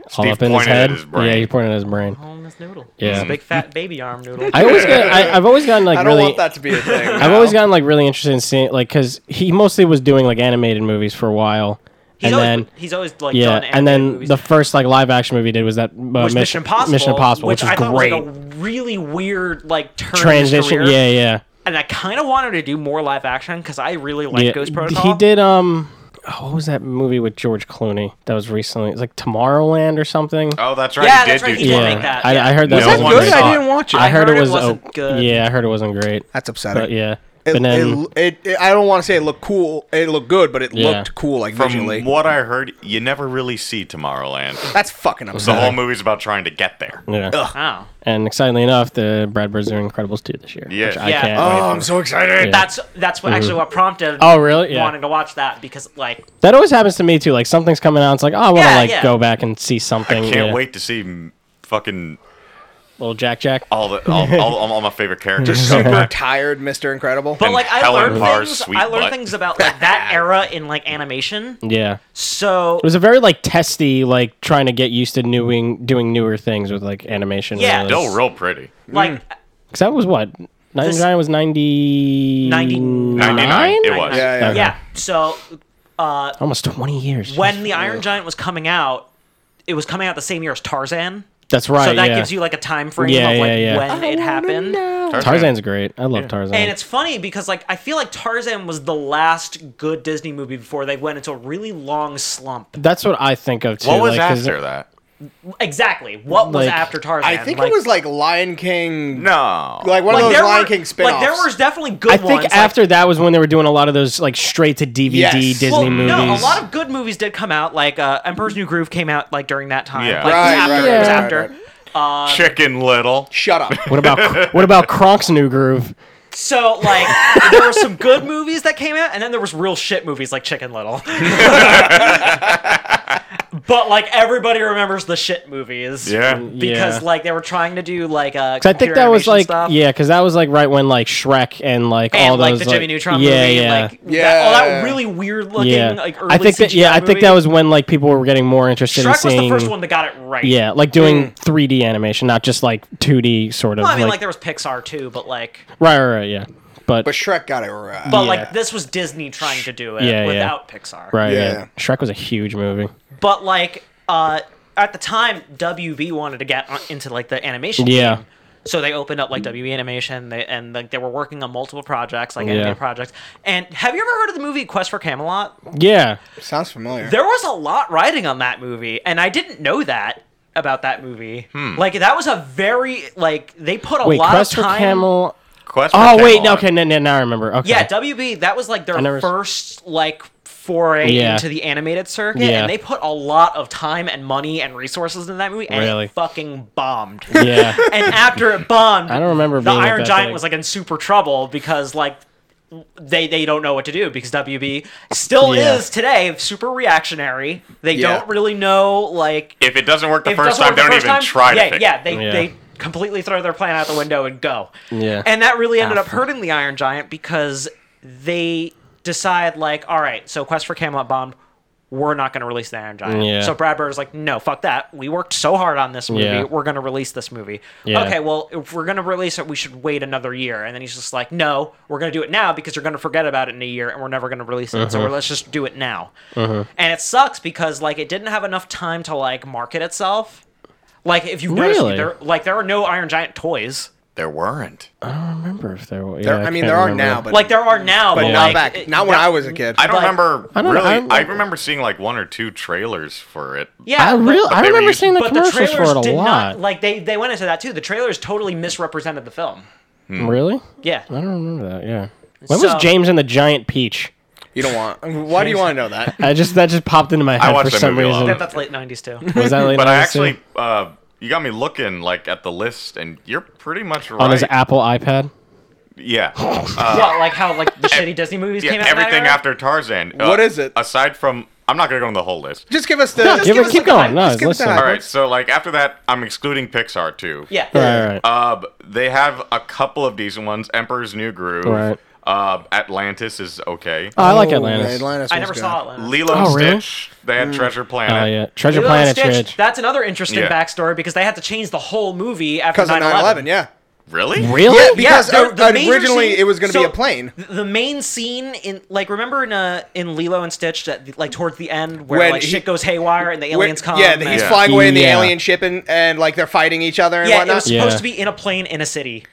[SPEAKER 2] Steve
[SPEAKER 4] up in his
[SPEAKER 2] pointed at
[SPEAKER 4] head.
[SPEAKER 2] his brain.
[SPEAKER 4] Yeah, he pointed at his brain.
[SPEAKER 1] On this noodle.
[SPEAKER 4] Yeah.
[SPEAKER 1] This big fat baby arm noodle.
[SPEAKER 4] I always get. I, I've always gotten like
[SPEAKER 3] I don't
[SPEAKER 4] really.
[SPEAKER 3] want that to be a thing.
[SPEAKER 4] I've always gotten like really interested in seeing like because he mostly was doing like animated movies for a while,
[SPEAKER 1] he's
[SPEAKER 4] and
[SPEAKER 1] always,
[SPEAKER 4] then
[SPEAKER 1] he's always like
[SPEAKER 4] yeah,
[SPEAKER 1] done
[SPEAKER 4] and then
[SPEAKER 1] animated movies.
[SPEAKER 4] the first like live action movie he did was that uh,
[SPEAKER 1] was
[SPEAKER 4] Mis-
[SPEAKER 1] Mission Impossible.
[SPEAKER 4] Mission Impossible,
[SPEAKER 1] which,
[SPEAKER 4] which,
[SPEAKER 1] I
[SPEAKER 4] was
[SPEAKER 1] thought
[SPEAKER 4] great.
[SPEAKER 1] was like a really weird like turn in his
[SPEAKER 4] Transition.
[SPEAKER 1] career.
[SPEAKER 4] Yeah, yeah.
[SPEAKER 1] And I kind of wanted to do more live action because I really like
[SPEAKER 4] yeah.
[SPEAKER 1] Ghost
[SPEAKER 4] D-
[SPEAKER 1] Protocol.
[SPEAKER 4] He did um. Oh, what was that movie with George Clooney that was recently? It's like Tomorrowland or something.
[SPEAKER 2] Oh, that's right.
[SPEAKER 1] Yeah,
[SPEAKER 2] he did
[SPEAKER 1] that's
[SPEAKER 2] do
[SPEAKER 1] right, he did
[SPEAKER 2] that.
[SPEAKER 1] make that,
[SPEAKER 4] I,
[SPEAKER 1] yeah.
[SPEAKER 4] I heard that.
[SPEAKER 2] Was that
[SPEAKER 4] wasn't
[SPEAKER 2] good?
[SPEAKER 4] great.
[SPEAKER 2] I
[SPEAKER 3] didn't watch it.
[SPEAKER 4] I
[SPEAKER 1] I
[SPEAKER 4] heard,
[SPEAKER 1] heard
[SPEAKER 4] it
[SPEAKER 1] it
[SPEAKER 4] was
[SPEAKER 1] wasn't
[SPEAKER 4] oh,
[SPEAKER 1] good.
[SPEAKER 4] Yeah, I heard it wasn't great.
[SPEAKER 3] That's upsetting.
[SPEAKER 4] But yeah,
[SPEAKER 3] It,
[SPEAKER 4] and then
[SPEAKER 3] it, it, I don't want to say it looked cool. It looked good, but it
[SPEAKER 4] Yeah.
[SPEAKER 3] looked cool like
[SPEAKER 2] From
[SPEAKER 3] visually.
[SPEAKER 2] what I heard, you never really see Tomorrowland.
[SPEAKER 3] That's fucking
[SPEAKER 2] The whole
[SPEAKER 3] upsetting.
[SPEAKER 2] movie's about trying to get there.
[SPEAKER 4] yeah.
[SPEAKER 1] Wow.
[SPEAKER 4] and excitingly enough, the Brad Bird's doing Incredibles 2 this year.
[SPEAKER 2] Yeah.
[SPEAKER 4] which I
[SPEAKER 1] Yeah.
[SPEAKER 4] can't wait
[SPEAKER 3] Oh,
[SPEAKER 4] for.
[SPEAKER 3] I'm so excited.
[SPEAKER 1] That's that's what actually what prompted.
[SPEAKER 4] Oh, really? Yeah.
[SPEAKER 1] Wanting to watch that because like
[SPEAKER 4] That always happens to me too. Like something's coming out, it's like, oh, I want to
[SPEAKER 1] Yeah,
[SPEAKER 4] like
[SPEAKER 1] yeah.
[SPEAKER 4] go back and see something.
[SPEAKER 2] Can't
[SPEAKER 4] yeah.
[SPEAKER 2] wait to see m- fucking
[SPEAKER 4] Little Jack Jack.
[SPEAKER 1] Oh.
[SPEAKER 2] all the all, all, all, all my favorite characters. come
[SPEAKER 3] Super
[SPEAKER 2] back.
[SPEAKER 3] tired, Mr. Incredible.
[SPEAKER 1] but
[SPEAKER 2] And
[SPEAKER 1] like I
[SPEAKER 2] Helen
[SPEAKER 1] learned
[SPEAKER 2] Parr's
[SPEAKER 1] things.
[SPEAKER 2] sweet
[SPEAKER 1] I learned
[SPEAKER 2] butt.
[SPEAKER 1] things about like that era in like animation.
[SPEAKER 4] Yeah. It
[SPEAKER 1] So
[SPEAKER 4] was a very like testy, like trying to get used to doing doing newer things with like animation.
[SPEAKER 1] Yeah.
[SPEAKER 2] Still real pretty.
[SPEAKER 3] Mm.
[SPEAKER 1] like
[SPEAKER 4] Because that was what Nine
[SPEAKER 1] This-
[SPEAKER 4] Giant was ninety
[SPEAKER 1] 99.
[SPEAKER 4] nine.
[SPEAKER 2] 99? It was.
[SPEAKER 3] Yeah, yeah.
[SPEAKER 1] yeah. So
[SPEAKER 4] Almost twenty years.
[SPEAKER 1] when the Iron Giant was coming out, it was coming out the same year as Tarzan.
[SPEAKER 4] that's right.
[SPEAKER 1] So that
[SPEAKER 4] yeah.
[SPEAKER 1] gives you like a time frame
[SPEAKER 4] Yeah,
[SPEAKER 1] of like
[SPEAKER 4] yeah, yeah.
[SPEAKER 1] when it happened.
[SPEAKER 4] Tarzan's great. I love Tarzan.
[SPEAKER 1] And it's funny because like I feel like Tarzan was the last good Disney movie before they went into a really long slump.
[SPEAKER 4] that's what I think of too.
[SPEAKER 2] What was
[SPEAKER 4] like, 'cause-
[SPEAKER 2] after that?
[SPEAKER 1] Exactly. What was
[SPEAKER 4] Like,
[SPEAKER 1] after Tarzan?
[SPEAKER 3] I think it was like Lion King.
[SPEAKER 2] No.
[SPEAKER 3] Like one
[SPEAKER 1] like,
[SPEAKER 3] of those
[SPEAKER 1] there
[SPEAKER 3] Lion
[SPEAKER 1] were-
[SPEAKER 3] King spin-offs.
[SPEAKER 1] Like there was definitely good
[SPEAKER 4] I think
[SPEAKER 1] ones. like-
[SPEAKER 4] after that was when they were doing a lot of those like straight to DVD
[SPEAKER 3] Yes.
[SPEAKER 4] Disney
[SPEAKER 1] well,
[SPEAKER 4] movies.
[SPEAKER 1] no, a lot of good movies did come out. Like uh, Emperor's New Groove came out like during that time.
[SPEAKER 2] Yeah.
[SPEAKER 1] Like,
[SPEAKER 3] Right,
[SPEAKER 1] it was after
[SPEAKER 4] right,
[SPEAKER 1] it was
[SPEAKER 4] right,
[SPEAKER 1] after.
[SPEAKER 3] right, right.
[SPEAKER 2] Chicken Little.
[SPEAKER 3] Shut up.
[SPEAKER 4] what about what about Kronk's New Groove?
[SPEAKER 1] So like there were some good movies that came out, and then there was real shit movies like Chicken Little. but like everybody remembers the shit movies.
[SPEAKER 2] Yeah.
[SPEAKER 1] because
[SPEAKER 4] Yeah.
[SPEAKER 1] like they were trying to do like uh,
[SPEAKER 4] I think
[SPEAKER 1] computer
[SPEAKER 4] that was
[SPEAKER 1] animation
[SPEAKER 4] like
[SPEAKER 1] stuff.
[SPEAKER 4] yeah, because that was like right when like Shrek and like
[SPEAKER 1] and
[SPEAKER 4] all
[SPEAKER 1] like
[SPEAKER 4] those
[SPEAKER 1] the Jimmy Neutron
[SPEAKER 4] yeah,
[SPEAKER 1] movie,
[SPEAKER 4] yeah.
[SPEAKER 1] like that, all
[SPEAKER 3] Yeah.
[SPEAKER 1] that really weird looking
[SPEAKER 4] yeah,
[SPEAKER 1] like early
[SPEAKER 4] I think that
[SPEAKER 1] CGI
[SPEAKER 4] yeah, I think that
[SPEAKER 1] movie.
[SPEAKER 4] was when like people were getting more interested
[SPEAKER 1] Shrek
[SPEAKER 4] in
[SPEAKER 1] was
[SPEAKER 4] seeing
[SPEAKER 1] the first one that got it right.
[SPEAKER 4] yeah, like doing 3D animation, not just like 2D sort of
[SPEAKER 1] well, I mean like,
[SPEAKER 4] like,
[SPEAKER 1] there was Pixar too, but like
[SPEAKER 4] right, right, right, yeah, but,
[SPEAKER 3] But Shrek got it right.
[SPEAKER 1] but
[SPEAKER 4] Yeah.
[SPEAKER 1] like this was Disney trying to do it
[SPEAKER 4] Yeah, yeah.
[SPEAKER 1] without Pixar.
[SPEAKER 4] right, yeah.
[SPEAKER 3] Yeah.
[SPEAKER 4] Shrek was a huge movie.
[SPEAKER 1] But like uh, at the time, WB wanted to get on- into like the animation.
[SPEAKER 4] Yeah.
[SPEAKER 1] game. So they opened up like WB Animation, they, and like they were working on multiple projects, like
[SPEAKER 4] Yeah.
[SPEAKER 1] anime projects. And have you ever heard of the movie Quest for Camelot?
[SPEAKER 4] Yeah,
[SPEAKER 3] Sounds familiar.
[SPEAKER 1] there was a lot riding on that movie and i didn't know that about that movie like that was a very like they put a
[SPEAKER 4] wait,
[SPEAKER 1] lot
[SPEAKER 4] Quest
[SPEAKER 1] of
[SPEAKER 4] for
[SPEAKER 1] time
[SPEAKER 4] Camel.
[SPEAKER 2] Quest for
[SPEAKER 4] Oh wait, no,
[SPEAKER 2] Camelot.
[SPEAKER 4] okay, now, now I remember. Okay,
[SPEAKER 1] yeah wb that was like their
[SPEAKER 4] never s-
[SPEAKER 1] first like foray
[SPEAKER 4] Yeah.
[SPEAKER 1] into the animated circuit
[SPEAKER 4] Yeah.
[SPEAKER 1] and they put a lot of time and money and resources into that movie and
[SPEAKER 4] Really?
[SPEAKER 1] it fucking bombed
[SPEAKER 4] yeah.
[SPEAKER 1] and after it bombed
[SPEAKER 4] I don't remember
[SPEAKER 1] the
[SPEAKER 4] being at
[SPEAKER 1] iron
[SPEAKER 4] that
[SPEAKER 1] giant
[SPEAKER 4] big.
[SPEAKER 1] was like in super trouble because like they they don't know what to do because WB still
[SPEAKER 4] Yeah.
[SPEAKER 1] is today super reactionary. They
[SPEAKER 3] Yeah.
[SPEAKER 1] don't really know like
[SPEAKER 2] If it doesn't work the
[SPEAKER 1] if it
[SPEAKER 2] first
[SPEAKER 1] doesn't
[SPEAKER 2] time,
[SPEAKER 1] work the
[SPEAKER 2] don't
[SPEAKER 1] first
[SPEAKER 2] even
[SPEAKER 1] time,
[SPEAKER 2] try
[SPEAKER 1] yeah,
[SPEAKER 2] to fix
[SPEAKER 1] Yeah, they
[SPEAKER 4] Yeah.
[SPEAKER 1] they completely throw their plan out the window and go.
[SPEAKER 4] Yeah. Ah,
[SPEAKER 1] And that really ended up hurting the Iron Giant because they decide like, all right, so Quest for Camelot bombed. We're not going to release the Iron Giant.
[SPEAKER 4] Yeah.
[SPEAKER 1] So Brad Bird is like, no, fuck that. We worked so hard on this movie.
[SPEAKER 4] Yeah.
[SPEAKER 1] We're going to release this movie.
[SPEAKER 4] Yeah.
[SPEAKER 1] Okay, well, if we're going to release it, we should wait another year. And then he's just like, no, we're going to do it now because you're going to forget about it in a year and we're never going to release it. So
[SPEAKER 4] Uh-huh.
[SPEAKER 1] we're- let's just do it now. And it sucks because, like, it didn't have enough time to, like, market itself. Like if you notice,
[SPEAKER 4] Really?
[SPEAKER 1] there like there are no Iron Giant toys.
[SPEAKER 2] There weren't.
[SPEAKER 4] I remember if there were.
[SPEAKER 3] There,
[SPEAKER 4] yeah,
[SPEAKER 3] I mean,
[SPEAKER 4] can't
[SPEAKER 3] there are
[SPEAKER 4] remember.
[SPEAKER 3] now, but
[SPEAKER 1] Like there are now,
[SPEAKER 3] but
[SPEAKER 1] but
[SPEAKER 3] not
[SPEAKER 1] like,
[SPEAKER 3] back.
[SPEAKER 1] it-
[SPEAKER 3] Not when
[SPEAKER 1] that-
[SPEAKER 3] I was a kid.
[SPEAKER 2] I don't
[SPEAKER 1] Like-
[SPEAKER 2] remember
[SPEAKER 4] I don't know,
[SPEAKER 2] really.
[SPEAKER 4] I
[SPEAKER 2] I,
[SPEAKER 4] don't remember.
[SPEAKER 2] remember seeing like one or two trailers for it.
[SPEAKER 1] Yeah,
[SPEAKER 4] I
[SPEAKER 1] but-
[SPEAKER 4] real.
[SPEAKER 2] but
[SPEAKER 4] I
[SPEAKER 2] they were
[SPEAKER 4] remember
[SPEAKER 2] using-
[SPEAKER 4] seeing the
[SPEAKER 1] but the
[SPEAKER 4] commercials for
[SPEAKER 1] trailers
[SPEAKER 4] it a
[SPEAKER 1] did
[SPEAKER 4] lot.
[SPEAKER 1] not like they they went into that too. The trailers totally misrepresented the film.
[SPEAKER 4] Really?
[SPEAKER 1] Yeah,
[SPEAKER 4] I don't remember that. Yeah. When was
[SPEAKER 1] So-
[SPEAKER 4] James and the Giant Peach?
[SPEAKER 3] You don't want. Why do you want to know that?
[SPEAKER 4] I just that just popped into my head
[SPEAKER 2] watched
[SPEAKER 4] for
[SPEAKER 2] that
[SPEAKER 4] some
[SPEAKER 2] movie a lot.
[SPEAKER 4] reason.
[SPEAKER 1] That- that's late '90s too.
[SPEAKER 4] Was that late
[SPEAKER 2] But I
[SPEAKER 4] night too?
[SPEAKER 2] actually, uh, you got me looking like at the list, and you're pretty much right.
[SPEAKER 4] on his Apple iPad.
[SPEAKER 2] Yeah, Uh,
[SPEAKER 1] what, like how like the shitty Disney movies
[SPEAKER 2] yeah.
[SPEAKER 1] came out? in that
[SPEAKER 2] Everything
[SPEAKER 1] era?
[SPEAKER 2] after Tarzan. Uh,
[SPEAKER 3] What is it?
[SPEAKER 2] Aside from, I'm not gonna go on the whole list.
[SPEAKER 3] Just give us the.
[SPEAKER 4] No,
[SPEAKER 3] just
[SPEAKER 4] give it-
[SPEAKER 3] us
[SPEAKER 4] keep
[SPEAKER 3] the
[SPEAKER 4] going.
[SPEAKER 3] hype.
[SPEAKER 4] No,
[SPEAKER 3] Just give us the
[SPEAKER 4] listen.
[SPEAKER 3] hype.
[SPEAKER 2] All right, so like after that, I'm excluding Pixar too.
[SPEAKER 1] Yeah.
[SPEAKER 4] Right, right.
[SPEAKER 2] Uh, they have a couple of decent ones. Emperor's New Groove.
[SPEAKER 4] Right.
[SPEAKER 2] Uh, Atlantis is okay.
[SPEAKER 4] I like
[SPEAKER 3] Oh,
[SPEAKER 4] Atlantis.
[SPEAKER 3] Atlantis
[SPEAKER 1] I
[SPEAKER 3] was
[SPEAKER 1] never
[SPEAKER 3] good.
[SPEAKER 1] saw Atlantis.
[SPEAKER 2] Lilo
[SPEAKER 4] Oh,
[SPEAKER 2] and
[SPEAKER 4] really?
[SPEAKER 2] Stitch. They had Treasure Planet.
[SPEAKER 4] Oh yeah, Treasure
[SPEAKER 1] Lilo and
[SPEAKER 4] Planet
[SPEAKER 1] Stitch,
[SPEAKER 4] Ridge.
[SPEAKER 1] That's another interesting
[SPEAKER 2] Yeah.
[SPEAKER 1] backstory because they had to change the whole movie after
[SPEAKER 3] Because of 9/11,
[SPEAKER 1] 9/11.
[SPEAKER 3] yeah.
[SPEAKER 2] Really?
[SPEAKER 4] Really?
[SPEAKER 3] Yeah, because
[SPEAKER 1] the- the
[SPEAKER 3] o-
[SPEAKER 1] major
[SPEAKER 3] originally
[SPEAKER 1] scene-
[SPEAKER 3] it was going to
[SPEAKER 1] so
[SPEAKER 3] be a plane.
[SPEAKER 1] th- The main scene in like remember in uh, in Lilo and Stitch that like towards the end where
[SPEAKER 3] When
[SPEAKER 1] like
[SPEAKER 3] he-
[SPEAKER 1] shit goes haywire and the
[SPEAKER 3] Where-
[SPEAKER 1] aliens come.
[SPEAKER 3] yeah, that he's
[SPEAKER 1] and-
[SPEAKER 2] Yeah.
[SPEAKER 3] flying away in the
[SPEAKER 4] Yeah.
[SPEAKER 3] alien ship and, and like they're fighting each other and
[SPEAKER 1] yeah, it
[SPEAKER 3] whatnot.
[SPEAKER 1] was supposed
[SPEAKER 4] Yeah.
[SPEAKER 1] to be in a plane in a city.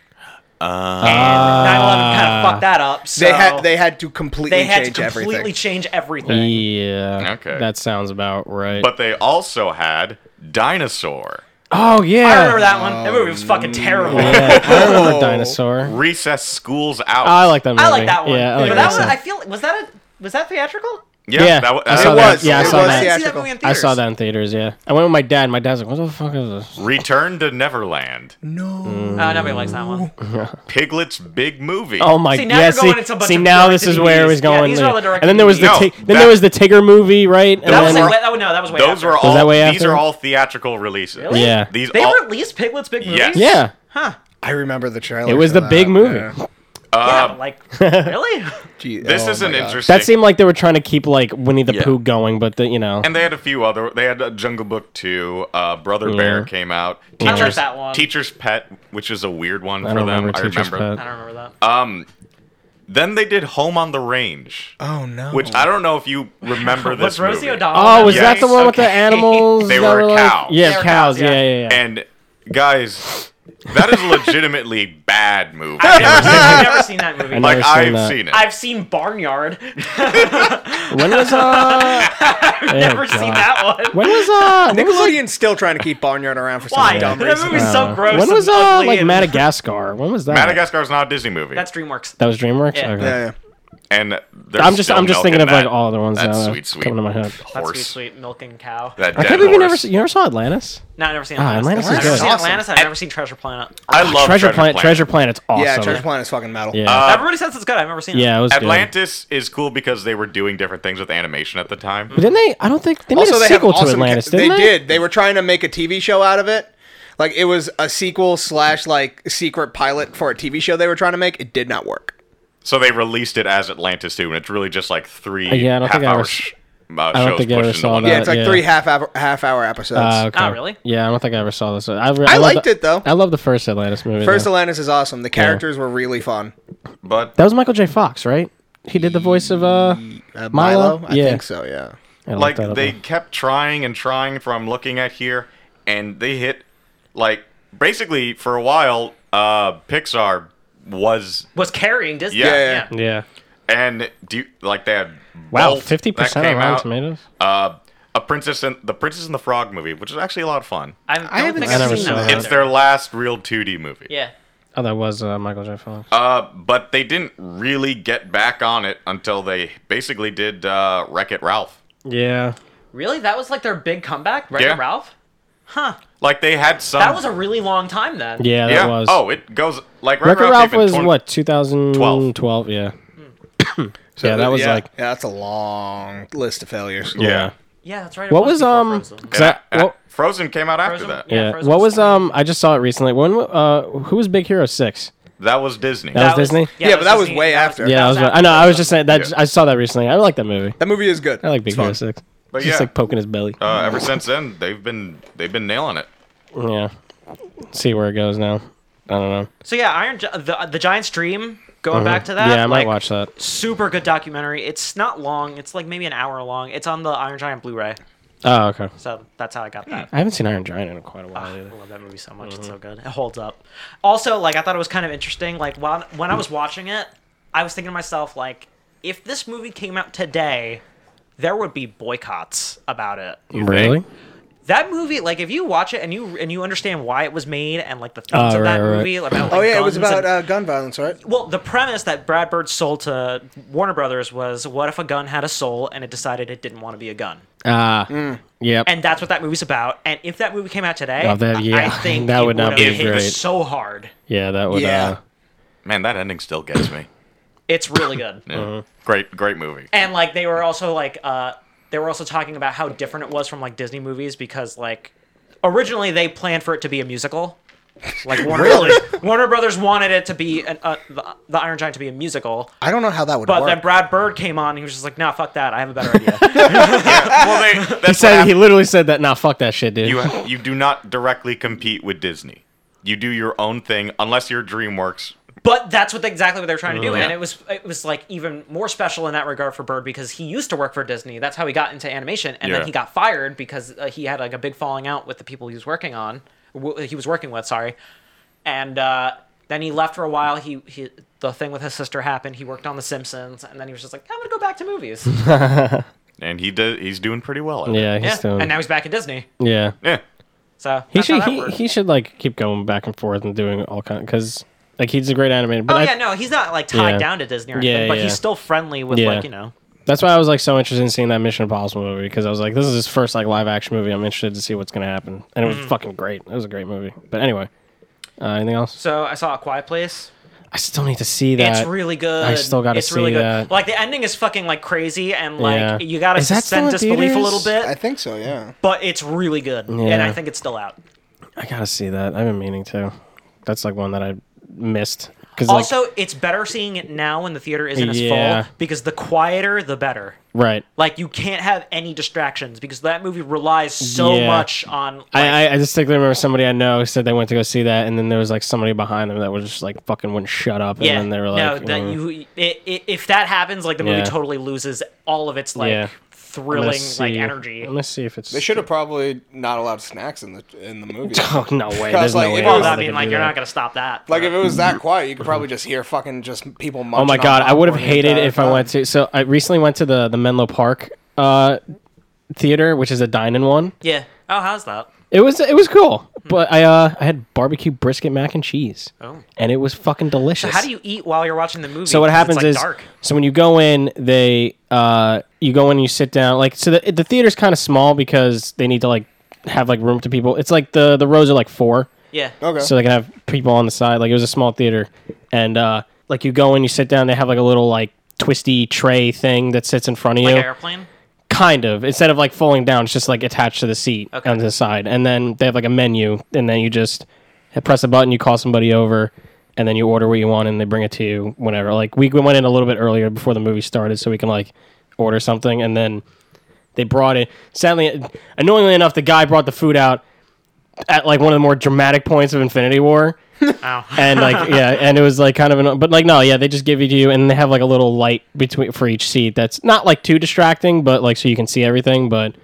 [SPEAKER 4] Ah.
[SPEAKER 1] 9/11 kind of fucked that up. So
[SPEAKER 3] they had they had to completely
[SPEAKER 1] they had to
[SPEAKER 3] change
[SPEAKER 1] completely
[SPEAKER 3] everything.
[SPEAKER 1] change everything.
[SPEAKER 4] yeah.
[SPEAKER 2] Okay.
[SPEAKER 4] That sounds about right.
[SPEAKER 2] But they also had Dinosaur,
[SPEAKER 4] oh yeah.
[SPEAKER 1] I remember that one. That movie was fucking terrible.
[SPEAKER 4] Yeah, I remember
[SPEAKER 3] Oh.
[SPEAKER 4] dinosaur.
[SPEAKER 2] Recess Schools Out.
[SPEAKER 4] Oh, I like that movie.
[SPEAKER 1] I like that one.
[SPEAKER 4] Yeah, I like
[SPEAKER 1] but that
[SPEAKER 4] that,
[SPEAKER 1] one,
[SPEAKER 4] one.
[SPEAKER 1] I feel was that a was that theatrical?
[SPEAKER 2] yeah,
[SPEAKER 4] yeah,
[SPEAKER 2] that, wa-
[SPEAKER 4] I
[SPEAKER 2] that
[SPEAKER 4] saw
[SPEAKER 2] was
[SPEAKER 4] that. Yeah, I
[SPEAKER 3] It
[SPEAKER 4] saw
[SPEAKER 3] was
[SPEAKER 4] that.
[SPEAKER 1] I didn't see that
[SPEAKER 3] theatrical.
[SPEAKER 1] movie in
[SPEAKER 4] I saw
[SPEAKER 1] theaters.
[SPEAKER 4] that in theaters. Yeah, I went with my dad. My dad's like, "What the fuck is this?"
[SPEAKER 2] Return to Neverland.
[SPEAKER 3] No.
[SPEAKER 4] Mm.
[SPEAKER 1] Uh, nobody likes that one.
[SPEAKER 2] Piglet's big movie.
[SPEAKER 4] Oh my
[SPEAKER 1] See, now
[SPEAKER 4] god!
[SPEAKER 1] you're going into a
[SPEAKER 4] See,
[SPEAKER 1] bunch
[SPEAKER 4] see
[SPEAKER 1] of
[SPEAKER 4] now this
[SPEAKER 1] directed
[SPEAKER 4] is where it
[SPEAKER 1] movies.
[SPEAKER 4] was
[SPEAKER 1] Yeah,
[SPEAKER 4] going.
[SPEAKER 1] these are all
[SPEAKER 4] later.
[SPEAKER 1] the directed
[SPEAKER 4] and then there was the
[SPEAKER 2] movies.
[SPEAKER 4] ti-
[SPEAKER 2] No,
[SPEAKER 4] then
[SPEAKER 2] that-
[SPEAKER 4] there was the Tigger movie, right? And
[SPEAKER 1] That was
[SPEAKER 4] then,
[SPEAKER 1] like, that, no, that was way
[SPEAKER 2] Those
[SPEAKER 1] after.
[SPEAKER 2] were all.
[SPEAKER 4] that way
[SPEAKER 2] these
[SPEAKER 4] after?
[SPEAKER 2] are all theatrical releases.
[SPEAKER 1] Really?
[SPEAKER 4] Yeah.
[SPEAKER 2] These
[SPEAKER 1] They
[SPEAKER 2] all.
[SPEAKER 1] released Piglet's Big Movies?
[SPEAKER 2] Yes.
[SPEAKER 4] yeah,
[SPEAKER 1] Huh.
[SPEAKER 3] I remember the trailer.
[SPEAKER 4] it was
[SPEAKER 3] for
[SPEAKER 4] the
[SPEAKER 3] that,
[SPEAKER 4] big movie.
[SPEAKER 3] yeah.
[SPEAKER 1] yeah,
[SPEAKER 2] Um,
[SPEAKER 1] but like, really?
[SPEAKER 3] Gee,
[SPEAKER 2] uh, This
[SPEAKER 3] oh
[SPEAKER 2] is an
[SPEAKER 3] my God.
[SPEAKER 2] interesting.
[SPEAKER 4] That seemed like they were trying to keep like Winnie the
[SPEAKER 2] Yeah.
[SPEAKER 4] Pooh going, but the, you know,
[SPEAKER 2] And they had a few other. They had uh, Jungle Book Two. Uh, Brother Bear came out. Teacher's,
[SPEAKER 1] like that one.
[SPEAKER 2] Teacher's Pet, which is a weird one
[SPEAKER 4] I
[SPEAKER 2] for
[SPEAKER 4] don't
[SPEAKER 2] them.
[SPEAKER 4] remember
[SPEAKER 2] I
[SPEAKER 4] Teacher's
[SPEAKER 2] remember.
[SPEAKER 4] Pet.
[SPEAKER 1] I don't remember that.
[SPEAKER 2] Then they did Home on the Range,
[SPEAKER 3] Oh no.
[SPEAKER 2] which I don't know if you remember this
[SPEAKER 1] was Rosie
[SPEAKER 2] movie.
[SPEAKER 1] O'Donnell?
[SPEAKER 4] Oh, was
[SPEAKER 2] Yes.
[SPEAKER 4] that the one with the
[SPEAKER 1] Okay.
[SPEAKER 4] animals?
[SPEAKER 2] They
[SPEAKER 4] that
[SPEAKER 2] were a
[SPEAKER 4] like-
[SPEAKER 2] cow.
[SPEAKER 1] They
[SPEAKER 4] Yeah,
[SPEAKER 1] were
[SPEAKER 4] cows.
[SPEAKER 1] cows,
[SPEAKER 4] Yeah,
[SPEAKER 1] yeah.
[SPEAKER 4] yeah, yeah.
[SPEAKER 2] And guys, that is a legitimately bad movie.
[SPEAKER 1] I've never, seen, I've never seen that movie.
[SPEAKER 4] know.
[SPEAKER 2] like
[SPEAKER 4] Never seen
[SPEAKER 2] I've
[SPEAKER 4] that.
[SPEAKER 2] seen it.
[SPEAKER 1] I've seen Barnyard.
[SPEAKER 4] when was uh?
[SPEAKER 1] never seen that one.
[SPEAKER 4] When was uh? when was, like,
[SPEAKER 3] Nickelodeon's still trying to keep Barnyard around for some
[SPEAKER 1] Why?
[SPEAKER 3] dumb
[SPEAKER 1] That
[SPEAKER 3] reason.
[SPEAKER 1] movie's so gross.
[SPEAKER 4] When was
[SPEAKER 1] and
[SPEAKER 4] uh?
[SPEAKER 1] ugly
[SPEAKER 4] Like
[SPEAKER 1] and-
[SPEAKER 4] Madagascar. When was that?
[SPEAKER 2] Madagascar is not a Disney movie,
[SPEAKER 1] That's DreamWorks.
[SPEAKER 4] That was DreamWorks.
[SPEAKER 1] Yeah.
[SPEAKER 4] Okay.
[SPEAKER 3] Yeah, yeah.
[SPEAKER 2] and there's
[SPEAKER 4] I'm just
[SPEAKER 2] still
[SPEAKER 4] I'm just
[SPEAKER 2] milk
[SPEAKER 4] thinking
[SPEAKER 2] in
[SPEAKER 4] of like
[SPEAKER 2] that-
[SPEAKER 4] all the ones
[SPEAKER 2] that
[SPEAKER 4] that
[SPEAKER 2] sweet, sweet
[SPEAKER 4] coming to my head.
[SPEAKER 1] That's sweet,
[SPEAKER 2] horse.
[SPEAKER 1] sweet milking cow.
[SPEAKER 2] That
[SPEAKER 4] I
[SPEAKER 2] dead
[SPEAKER 4] can't believe
[SPEAKER 2] horse.
[SPEAKER 4] you never se- you never saw Atlantis.
[SPEAKER 1] No, I've never seen
[SPEAKER 4] Ah,
[SPEAKER 1] Atlantis.
[SPEAKER 4] Atlantis
[SPEAKER 1] I've
[SPEAKER 4] is
[SPEAKER 1] never
[SPEAKER 4] good.
[SPEAKER 1] seen
[SPEAKER 3] Awesome.
[SPEAKER 1] Atlantis. and I've never seen Treasure Planet.
[SPEAKER 2] I love
[SPEAKER 4] Treasure Planet. Treasure Planet's awesome.
[SPEAKER 3] Yeah, Treasure Planet's fucking metal.
[SPEAKER 4] Yeah,
[SPEAKER 2] Oh, Uh,
[SPEAKER 1] Everybody says it's good. I've never seen
[SPEAKER 4] yeah,
[SPEAKER 1] it.
[SPEAKER 4] it was good.
[SPEAKER 2] Atlantis is cool because they were doing different things with animation at the time.
[SPEAKER 1] Mm-hmm.
[SPEAKER 4] But didn't they? I don't think they made
[SPEAKER 3] Also,
[SPEAKER 4] a
[SPEAKER 3] they have
[SPEAKER 4] sequel
[SPEAKER 3] awesome.
[SPEAKER 4] to Atlantis.
[SPEAKER 3] ca-
[SPEAKER 4] didn't they,
[SPEAKER 3] did. They were trying to make a TV show out of it. Like it was a sequel slash like secret pilot for a TV show they were trying to make. It did not work.
[SPEAKER 2] So they released it as Atlantis 2, and it's really just like three
[SPEAKER 4] Uh, yeah, I don't
[SPEAKER 2] half
[SPEAKER 4] think I
[SPEAKER 2] hour
[SPEAKER 4] was-
[SPEAKER 2] sh- uh,
[SPEAKER 4] don't
[SPEAKER 2] shows
[SPEAKER 4] think I ever
[SPEAKER 2] pushed into
[SPEAKER 4] saw
[SPEAKER 2] one.
[SPEAKER 4] that.
[SPEAKER 3] Yeah, it's like
[SPEAKER 4] Uh, yeah.
[SPEAKER 3] three half hour half hour episodes.
[SPEAKER 4] Uh, okay.
[SPEAKER 1] Oh, really?
[SPEAKER 4] Yeah, I don't think I ever saw this. I, re-
[SPEAKER 3] I
[SPEAKER 4] love
[SPEAKER 3] liked
[SPEAKER 4] the-
[SPEAKER 3] it, though.
[SPEAKER 4] I love the first Atlantis movie.
[SPEAKER 3] First
[SPEAKER 4] though.
[SPEAKER 3] Atlantis is awesome. The characters were really fun.
[SPEAKER 2] But
[SPEAKER 4] that was Michael J. Fox, right? He did the voice of uh,
[SPEAKER 3] Uh,
[SPEAKER 4] Milo?
[SPEAKER 3] Milo, I
[SPEAKER 4] Yeah.
[SPEAKER 3] think so. Yeah.
[SPEAKER 4] I looked
[SPEAKER 2] like
[SPEAKER 4] that up.
[SPEAKER 2] they kept trying and trying from looking at here and they hit like basically for a while uh pixar was
[SPEAKER 1] Was carrying Disney.
[SPEAKER 2] Yeah.
[SPEAKER 3] Yeah,
[SPEAKER 4] Yeah.
[SPEAKER 2] and do you- like they had
[SPEAKER 4] Wow,
[SPEAKER 2] Bolt
[SPEAKER 4] fifty
[SPEAKER 2] that
[SPEAKER 4] percent
[SPEAKER 2] came
[SPEAKER 4] on Rotten
[SPEAKER 2] out,
[SPEAKER 4] Tomatoes.
[SPEAKER 2] uh a princess and the princess and the frog movie which is actually a lot of fun
[SPEAKER 1] I don't
[SPEAKER 3] haven't
[SPEAKER 1] think
[SPEAKER 3] seen
[SPEAKER 1] I've
[SPEAKER 4] that.
[SPEAKER 1] seen
[SPEAKER 4] I never
[SPEAKER 1] that.
[SPEAKER 4] saw
[SPEAKER 1] either.
[SPEAKER 4] that.
[SPEAKER 2] it's their last real 2d movie
[SPEAKER 1] Yeah.
[SPEAKER 4] Oh, that was uh, Michael J. Fox.
[SPEAKER 2] uh but they didn't really get back on it until they basically did uh wreck it ralph
[SPEAKER 4] yeah.
[SPEAKER 1] Really? That was like their big comeback, right?
[SPEAKER 2] Yeah. Um,
[SPEAKER 1] Ralph? Huh.
[SPEAKER 2] like they had some
[SPEAKER 1] That was a really long time then.
[SPEAKER 4] Yeah, that
[SPEAKER 2] yeah
[SPEAKER 4] was.
[SPEAKER 2] oh it goes like wreck
[SPEAKER 4] Wreck-It Ralph was
[SPEAKER 2] what.
[SPEAKER 4] what 2012. Yeah. yeah, that was
[SPEAKER 3] yeah,
[SPEAKER 4] like.
[SPEAKER 3] yeah, that's a long list of failures.
[SPEAKER 4] Yeah.
[SPEAKER 1] Yeah, that's right. it
[SPEAKER 4] What was
[SPEAKER 1] before
[SPEAKER 4] um?
[SPEAKER 1] Frozen.
[SPEAKER 4] 'cause I-
[SPEAKER 2] Yeah,
[SPEAKER 4] what-
[SPEAKER 2] Frozen came out after
[SPEAKER 1] Frozen?
[SPEAKER 2] that.
[SPEAKER 1] Yeah,
[SPEAKER 4] yeah.
[SPEAKER 1] Frozen
[SPEAKER 4] What
[SPEAKER 1] was
[SPEAKER 4] was
[SPEAKER 1] fun.
[SPEAKER 4] um? I just saw it recently. When uh, who was Big Hero Six?
[SPEAKER 2] That was Disney.
[SPEAKER 4] That was Disney?
[SPEAKER 3] Yeah, but that was way
[SPEAKER 1] that
[SPEAKER 3] after.
[SPEAKER 4] Yeah, I was. I know. I was just saying that.
[SPEAKER 2] Yeah.
[SPEAKER 4] I saw that recently. I like that movie.
[SPEAKER 3] That movie is good.
[SPEAKER 4] I like Big
[SPEAKER 3] It's
[SPEAKER 4] Hero
[SPEAKER 3] fun.
[SPEAKER 4] Six.
[SPEAKER 2] But
[SPEAKER 4] just
[SPEAKER 2] yeah.
[SPEAKER 4] like poking his belly.
[SPEAKER 2] uh, ever since then, they've been they've been nailing it.
[SPEAKER 4] yeah. See where it goes now. I don't know.
[SPEAKER 1] So yeah, Iron Gi- the the Giant's Dream. Going back to that.
[SPEAKER 4] Uh-huh. yeah, I might
[SPEAKER 1] like,
[SPEAKER 4] watch that.
[SPEAKER 1] Super good documentary. It's not long. It's like maybe an hour long. It's on the Iron Giant Blu-ray.
[SPEAKER 4] Oh, okay.
[SPEAKER 1] So that's how I got that.
[SPEAKER 4] I haven't seen Iron Giant in quite a while
[SPEAKER 1] I
[SPEAKER 4] either.
[SPEAKER 1] love that movie so much. It's
[SPEAKER 3] Mm-hmm.
[SPEAKER 1] so good. It holds up. Also, like I thought it was kind of interesting. Like while, when I was watching it, I was thinking to myself, like, if this movie came out today, there would be boycotts about it.
[SPEAKER 4] Really?
[SPEAKER 2] think?
[SPEAKER 1] That movie, like, if you watch it and you and you understand why it was made and like the themes
[SPEAKER 4] Oh,
[SPEAKER 1] of that
[SPEAKER 4] right, right.
[SPEAKER 1] movie about like,
[SPEAKER 3] Oh yeah, it was
[SPEAKER 1] guns
[SPEAKER 3] about
[SPEAKER 1] and-
[SPEAKER 3] uh, gun violence, right?
[SPEAKER 1] well, the premise that Brad Bird sold to Warner Brothers was, what if a gun had a soul and it decided it didn't want to be a gun?
[SPEAKER 4] Ah. Yep.
[SPEAKER 1] and that's what that movie's about. And if that movie came out today,
[SPEAKER 4] Oh, that-
[SPEAKER 1] I- I
[SPEAKER 4] yeah,
[SPEAKER 1] think
[SPEAKER 4] that
[SPEAKER 1] it
[SPEAKER 4] would not
[SPEAKER 1] would've
[SPEAKER 4] be
[SPEAKER 1] hit
[SPEAKER 4] great.
[SPEAKER 1] So hard,
[SPEAKER 4] yeah, that would.
[SPEAKER 3] Yeah.
[SPEAKER 4] Uh,
[SPEAKER 2] Man, that ending still gets me.
[SPEAKER 1] it's really good.
[SPEAKER 2] Yeah.
[SPEAKER 4] Uh-huh.
[SPEAKER 2] Great, great movie.
[SPEAKER 1] And like they were also like uh, they were also talking about how different it was from like Disney movies because like originally they planned for it to be a musical. Like Warner Brothers, Warner Brothers wanted it to be an, uh, the, the Iron Giant to be a musical,
[SPEAKER 3] I don't know how that would
[SPEAKER 1] but
[SPEAKER 3] work.
[SPEAKER 1] then Brad Bird came on and he was just like, "Nah, fuck that. I have a better idea."
[SPEAKER 2] well, they, that's
[SPEAKER 4] he
[SPEAKER 2] what
[SPEAKER 4] said he
[SPEAKER 2] happened.
[SPEAKER 4] literally said that. Nah, fuck that shit, dude.
[SPEAKER 2] you you do not directly compete with Disney. You do your own thing unless you're DreamWorks.
[SPEAKER 1] but that's what exactly what they were trying to do,
[SPEAKER 4] Mm-hmm.
[SPEAKER 2] Yeah.
[SPEAKER 1] and it was it was like even more special in that regard for Bird because he used to work for Disney. That's how he got into animation, and
[SPEAKER 2] Yeah.
[SPEAKER 1] then he got fired because uh, he had like a big falling out with the people he was working on, w- he was working with. Sorry, and uh, then he left for a while. He he the thing with his sister happened. He worked on The Simpsons, and then he was just like, I'm gonna go back to movies.
[SPEAKER 2] And he does. He's doing pretty well. At It.
[SPEAKER 4] yeah,
[SPEAKER 1] yeah,
[SPEAKER 4] he's doing.
[SPEAKER 1] and now he's back at Disney.
[SPEAKER 4] yeah.
[SPEAKER 2] Yeah.
[SPEAKER 1] So
[SPEAKER 4] He
[SPEAKER 1] that's how
[SPEAKER 4] should.
[SPEAKER 1] that
[SPEAKER 4] He,
[SPEAKER 1] works.
[SPEAKER 4] he should like keep going back and forth and doing all kind because like he's a great animator. But
[SPEAKER 1] Oh
[SPEAKER 4] I-
[SPEAKER 1] yeah, no, he's not like tied
[SPEAKER 4] Yeah.
[SPEAKER 1] down to Disney or
[SPEAKER 4] Yeah,
[SPEAKER 1] anything, but
[SPEAKER 4] yeah.
[SPEAKER 1] he's still friendly with
[SPEAKER 4] Yeah.
[SPEAKER 1] like you know.
[SPEAKER 4] that's why I was like so interested in seeing that Mission Impossible movie because I was like, this is his first like live action movie. I'm interested to see what's gonna happen, and it was
[SPEAKER 1] Mm.
[SPEAKER 4] fucking great. It was a great movie. But anyway, uh, anything else?
[SPEAKER 1] So I saw a Quiet Place.
[SPEAKER 4] I still need to see that.
[SPEAKER 1] It's really good.
[SPEAKER 4] I still gotta
[SPEAKER 1] It's really
[SPEAKER 4] see
[SPEAKER 1] good.
[SPEAKER 4] that.
[SPEAKER 1] Like the ending is fucking like crazy, and like
[SPEAKER 4] Yeah.
[SPEAKER 1] you gotta
[SPEAKER 4] Is that
[SPEAKER 1] suspend
[SPEAKER 4] still in
[SPEAKER 1] disbelief a
[SPEAKER 4] theaters?
[SPEAKER 1] little bit.
[SPEAKER 3] I think so. Yeah.
[SPEAKER 1] but it's really good, and
[SPEAKER 4] Yeah.
[SPEAKER 1] I think it's still out.
[SPEAKER 4] I gotta see that. I've been meaning to. That's like one that I missed because like
[SPEAKER 1] also, it's better seeing it now when the theater isn't as
[SPEAKER 4] Yeah.
[SPEAKER 1] full because the quieter, the better.
[SPEAKER 4] right.
[SPEAKER 1] Like you can't have any distractions because that movie relies so
[SPEAKER 4] Yeah.
[SPEAKER 1] much on. Like,
[SPEAKER 4] I, I, I distinctly remember somebody I know said they went to go see that, and then there was like somebody behind them that was just like fucking wouldn't shut up,
[SPEAKER 1] yeah,
[SPEAKER 4] and then they were like,
[SPEAKER 1] no, that
[SPEAKER 4] "Mm,
[SPEAKER 1] you it, it, if that happens, like the movie
[SPEAKER 4] Yeah.
[SPEAKER 1] totally loses all of its like
[SPEAKER 4] Yeah. I'm gonna
[SPEAKER 1] thrilling like
[SPEAKER 4] see-
[SPEAKER 1] energy.
[SPEAKER 4] I'm gonna see if it's
[SPEAKER 3] They should have probably not allowed snacks in the in the movie.
[SPEAKER 4] Oh no way!
[SPEAKER 3] Because,
[SPEAKER 4] There's
[SPEAKER 3] like,
[SPEAKER 4] no
[SPEAKER 3] if it was-
[SPEAKER 4] way.
[SPEAKER 1] Well,
[SPEAKER 4] they
[SPEAKER 1] I
[SPEAKER 4] could
[SPEAKER 1] mean,
[SPEAKER 4] do
[SPEAKER 1] like you're
[SPEAKER 4] that.
[SPEAKER 1] not gonna stop that.
[SPEAKER 3] Like if it was that quiet, you could probably just hear fucking just people munching.
[SPEAKER 4] Oh my
[SPEAKER 3] on
[SPEAKER 4] god, I would have
[SPEAKER 3] popcorn the
[SPEAKER 4] hated
[SPEAKER 3] entire
[SPEAKER 4] if I
[SPEAKER 3] time.
[SPEAKER 4] went to. So I recently went to the the Menlo Park uh, theater, which is a dine-in one.
[SPEAKER 1] yeah. Oh, how's that?
[SPEAKER 4] It was it was cool, but I uh, I had barbecue brisket mac and cheese,
[SPEAKER 1] Hmm. Oh.
[SPEAKER 4] and it was fucking delicious.
[SPEAKER 1] So how do you eat while you're watching the movie?
[SPEAKER 4] So what
[SPEAKER 1] 'Cause
[SPEAKER 4] happens
[SPEAKER 1] it's, like,
[SPEAKER 4] is,
[SPEAKER 1] dark.
[SPEAKER 4] so when you go in, they uh, you go in, and you sit down. Like so, the, the theater's kind of small because they need to like have like room to people. It's like the the rows are like four.
[SPEAKER 1] Yeah.
[SPEAKER 3] Okay.
[SPEAKER 4] so they can have people on the side. Like it was a small theater, and uh, like you go in, you sit down. They have like a little like twisty tray thing that sits in front of
[SPEAKER 1] Like
[SPEAKER 4] you,
[SPEAKER 1] an airplane.
[SPEAKER 4] kind of. Instead of like falling down, it's just like attached to the seat
[SPEAKER 1] Okay.
[SPEAKER 4] on the side, and then they have like a menu, and then you just press a button, you call somebody over, and then you order what you want, and they bring it to you whenever. Like we we went in a little bit earlier before the movie started, so we can like order something, and then they brought it. Sadly, annoyingly enough, the guy brought the food out at like one of the more dramatic points of Infinity War
[SPEAKER 1] Oh.
[SPEAKER 4] and like yeah and it was like kind of an but like no yeah they just give it to you and they have like a little light between for each seat that's not like too distracting but like so you can see everything but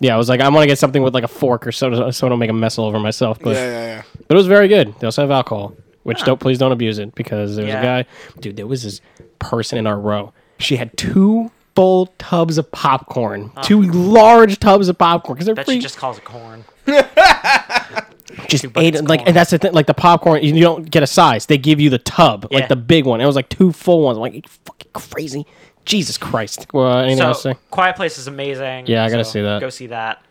[SPEAKER 4] yeah i was like i want to get something with like a fork or so so i don't make a mess all over myself but,
[SPEAKER 3] Yeah, yeah, yeah.
[SPEAKER 4] but it was very good they also have alcohol which don't please don't abuse it because there was
[SPEAKER 1] Yeah.
[SPEAKER 4] a guy dude there was this person in our row she had two full tubs of popcorn two large tubs of popcorn because they're
[SPEAKER 1] That
[SPEAKER 4] free-
[SPEAKER 1] she just calls it corn.
[SPEAKER 4] just
[SPEAKER 1] buckets
[SPEAKER 4] ate
[SPEAKER 1] of
[SPEAKER 4] it, like
[SPEAKER 1] corn.
[SPEAKER 4] and that's the thing like the popcorn you don't get a size they give you the tub
[SPEAKER 1] Yeah.
[SPEAKER 4] like the big one it was like two full ones I'm like you fucking crazy jesus christ well anything
[SPEAKER 1] So
[SPEAKER 4] else to say?
[SPEAKER 1] Quiet Place is amazing.
[SPEAKER 4] Yeah, I gotta
[SPEAKER 1] so
[SPEAKER 4] see that.
[SPEAKER 1] Go see that.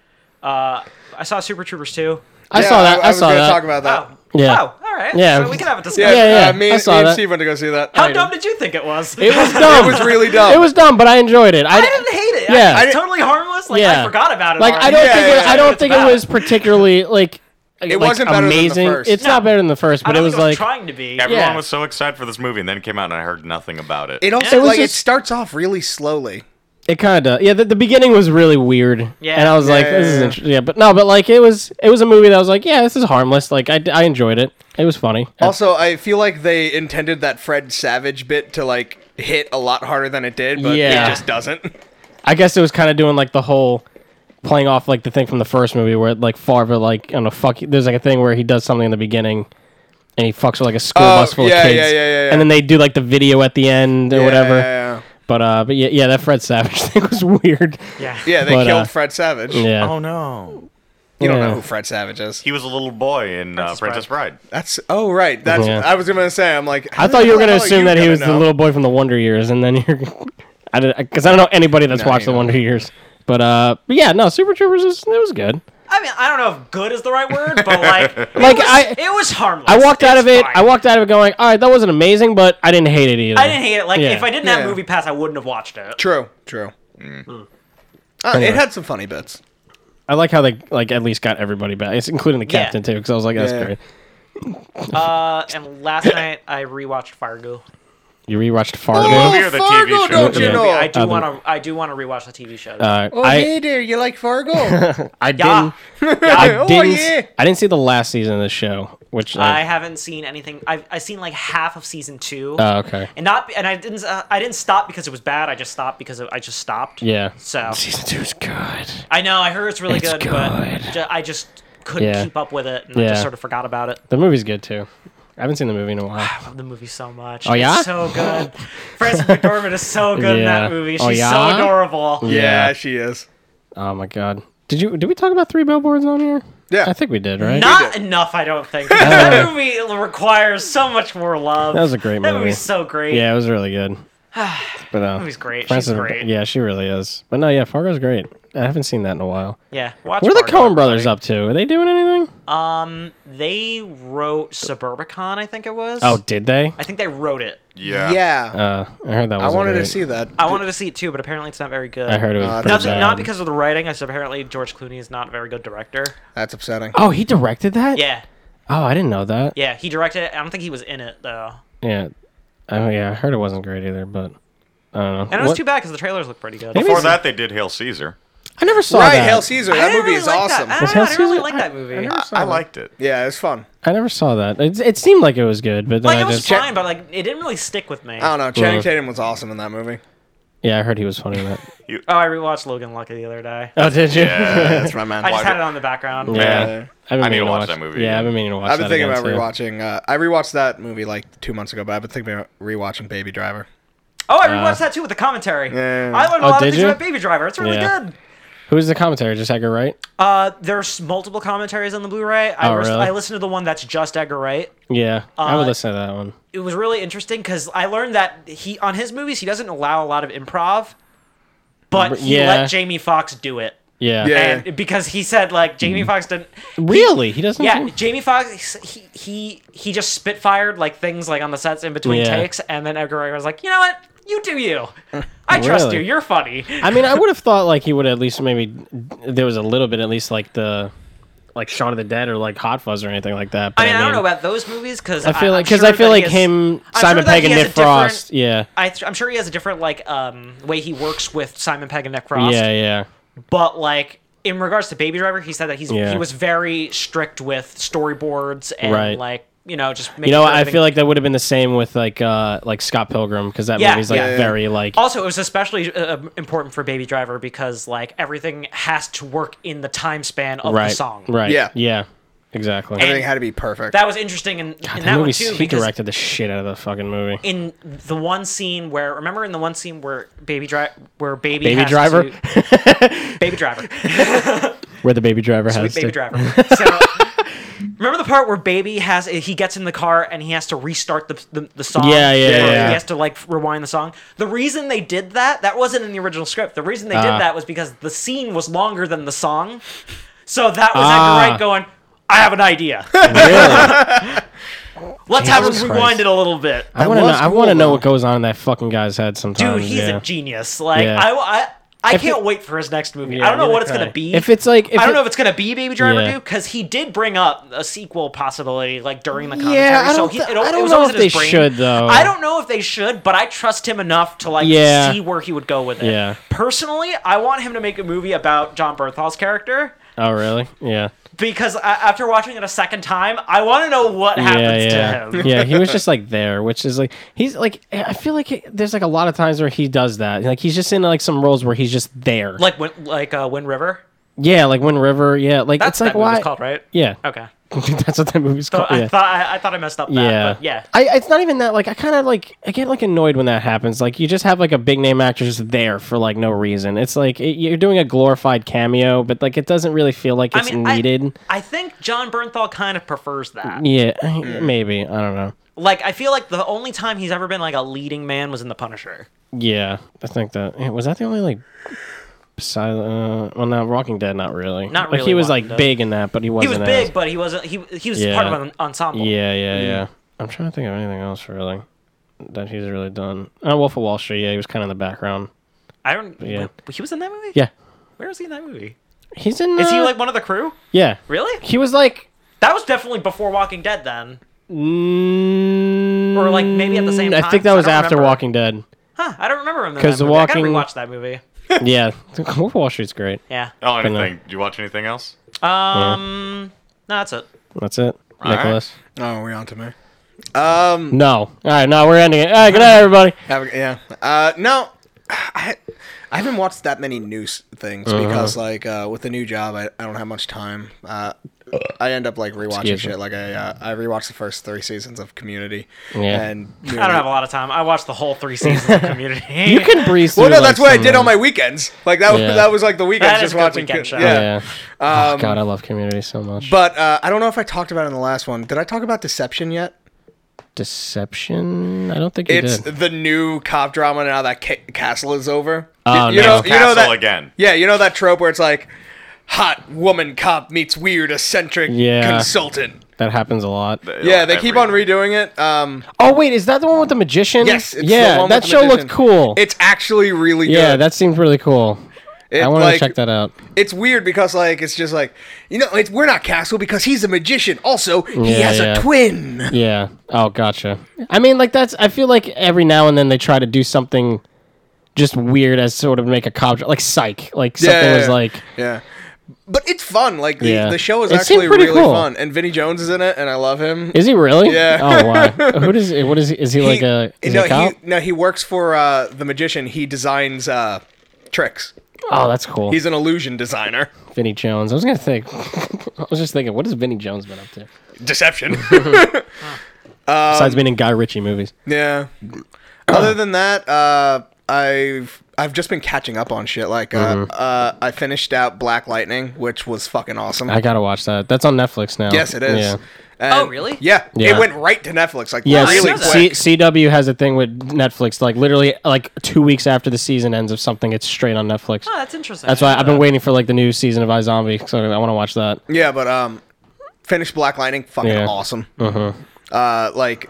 [SPEAKER 1] Uh, I saw Super Troopers 2.
[SPEAKER 4] i
[SPEAKER 3] Yeah,
[SPEAKER 4] saw that i,
[SPEAKER 3] was
[SPEAKER 4] saw
[SPEAKER 3] gonna
[SPEAKER 4] that
[SPEAKER 3] Talk about that.
[SPEAKER 1] Oh.
[SPEAKER 4] Yeah.
[SPEAKER 1] Oh, all right.
[SPEAKER 4] Yeah.
[SPEAKER 1] So we can have a
[SPEAKER 3] Uh, Yeah,
[SPEAKER 1] discussion.
[SPEAKER 4] Yeah,
[SPEAKER 3] yeah.
[SPEAKER 4] yeah,
[SPEAKER 3] me,
[SPEAKER 4] I
[SPEAKER 3] and,
[SPEAKER 4] saw
[SPEAKER 3] me and
[SPEAKER 4] that.
[SPEAKER 3] Steve went to go see that.
[SPEAKER 1] How dumb did you think it was?
[SPEAKER 4] it was dumb
[SPEAKER 3] It was really dumb.
[SPEAKER 4] Um, it was dumb but i enjoyed it i,
[SPEAKER 1] I didn't hate it.
[SPEAKER 4] Yeah.
[SPEAKER 1] I,
[SPEAKER 4] I
[SPEAKER 1] it's
[SPEAKER 3] didn't-
[SPEAKER 1] totally harmless. Like
[SPEAKER 4] Yeah.
[SPEAKER 1] I forgot about it.
[SPEAKER 4] like i
[SPEAKER 1] already.
[SPEAKER 4] don't think
[SPEAKER 3] Yeah,
[SPEAKER 4] it,
[SPEAKER 3] yeah,
[SPEAKER 4] i
[SPEAKER 1] yeah.
[SPEAKER 4] don't think it
[SPEAKER 1] It's
[SPEAKER 4] was particularly like it
[SPEAKER 3] wasn't better than the
[SPEAKER 4] amazing
[SPEAKER 3] first.
[SPEAKER 4] it's not better than the first
[SPEAKER 1] I
[SPEAKER 4] but
[SPEAKER 1] don't
[SPEAKER 4] it
[SPEAKER 1] think
[SPEAKER 4] was like
[SPEAKER 1] trying to be.
[SPEAKER 2] Everyone
[SPEAKER 4] Yeah.
[SPEAKER 2] was so excited for this movie, and then it came out, and I heard nothing about it.
[SPEAKER 3] It also
[SPEAKER 4] It was
[SPEAKER 3] like
[SPEAKER 4] just-
[SPEAKER 3] it starts off really slowly.
[SPEAKER 4] It kind of does. Yeah, the, the beginning was really weird.
[SPEAKER 1] Yeah.
[SPEAKER 4] And I was like,
[SPEAKER 3] Yeah,
[SPEAKER 4] this is
[SPEAKER 3] yeah,
[SPEAKER 4] interesting. Yeah, but no, but like it was it was a movie that I was like, yeah, this is harmless. Like I, I enjoyed it. It was funny.
[SPEAKER 3] Also, I feel like they intended that Fred Savage bit to like hit a lot harder than it did, but
[SPEAKER 4] Yeah.
[SPEAKER 3] it just doesn't.
[SPEAKER 4] I guess it was kind of doing like the whole playing off like the thing from the first movie where like Farva like on a fuck. There's like a thing where he does something in the beginning, and he fucks with like a school
[SPEAKER 3] Oh,
[SPEAKER 4] bus full
[SPEAKER 3] yeah,
[SPEAKER 4] of kids,
[SPEAKER 3] yeah, yeah, yeah, yeah.
[SPEAKER 4] and then they do like the video at the end or
[SPEAKER 3] Yeah,
[SPEAKER 4] whatever.
[SPEAKER 3] Yeah,
[SPEAKER 4] But uh, but yeah, yeah, that Fred Savage thing was weird.
[SPEAKER 1] Yeah.
[SPEAKER 3] yeah. Yeah, they
[SPEAKER 4] But,
[SPEAKER 3] killed
[SPEAKER 4] uh,
[SPEAKER 3] Fred Savage.
[SPEAKER 4] Yeah.
[SPEAKER 2] no.
[SPEAKER 3] Oh, You don't
[SPEAKER 4] Yeah.
[SPEAKER 3] know who Fred Savage is.
[SPEAKER 2] He was a little boy in uh,
[SPEAKER 1] Princess
[SPEAKER 2] Princess Bride.
[SPEAKER 3] That's oh right. That's
[SPEAKER 4] Yeah.
[SPEAKER 3] I was gonna say. I'm like
[SPEAKER 4] I thought you were
[SPEAKER 3] how
[SPEAKER 4] gonna
[SPEAKER 3] the hell are
[SPEAKER 4] assume
[SPEAKER 3] Oh, you
[SPEAKER 4] that he
[SPEAKER 3] gonna
[SPEAKER 4] was the
[SPEAKER 3] know?
[SPEAKER 4] little boy from the Wonder Years, and then you're, I did because I don't know anybody that's
[SPEAKER 3] No,
[SPEAKER 4] watched
[SPEAKER 3] you
[SPEAKER 4] the
[SPEAKER 3] don't.
[SPEAKER 4] Wonder Years. But uh, but yeah, no, Super Troopers was it was good.
[SPEAKER 1] I mean, I don't know if good is the right word, but like, it
[SPEAKER 4] Like,
[SPEAKER 1] was,
[SPEAKER 4] I-
[SPEAKER 1] it was harmless.
[SPEAKER 4] I walked out
[SPEAKER 1] It's
[SPEAKER 4] of it.
[SPEAKER 1] fine.
[SPEAKER 4] I walked out of it going, all right, that wasn't amazing, but I didn't hate it either.
[SPEAKER 1] I didn't hate it. Like,
[SPEAKER 4] Yeah.
[SPEAKER 1] if I didn't
[SPEAKER 3] Yeah.
[SPEAKER 1] have Movie Pass, I wouldn't have watched it.
[SPEAKER 3] True. True.
[SPEAKER 2] Hmm.
[SPEAKER 3] Uh,
[SPEAKER 4] Anyway.
[SPEAKER 3] It had some funny bits.
[SPEAKER 4] I like how they like at least got everybody back, it's including the
[SPEAKER 1] Yeah.
[SPEAKER 4] captain too, because I was like, that's
[SPEAKER 3] Yeah.
[SPEAKER 4] great.
[SPEAKER 1] Uh, and last night I rewatched Fargo.
[SPEAKER 4] You rewatched Fargo.
[SPEAKER 2] Oh, Movie or the TV
[SPEAKER 3] Fargo,
[SPEAKER 2] show?
[SPEAKER 3] don't you
[SPEAKER 4] Yeah.
[SPEAKER 3] know?
[SPEAKER 1] I do
[SPEAKER 4] Um,
[SPEAKER 1] want to. I do want to rewatch the TV show.
[SPEAKER 4] Uh,
[SPEAKER 3] oh,
[SPEAKER 4] I
[SPEAKER 3] hey there, you like Fargo?
[SPEAKER 4] I
[SPEAKER 1] Yeah.
[SPEAKER 4] didn't I
[SPEAKER 3] Oh,
[SPEAKER 4] didn't
[SPEAKER 3] yeah.
[SPEAKER 4] I didn't see the last season of this show, which
[SPEAKER 1] I
[SPEAKER 4] I,
[SPEAKER 1] haven't seen anything. I've I seen like half of season two,
[SPEAKER 4] oh okay
[SPEAKER 1] and not and I didn't uh, I didn't stop because it was bad. I just stopped because of, I just stopped.
[SPEAKER 4] yeah
[SPEAKER 1] So
[SPEAKER 4] season two is good.
[SPEAKER 1] I know I heard it's really
[SPEAKER 4] It's
[SPEAKER 1] good, but
[SPEAKER 4] good.
[SPEAKER 1] ju- I just couldn't
[SPEAKER 4] Yeah.
[SPEAKER 1] keep up with it, and I
[SPEAKER 4] Yeah.
[SPEAKER 1] just sort of forgot about it.
[SPEAKER 4] The movie's good too. I haven't seen the movie in a while.
[SPEAKER 1] I love the movie so much.
[SPEAKER 4] Oh, yeah?
[SPEAKER 1] it's so good. Frances McDormand is so good in
[SPEAKER 4] Yeah.
[SPEAKER 1] that movie. She's
[SPEAKER 4] Oh, yeah?
[SPEAKER 1] so adorable.
[SPEAKER 3] yeah, she is.
[SPEAKER 4] Oh my god. Did you did we talk about three billboards on here?
[SPEAKER 3] Yeah.
[SPEAKER 4] I think we did, right?
[SPEAKER 1] Not enough, I don't think. that movie requires so much more love.
[SPEAKER 4] Uh, That was a great
[SPEAKER 1] That
[SPEAKER 4] movie.
[SPEAKER 1] movie's so great.
[SPEAKER 4] yeah, it was really good. But uh,
[SPEAKER 1] movie's great. She's
[SPEAKER 4] Frances-
[SPEAKER 1] great.
[SPEAKER 4] Yeah, she really is. But no, yeah, Fargo's great. I haven't seen that in a while.
[SPEAKER 1] yeah. Watch
[SPEAKER 4] What are the
[SPEAKER 1] Fargo.
[SPEAKER 4] Coen brothers up to? Are they doing anything?
[SPEAKER 1] Um, they wrote Suburbicon, I think it was.
[SPEAKER 4] Oh, did they?
[SPEAKER 1] I think they wrote it.
[SPEAKER 2] Yeah.
[SPEAKER 4] Uh, I heard that.
[SPEAKER 3] I
[SPEAKER 4] Was
[SPEAKER 3] wanted to see that.
[SPEAKER 1] I wanted to see it too, but apparently it's not very good.
[SPEAKER 4] I heard it was
[SPEAKER 3] Uh,
[SPEAKER 4] pretty
[SPEAKER 1] Not,
[SPEAKER 4] bad.
[SPEAKER 1] not because of the writing. I said apparently George Clooney is not a very good director.
[SPEAKER 3] That's upsetting.
[SPEAKER 4] Oh, he directed that.
[SPEAKER 1] Yeah,
[SPEAKER 4] Oh, I didn't know that.
[SPEAKER 1] yeah, he directed it. I don't think he was in it though,
[SPEAKER 4] Yeah. Oh yeah, I heard it wasn't great either, but I don't know.
[SPEAKER 1] and it was
[SPEAKER 4] What-
[SPEAKER 1] too bad because the trailers look pretty good.
[SPEAKER 4] Maybe
[SPEAKER 2] Before
[SPEAKER 4] it's-
[SPEAKER 2] that, they did Hail Caesar.
[SPEAKER 4] I never saw
[SPEAKER 3] Right,
[SPEAKER 4] that.
[SPEAKER 3] Hail Caesar.
[SPEAKER 1] I
[SPEAKER 3] That
[SPEAKER 1] didn't
[SPEAKER 3] movie
[SPEAKER 1] really
[SPEAKER 3] is
[SPEAKER 1] like
[SPEAKER 3] awesome.
[SPEAKER 1] That. I,
[SPEAKER 4] Was
[SPEAKER 1] don't know, I
[SPEAKER 4] Hail
[SPEAKER 1] didn't really
[SPEAKER 4] Caesar-
[SPEAKER 1] like that movie.
[SPEAKER 4] I never saw
[SPEAKER 2] I
[SPEAKER 4] that.
[SPEAKER 2] liked it.
[SPEAKER 3] Yeah, it's fun.
[SPEAKER 4] I never saw that. It, it seemed like it was good, but then
[SPEAKER 1] like it
[SPEAKER 4] I
[SPEAKER 1] was
[SPEAKER 4] just
[SPEAKER 1] fine, but like it didn't really stick with me.
[SPEAKER 3] I don't know. Channing
[SPEAKER 4] Mhm.
[SPEAKER 3] Tatum was awesome in that movie.
[SPEAKER 4] yeah, I heard he was funny in that.
[SPEAKER 1] Oh, I rewatched Logan Lucky the other day.
[SPEAKER 4] oh, did you?
[SPEAKER 2] Yeah.
[SPEAKER 3] That's my man.
[SPEAKER 1] I just
[SPEAKER 2] Why
[SPEAKER 1] had
[SPEAKER 2] do-
[SPEAKER 1] it on the background.
[SPEAKER 4] Yeah.
[SPEAKER 3] Yeah.
[SPEAKER 4] I've been
[SPEAKER 2] I need
[SPEAKER 4] meaning
[SPEAKER 2] to watch that movie
[SPEAKER 4] Yeah,
[SPEAKER 2] again.
[SPEAKER 4] I've been meaning to watch
[SPEAKER 3] I've been
[SPEAKER 4] that
[SPEAKER 3] thinking about
[SPEAKER 4] again, too.
[SPEAKER 3] rewatching. Uh, I rewatched that movie like two months ago, but I've been thinking about rewatching Baby Driver.
[SPEAKER 1] Oh, I rewatched that too with the commentary.
[SPEAKER 3] yeah, yeah.
[SPEAKER 1] I learned a
[SPEAKER 4] Uh, Oh,
[SPEAKER 1] lot
[SPEAKER 4] did
[SPEAKER 1] of things
[SPEAKER 4] you?
[SPEAKER 1] about Baby Driver. It's really
[SPEAKER 4] Yeah.
[SPEAKER 1] good.
[SPEAKER 4] Who's the commentator? Just Edgar Wright?
[SPEAKER 1] Uh, there's multiple commentaries on the Blu-ray. I,
[SPEAKER 4] Oh,
[SPEAKER 1] ris-
[SPEAKER 4] really?
[SPEAKER 1] I listened to the one that's just Edgar Wright.
[SPEAKER 4] Yeah, I would
[SPEAKER 1] Uh,
[SPEAKER 4] listen to that one.
[SPEAKER 1] It was really interesting because I learned that he on his movies he doesn't allow a lot of improv, but he
[SPEAKER 4] Yeah.
[SPEAKER 1] let Jamie Foxx do it,
[SPEAKER 4] Yeah.
[SPEAKER 3] Yeah.
[SPEAKER 1] and because he said like Jamie Foxx didn't.
[SPEAKER 4] Really? He doesn't.
[SPEAKER 1] Yeah,
[SPEAKER 4] do-
[SPEAKER 1] Jamie Foxx he he he just spitfired like things like on the sets in between
[SPEAKER 4] Yeah.
[SPEAKER 1] takes, and then Edgar Wright was like, you know what, you do you. I trust
[SPEAKER 4] Really?
[SPEAKER 1] you. You're funny.
[SPEAKER 4] I mean, I would have thought like he would at least maybe there was a little bit at least like the like Shaun of the Dead or like Hot Fuzz or anything like that. But
[SPEAKER 1] I mean, I don't know about those movies because
[SPEAKER 4] I feel like because I feel like him,
[SPEAKER 1] I'm sure
[SPEAKER 4] Simon
[SPEAKER 1] that
[SPEAKER 4] Pegg,
[SPEAKER 1] he
[SPEAKER 4] and
[SPEAKER 1] has
[SPEAKER 4] Nick
[SPEAKER 1] a different-
[SPEAKER 4] Frost. Yeah.
[SPEAKER 1] I th- I'm sure he has a different like um way he works with Simon Pegg and Nick Frost.
[SPEAKER 4] Yeah. Yeah.
[SPEAKER 1] But like in regards to Baby Driver, he said that he's
[SPEAKER 4] Yeah.
[SPEAKER 1] he was very strict with storyboards and
[SPEAKER 4] Right.
[SPEAKER 1] like you know just
[SPEAKER 4] You
[SPEAKER 1] making
[SPEAKER 4] know,
[SPEAKER 1] sure
[SPEAKER 4] I
[SPEAKER 1] everything-
[SPEAKER 4] feel like that would have been the same with like uh like Scott Pilgrim because that
[SPEAKER 1] Yeah,
[SPEAKER 4] movie's like
[SPEAKER 1] yeah,
[SPEAKER 3] yeah.
[SPEAKER 4] very like
[SPEAKER 1] Also, it was especially uh, important for Baby Driver because like everything has to work in the time span of
[SPEAKER 4] right
[SPEAKER 1] the song.
[SPEAKER 4] right
[SPEAKER 3] Yeah.
[SPEAKER 4] yeah exactly.
[SPEAKER 3] Everything had to be perfect.
[SPEAKER 1] That was interesting in, in
[SPEAKER 4] that
[SPEAKER 1] that one
[SPEAKER 4] movie,
[SPEAKER 1] too
[SPEAKER 4] he
[SPEAKER 1] because
[SPEAKER 4] directed the shit out of the fucking movie.
[SPEAKER 1] in the one scene where remember in the one scene where Baby Driver where Baby
[SPEAKER 4] Baby
[SPEAKER 1] has
[SPEAKER 4] Driver?
[SPEAKER 1] to- Baby Driver
[SPEAKER 4] Where the baby driver
[SPEAKER 1] Sweet
[SPEAKER 4] has
[SPEAKER 1] Baby
[SPEAKER 4] to,
[SPEAKER 1] Driver. So, remember the part where Baby has he gets in the car and he has to restart the the, the song.
[SPEAKER 4] Yeah, yeah,
[SPEAKER 1] Or
[SPEAKER 4] yeah.
[SPEAKER 1] He has to like rewind the song. The reason they did that that wasn't in the original script. The reason they did
[SPEAKER 4] Ah.
[SPEAKER 1] that was because the scene was longer than the song, so that was
[SPEAKER 4] Ah.
[SPEAKER 1] Edgar Wright going. I have an idea.
[SPEAKER 4] Really?
[SPEAKER 1] Let's have
[SPEAKER 4] Jesus
[SPEAKER 1] him
[SPEAKER 4] Christ.
[SPEAKER 1] rewind it a little bit.
[SPEAKER 4] I want to know.
[SPEAKER 3] was
[SPEAKER 4] I want to
[SPEAKER 3] cool,
[SPEAKER 4] know
[SPEAKER 3] though.
[SPEAKER 4] what goes on in that fucking guy's head sometimes.
[SPEAKER 1] Dude, he's
[SPEAKER 4] yeah.
[SPEAKER 1] a genius. Like
[SPEAKER 4] Yeah.
[SPEAKER 1] I, I, I
[SPEAKER 4] it-
[SPEAKER 1] can't wait for his next movie.
[SPEAKER 4] Yeah,
[SPEAKER 1] I don't know
[SPEAKER 4] neither
[SPEAKER 1] what it's
[SPEAKER 4] can
[SPEAKER 1] gonna
[SPEAKER 4] I.
[SPEAKER 1] be.
[SPEAKER 4] If it's like, if
[SPEAKER 1] I don't
[SPEAKER 4] it-
[SPEAKER 1] know if it's gonna be Baby Driver
[SPEAKER 4] Yeah.
[SPEAKER 1] yeah. because he did bring up a sequel possibility like during the commentary.
[SPEAKER 4] Yeah, I
[SPEAKER 1] so
[SPEAKER 4] don't
[SPEAKER 1] he,
[SPEAKER 4] thi-
[SPEAKER 1] it, al-
[SPEAKER 4] I
[SPEAKER 1] it
[SPEAKER 4] don't
[SPEAKER 1] was
[SPEAKER 4] know
[SPEAKER 1] always
[SPEAKER 4] if
[SPEAKER 1] in his
[SPEAKER 4] they
[SPEAKER 1] brain.
[SPEAKER 4] should, though.
[SPEAKER 1] I don't know if they should, but I trust him enough to like
[SPEAKER 4] Yeah.
[SPEAKER 1] see where he would go with it.
[SPEAKER 4] Yeah.
[SPEAKER 1] Personally, I want him to make a movie about John Bernthal's character
[SPEAKER 4] Oh, really? Yeah.
[SPEAKER 1] because I, after watching it a second time, I want to know what happens
[SPEAKER 4] yeah,
[SPEAKER 1] to
[SPEAKER 4] yeah.
[SPEAKER 1] him.
[SPEAKER 4] yeah, he was just like there, which is like he's like I feel like it- there's like a lot of times where he does that. Like he's just in like some roles where he's just there.
[SPEAKER 1] Like when, like uh, Wind River.
[SPEAKER 4] Yeah, like Wind River. Yeah, like
[SPEAKER 1] That's
[SPEAKER 4] it's like
[SPEAKER 1] what that movie's
[SPEAKER 4] why?
[SPEAKER 1] called, right?
[SPEAKER 4] Yeah,
[SPEAKER 1] Okay.
[SPEAKER 4] that's what that movie's
[SPEAKER 1] So
[SPEAKER 4] called.
[SPEAKER 1] I
[SPEAKER 4] yeah.
[SPEAKER 1] thought I, I thought I messed up that.
[SPEAKER 4] yeah,
[SPEAKER 1] But yeah.
[SPEAKER 4] I, it's not even that. Like, I kind of like I get like annoyed when that happens. Like, you just have like a big name actor just there for like no reason. It's like it, you're doing a glorified cameo, but like it doesn't really feel like
[SPEAKER 1] I
[SPEAKER 4] it's
[SPEAKER 1] mean, I-
[SPEAKER 4] needed.
[SPEAKER 1] I think John Bernthal kind of prefers that.
[SPEAKER 4] yeah, I-
[SPEAKER 1] Mm.
[SPEAKER 4] maybe I don't know.
[SPEAKER 1] Like, I feel like the only time he's ever been like a leading man was in The Punisher.
[SPEAKER 4] Yeah, I think that yeah, was that the only like. Silent, uh, well, no, Walking Dead, not really.
[SPEAKER 1] Not
[SPEAKER 4] Like,
[SPEAKER 1] really
[SPEAKER 4] he was
[SPEAKER 1] Walking
[SPEAKER 4] like
[SPEAKER 1] Dead.
[SPEAKER 4] big in that, but he
[SPEAKER 1] He
[SPEAKER 4] wasn't.
[SPEAKER 1] was
[SPEAKER 4] as-
[SPEAKER 1] big, but he wasn't. He he was
[SPEAKER 4] Yeah.
[SPEAKER 1] part of an ensemble.
[SPEAKER 4] Yeah,
[SPEAKER 1] Hmm.
[SPEAKER 4] yeah, yeah. I'm trying to think of anything else really that he's really done. Uh, Wolf of Wall Street. Yeah, he was kind of in the background.
[SPEAKER 1] I don't.
[SPEAKER 4] Yeah.
[SPEAKER 1] wait, he was in that movie.
[SPEAKER 4] Yeah,
[SPEAKER 1] Where was he in that movie?
[SPEAKER 4] he's in.
[SPEAKER 1] Is he
[SPEAKER 4] uh,
[SPEAKER 1] like one of the crew?
[SPEAKER 4] Yeah,
[SPEAKER 1] Really?
[SPEAKER 4] he was like.
[SPEAKER 1] That was definitely before Walking Dead, then.
[SPEAKER 4] Mm,
[SPEAKER 1] Or, like, maybe at the same
[SPEAKER 4] I
[SPEAKER 1] time,
[SPEAKER 4] think
[SPEAKER 1] 'cause
[SPEAKER 4] that
[SPEAKER 1] I
[SPEAKER 4] was
[SPEAKER 1] don't
[SPEAKER 4] after
[SPEAKER 1] remember.
[SPEAKER 4] Walking Dead.
[SPEAKER 1] Huh? I don't remember him. in
[SPEAKER 4] 'Cause
[SPEAKER 1] that
[SPEAKER 4] the
[SPEAKER 1] movie. I
[SPEAKER 4] Walking-
[SPEAKER 1] gotta rewatch that movie.
[SPEAKER 4] yeah, Wolf of Wall Street's great.
[SPEAKER 1] Yeah.
[SPEAKER 2] Oh,
[SPEAKER 4] know.
[SPEAKER 2] anything? Do you watch anything else?
[SPEAKER 1] Um. No, that's it.
[SPEAKER 4] That's it,
[SPEAKER 2] right.
[SPEAKER 4] Nicholas.
[SPEAKER 3] Oh, we on to me. Um,
[SPEAKER 4] No, all right, no, we're ending it. All right, good night, everybody.
[SPEAKER 3] Have a, yeah. Uh, no, I, I haven't watched that many news things
[SPEAKER 4] Uh-huh.
[SPEAKER 3] because, like, uh, with the new job, I, I don't have much time. Uh, I end up like rewatching
[SPEAKER 4] Excuse me.
[SPEAKER 3] shit. Like, I uh, I rewatched the first three seasons of Community.
[SPEAKER 4] Yeah.
[SPEAKER 3] And
[SPEAKER 1] I don't have a lot of time. I watched the whole three seasons of Community.
[SPEAKER 4] You can breeze through.
[SPEAKER 3] Well, no,
[SPEAKER 4] like,
[SPEAKER 3] that's what I
[SPEAKER 4] some-
[SPEAKER 3] did on my weekends. Like that, was
[SPEAKER 4] Yeah.
[SPEAKER 3] that was like the weekends
[SPEAKER 1] That is
[SPEAKER 3] just
[SPEAKER 1] a good
[SPEAKER 3] watching.
[SPEAKER 1] weekend
[SPEAKER 3] co-
[SPEAKER 1] show.
[SPEAKER 4] Yeah.
[SPEAKER 3] Yeah.
[SPEAKER 4] Oh,
[SPEAKER 1] Um,
[SPEAKER 4] God, I love Community so much.
[SPEAKER 3] But uh, I don't know if I talked about it in the last one. Did I talk about Deception yet?
[SPEAKER 4] Deception. I don't think you
[SPEAKER 3] It's
[SPEAKER 4] did.
[SPEAKER 3] the new cop drama now that ca- Castle is over.
[SPEAKER 4] Oh,
[SPEAKER 3] you
[SPEAKER 4] no.
[SPEAKER 3] know, you know
[SPEAKER 2] Castle
[SPEAKER 3] that
[SPEAKER 2] again.
[SPEAKER 3] Yeah, you know that trope where it's like hot woman cop meets weird eccentric
[SPEAKER 4] Yeah.
[SPEAKER 3] consultant.
[SPEAKER 4] That happens a lot.
[SPEAKER 3] Yeah, they keep on redoing it. Um,
[SPEAKER 4] Oh wait, is that the one with the magician?
[SPEAKER 3] yes, it's
[SPEAKER 4] Oh, yeah,
[SPEAKER 3] the one
[SPEAKER 4] that
[SPEAKER 3] with the
[SPEAKER 4] show
[SPEAKER 3] magician.
[SPEAKER 4] looked cool.
[SPEAKER 3] It's actually really good.
[SPEAKER 4] yeah, that seemed really cool.
[SPEAKER 3] It,
[SPEAKER 4] I want
[SPEAKER 3] like,
[SPEAKER 4] to check that out.
[SPEAKER 3] It's weird because like it's just like you know it's, we're not Castle because he's a magician. Also, he
[SPEAKER 4] Yeah,
[SPEAKER 3] has
[SPEAKER 4] yeah.
[SPEAKER 3] a twin.
[SPEAKER 4] Yeah. Oh, gotcha. I mean, like that's. I feel like every now and then they try to do something just weird as sort of make a cop like Psych, like something
[SPEAKER 3] yeah,
[SPEAKER 4] was
[SPEAKER 3] yeah.
[SPEAKER 4] like
[SPEAKER 3] Yeah. But it's fun. Like the,
[SPEAKER 4] Yeah.
[SPEAKER 3] the show is
[SPEAKER 4] It seemed
[SPEAKER 3] actually
[SPEAKER 4] pretty
[SPEAKER 3] really
[SPEAKER 4] cool.
[SPEAKER 3] fun, and Vinny Jones is in it, and I love him.
[SPEAKER 4] Is he really?
[SPEAKER 3] Yeah.
[SPEAKER 4] Oh wow. Who does? What is? he? Is he like
[SPEAKER 3] He-
[SPEAKER 4] a? Is
[SPEAKER 3] no,
[SPEAKER 4] he a cop?
[SPEAKER 3] He, no, he works for uh, the magician. He designs uh, tricks.
[SPEAKER 4] oh, that's cool.
[SPEAKER 3] He's an illusion designer.
[SPEAKER 4] Vinny Jones. I was gonna think. I was just thinking, what has Vinny Jones been up to
[SPEAKER 3] Deception. Um,
[SPEAKER 4] besides being in Guy Ritchie movies?
[SPEAKER 3] yeah. Other than that, uh, I've I've just been catching up on shit. Like uh,
[SPEAKER 4] Mm-hmm.
[SPEAKER 3] uh, I finished out Black Lightning, which was fucking awesome.
[SPEAKER 4] I gotta watch that. That's on Netflix now.
[SPEAKER 3] yes, it is.
[SPEAKER 4] Oh. Yeah.
[SPEAKER 3] And-
[SPEAKER 1] Oh, really?
[SPEAKER 3] Yeah.
[SPEAKER 4] Yeah.
[SPEAKER 3] It went right to Netflix. Like
[SPEAKER 4] Yeah,
[SPEAKER 3] really
[SPEAKER 1] know
[SPEAKER 3] quick.
[SPEAKER 1] that.
[SPEAKER 4] C- C- CW has a thing with Netflix. Like literally, like two weeks after the season ends of something, it's straight on Netflix.
[SPEAKER 1] Oh, that's interesting.
[SPEAKER 4] That's why I've been waiting for like the new season of iZombie, so I want to watch that.
[SPEAKER 3] Yeah, but um, finished Black Lightning, fucking
[SPEAKER 4] Yeah. Uh-huh.
[SPEAKER 3] awesome. Uh, like,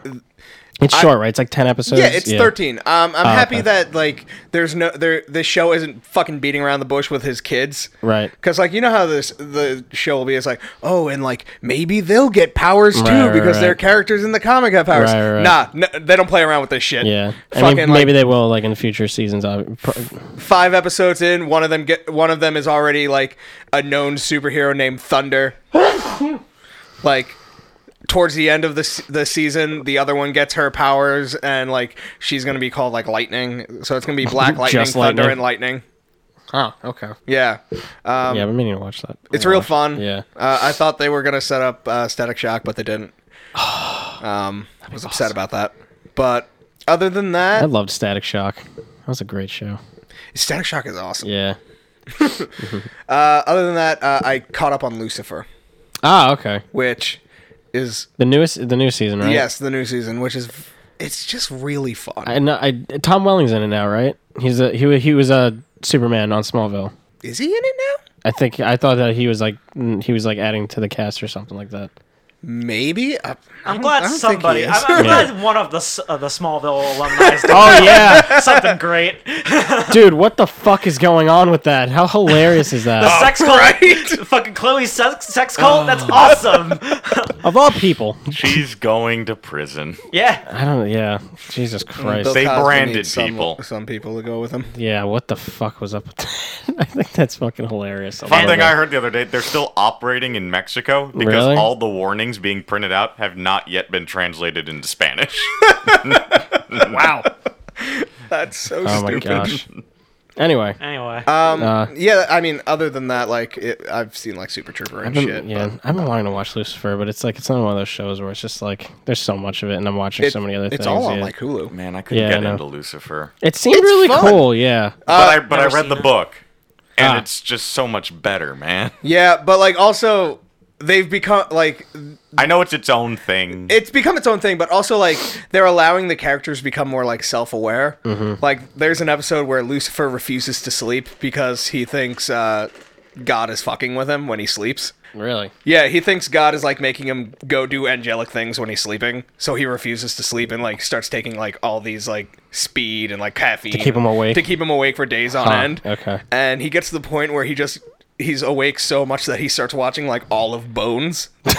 [SPEAKER 4] It's short, right? It's like ten episodes.
[SPEAKER 3] yeah, it's thirteen. Um, I'm happy
[SPEAKER 4] Ah, okay.
[SPEAKER 3] that like there's no there. This show isn't fucking beating around the bush with his kids,
[SPEAKER 4] Right.
[SPEAKER 3] Because like you know how this the show will be. It's like oh, and like maybe they'll get powers too
[SPEAKER 4] Right, right,
[SPEAKER 3] because their
[SPEAKER 4] right.
[SPEAKER 3] characters in the comic have powers.
[SPEAKER 4] Right, right,
[SPEAKER 3] Nah, n- they don't play around with this shit.
[SPEAKER 4] Yeah, I
[SPEAKER 3] fucking
[SPEAKER 4] mean,
[SPEAKER 3] like,
[SPEAKER 4] maybe they will like in future seasons. I pro-
[SPEAKER 3] five episodes in, one of them get one of them is already like a known superhero named Thunder. like towards the end of the s- the season, the other one gets her powers and like she's going to be called like Lightning. So it's going to be Black Lightning,
[SPEAKER 4] Just
[SPEAKER 3] Thunder
[SPEAKER 4] Lightning.
[SPEAKER 3] and Lightning.
[SPEAKER 4] Oh, okay.
[SPEAKER 3] Yeah. Um
[SPEAKER 4] yeah, I've been meaning to watch that.
[SPEAKER 3] it's
[SPEAKER 4] I'll
[SPEAKER 3] real
[SPEAKER 4] watch it.
[SPEAKER 3] fun.
[SPEAKER 4] Yeah.
[SPEAKER 3] Uh, I thought they were going to set up uh, Static Shock, but they didn't. Um I was upset about that. But other than
[SPEAKER 4] I
[SPEAKER 3] that,
[SPEAKER 4] loved Static Shock. That was a great show.
[SPEAKER 3] Static Shock is awesome.
[SPEAKER 4] Yeah.
[SPEAKER 3] Uh, other than that, uh, I caught up on Lucifer.
[SPEAKER 4] Ah, okay.
[SPEAKER 3] which is
[SPEAKER 4] The newest, the new season, right?
[SPEAKER 3] yes the new season which is it's just really fun
[SPEAKER 4] I know. uh, I Tom Welling's in it now, right? He's a he. wa- He was a Superman on Smallville.
[SPEAKER 3] is he in it now
[SPEAKER 4] I think I thought that he was like mm, he was like adding to the cast or something like that.
[SPEAKER 3] maybe I,
[SPEAKER 1] I'm glad somebody. I'm,
[SPEAKER 3] I
[SPEAKER 1] I'm
[SPEAKER 4] Yeah.
[SPEAKER 1] glad one of the S- uh, the Smallville alumni is doing
[SPEAKER 4] Oh yeah,
[SPEAKER 1] something great.
[SPEAKER 4] dude, what the fuck is going on with that? How hilarious is that?
[SPEAKER 1] sex cult, fucking Chloe's sex, sex
[SPEAKER 4] Oh.
[SPEAKER 1] cult. That's awesome.
[SPEAKER 4] of all people,
[SPEAKER 2] She's going to prison.
[SPEAKER 1] yeah.
[SPEAKER 4] I don't. Yeah,
[SPEAKER 2] Mm,
[SPEAKER 4] Jesus Christ.
[SPEAKER 2] They branded people.
[SPEAKER 3] some, some people to go with him
[SPEAKER 4] Yeah, what the fuck was up with that? I think that's fucking hilarious. I
[SPEAKER 2] Fun
[SPEAKER 4] love
[SPEAKER 2] thing I
[SPEAKER 4] that.
[SPEAKER 2] heard the other day, they're still operating in Mexico because
[SPEAKER 4] Really?
[SPEAKER 2] all the warnings being printed out have not yet been translated into Spanish.
[SPEAKER 3] that's so
[SPEAKER 4] Oh my
[SPEAKER 3] stupid
[SPEAKER 4] gosh. Anyway,
[SPEAKER 1] Anyway,
[SPEAKER 3] Um,
[SPEAKER 4] Uh,
[SPEAKER 3] yeah, I mean, other than that, like it, I've seen like Super Trooper
[SPEAKER 4] I've
[SPEAKER 3] and
[SPEAKER 4] been,
[SPEAKER 3] shit.
[SPEAKER 4] yeah,
[SPEAKER 3] but
[SPEAKER 4] I've been wanting to watch Lucifer, but it's like it's not one of those shows where it's just like there's so much of it, and I'm watching
[SPEAKER 3] it-
[SPEAKER 4] so many other
[SPEAKER 3] it's
[SPEAKER 4] things.
[SPEAKER 3] all on
[SPEAKER 4] yeah.
[SPEAKER 3] like Hulu.
[SPEAKER 2] Man, I couldn't
[SPEAKER 4] Yeah, I
[SPEAKER 2] get
[SPEAKER 4] know.
[SPEAKER 2] into Lucifer.
[SPEAKER 4] it seemed
[SPEAKER 3] it's
[SPEAKER 4] really
[SPEAKER 3] fun. Uh,
[SPEAKER 4] cool. Yeah,
[SPEAKER 2] but I but I
[SPEAKER 1] never
[SPEAKER 2] read the
[SPEAKER 1] seen it.
[SPEAKER 2] book, and
[SPEAKER 4] Ah.
[SPEAKER 2] it's just so much better, man.
[SPEAKER 3] Yeah, but like also they've become like
[SPEAKER 2] I know it's its own thing.
[SPEAKER 3] it's become its own thing, but also like they're allowing the characters to become more like self-aware.
[SPEAKER 4] Mm-hmm.
[SPEAKER 3] Like there's an episode where Lucifer refuses to sleep because he thinks uh, God is fucking with him when he sleeps.
[SPEAKER 4] really.
[SPEAKER 3] Yeah, he thinks God is like making him go do angelic things when he's sleeping, so he refuses to sleep and like starts taking like all these like speed and like caffeine to
[SPEAKER 4] keep him awake?
[SPEAKER 3] to keep him awake for days on
[SPEAKER 4] Huh,
[SPEAKER 3] end.
[SPEAKER 4] okay.
[SPEAKER 3] and he gets to the point where he just he's awake so much that he starts watching like all of Bones, the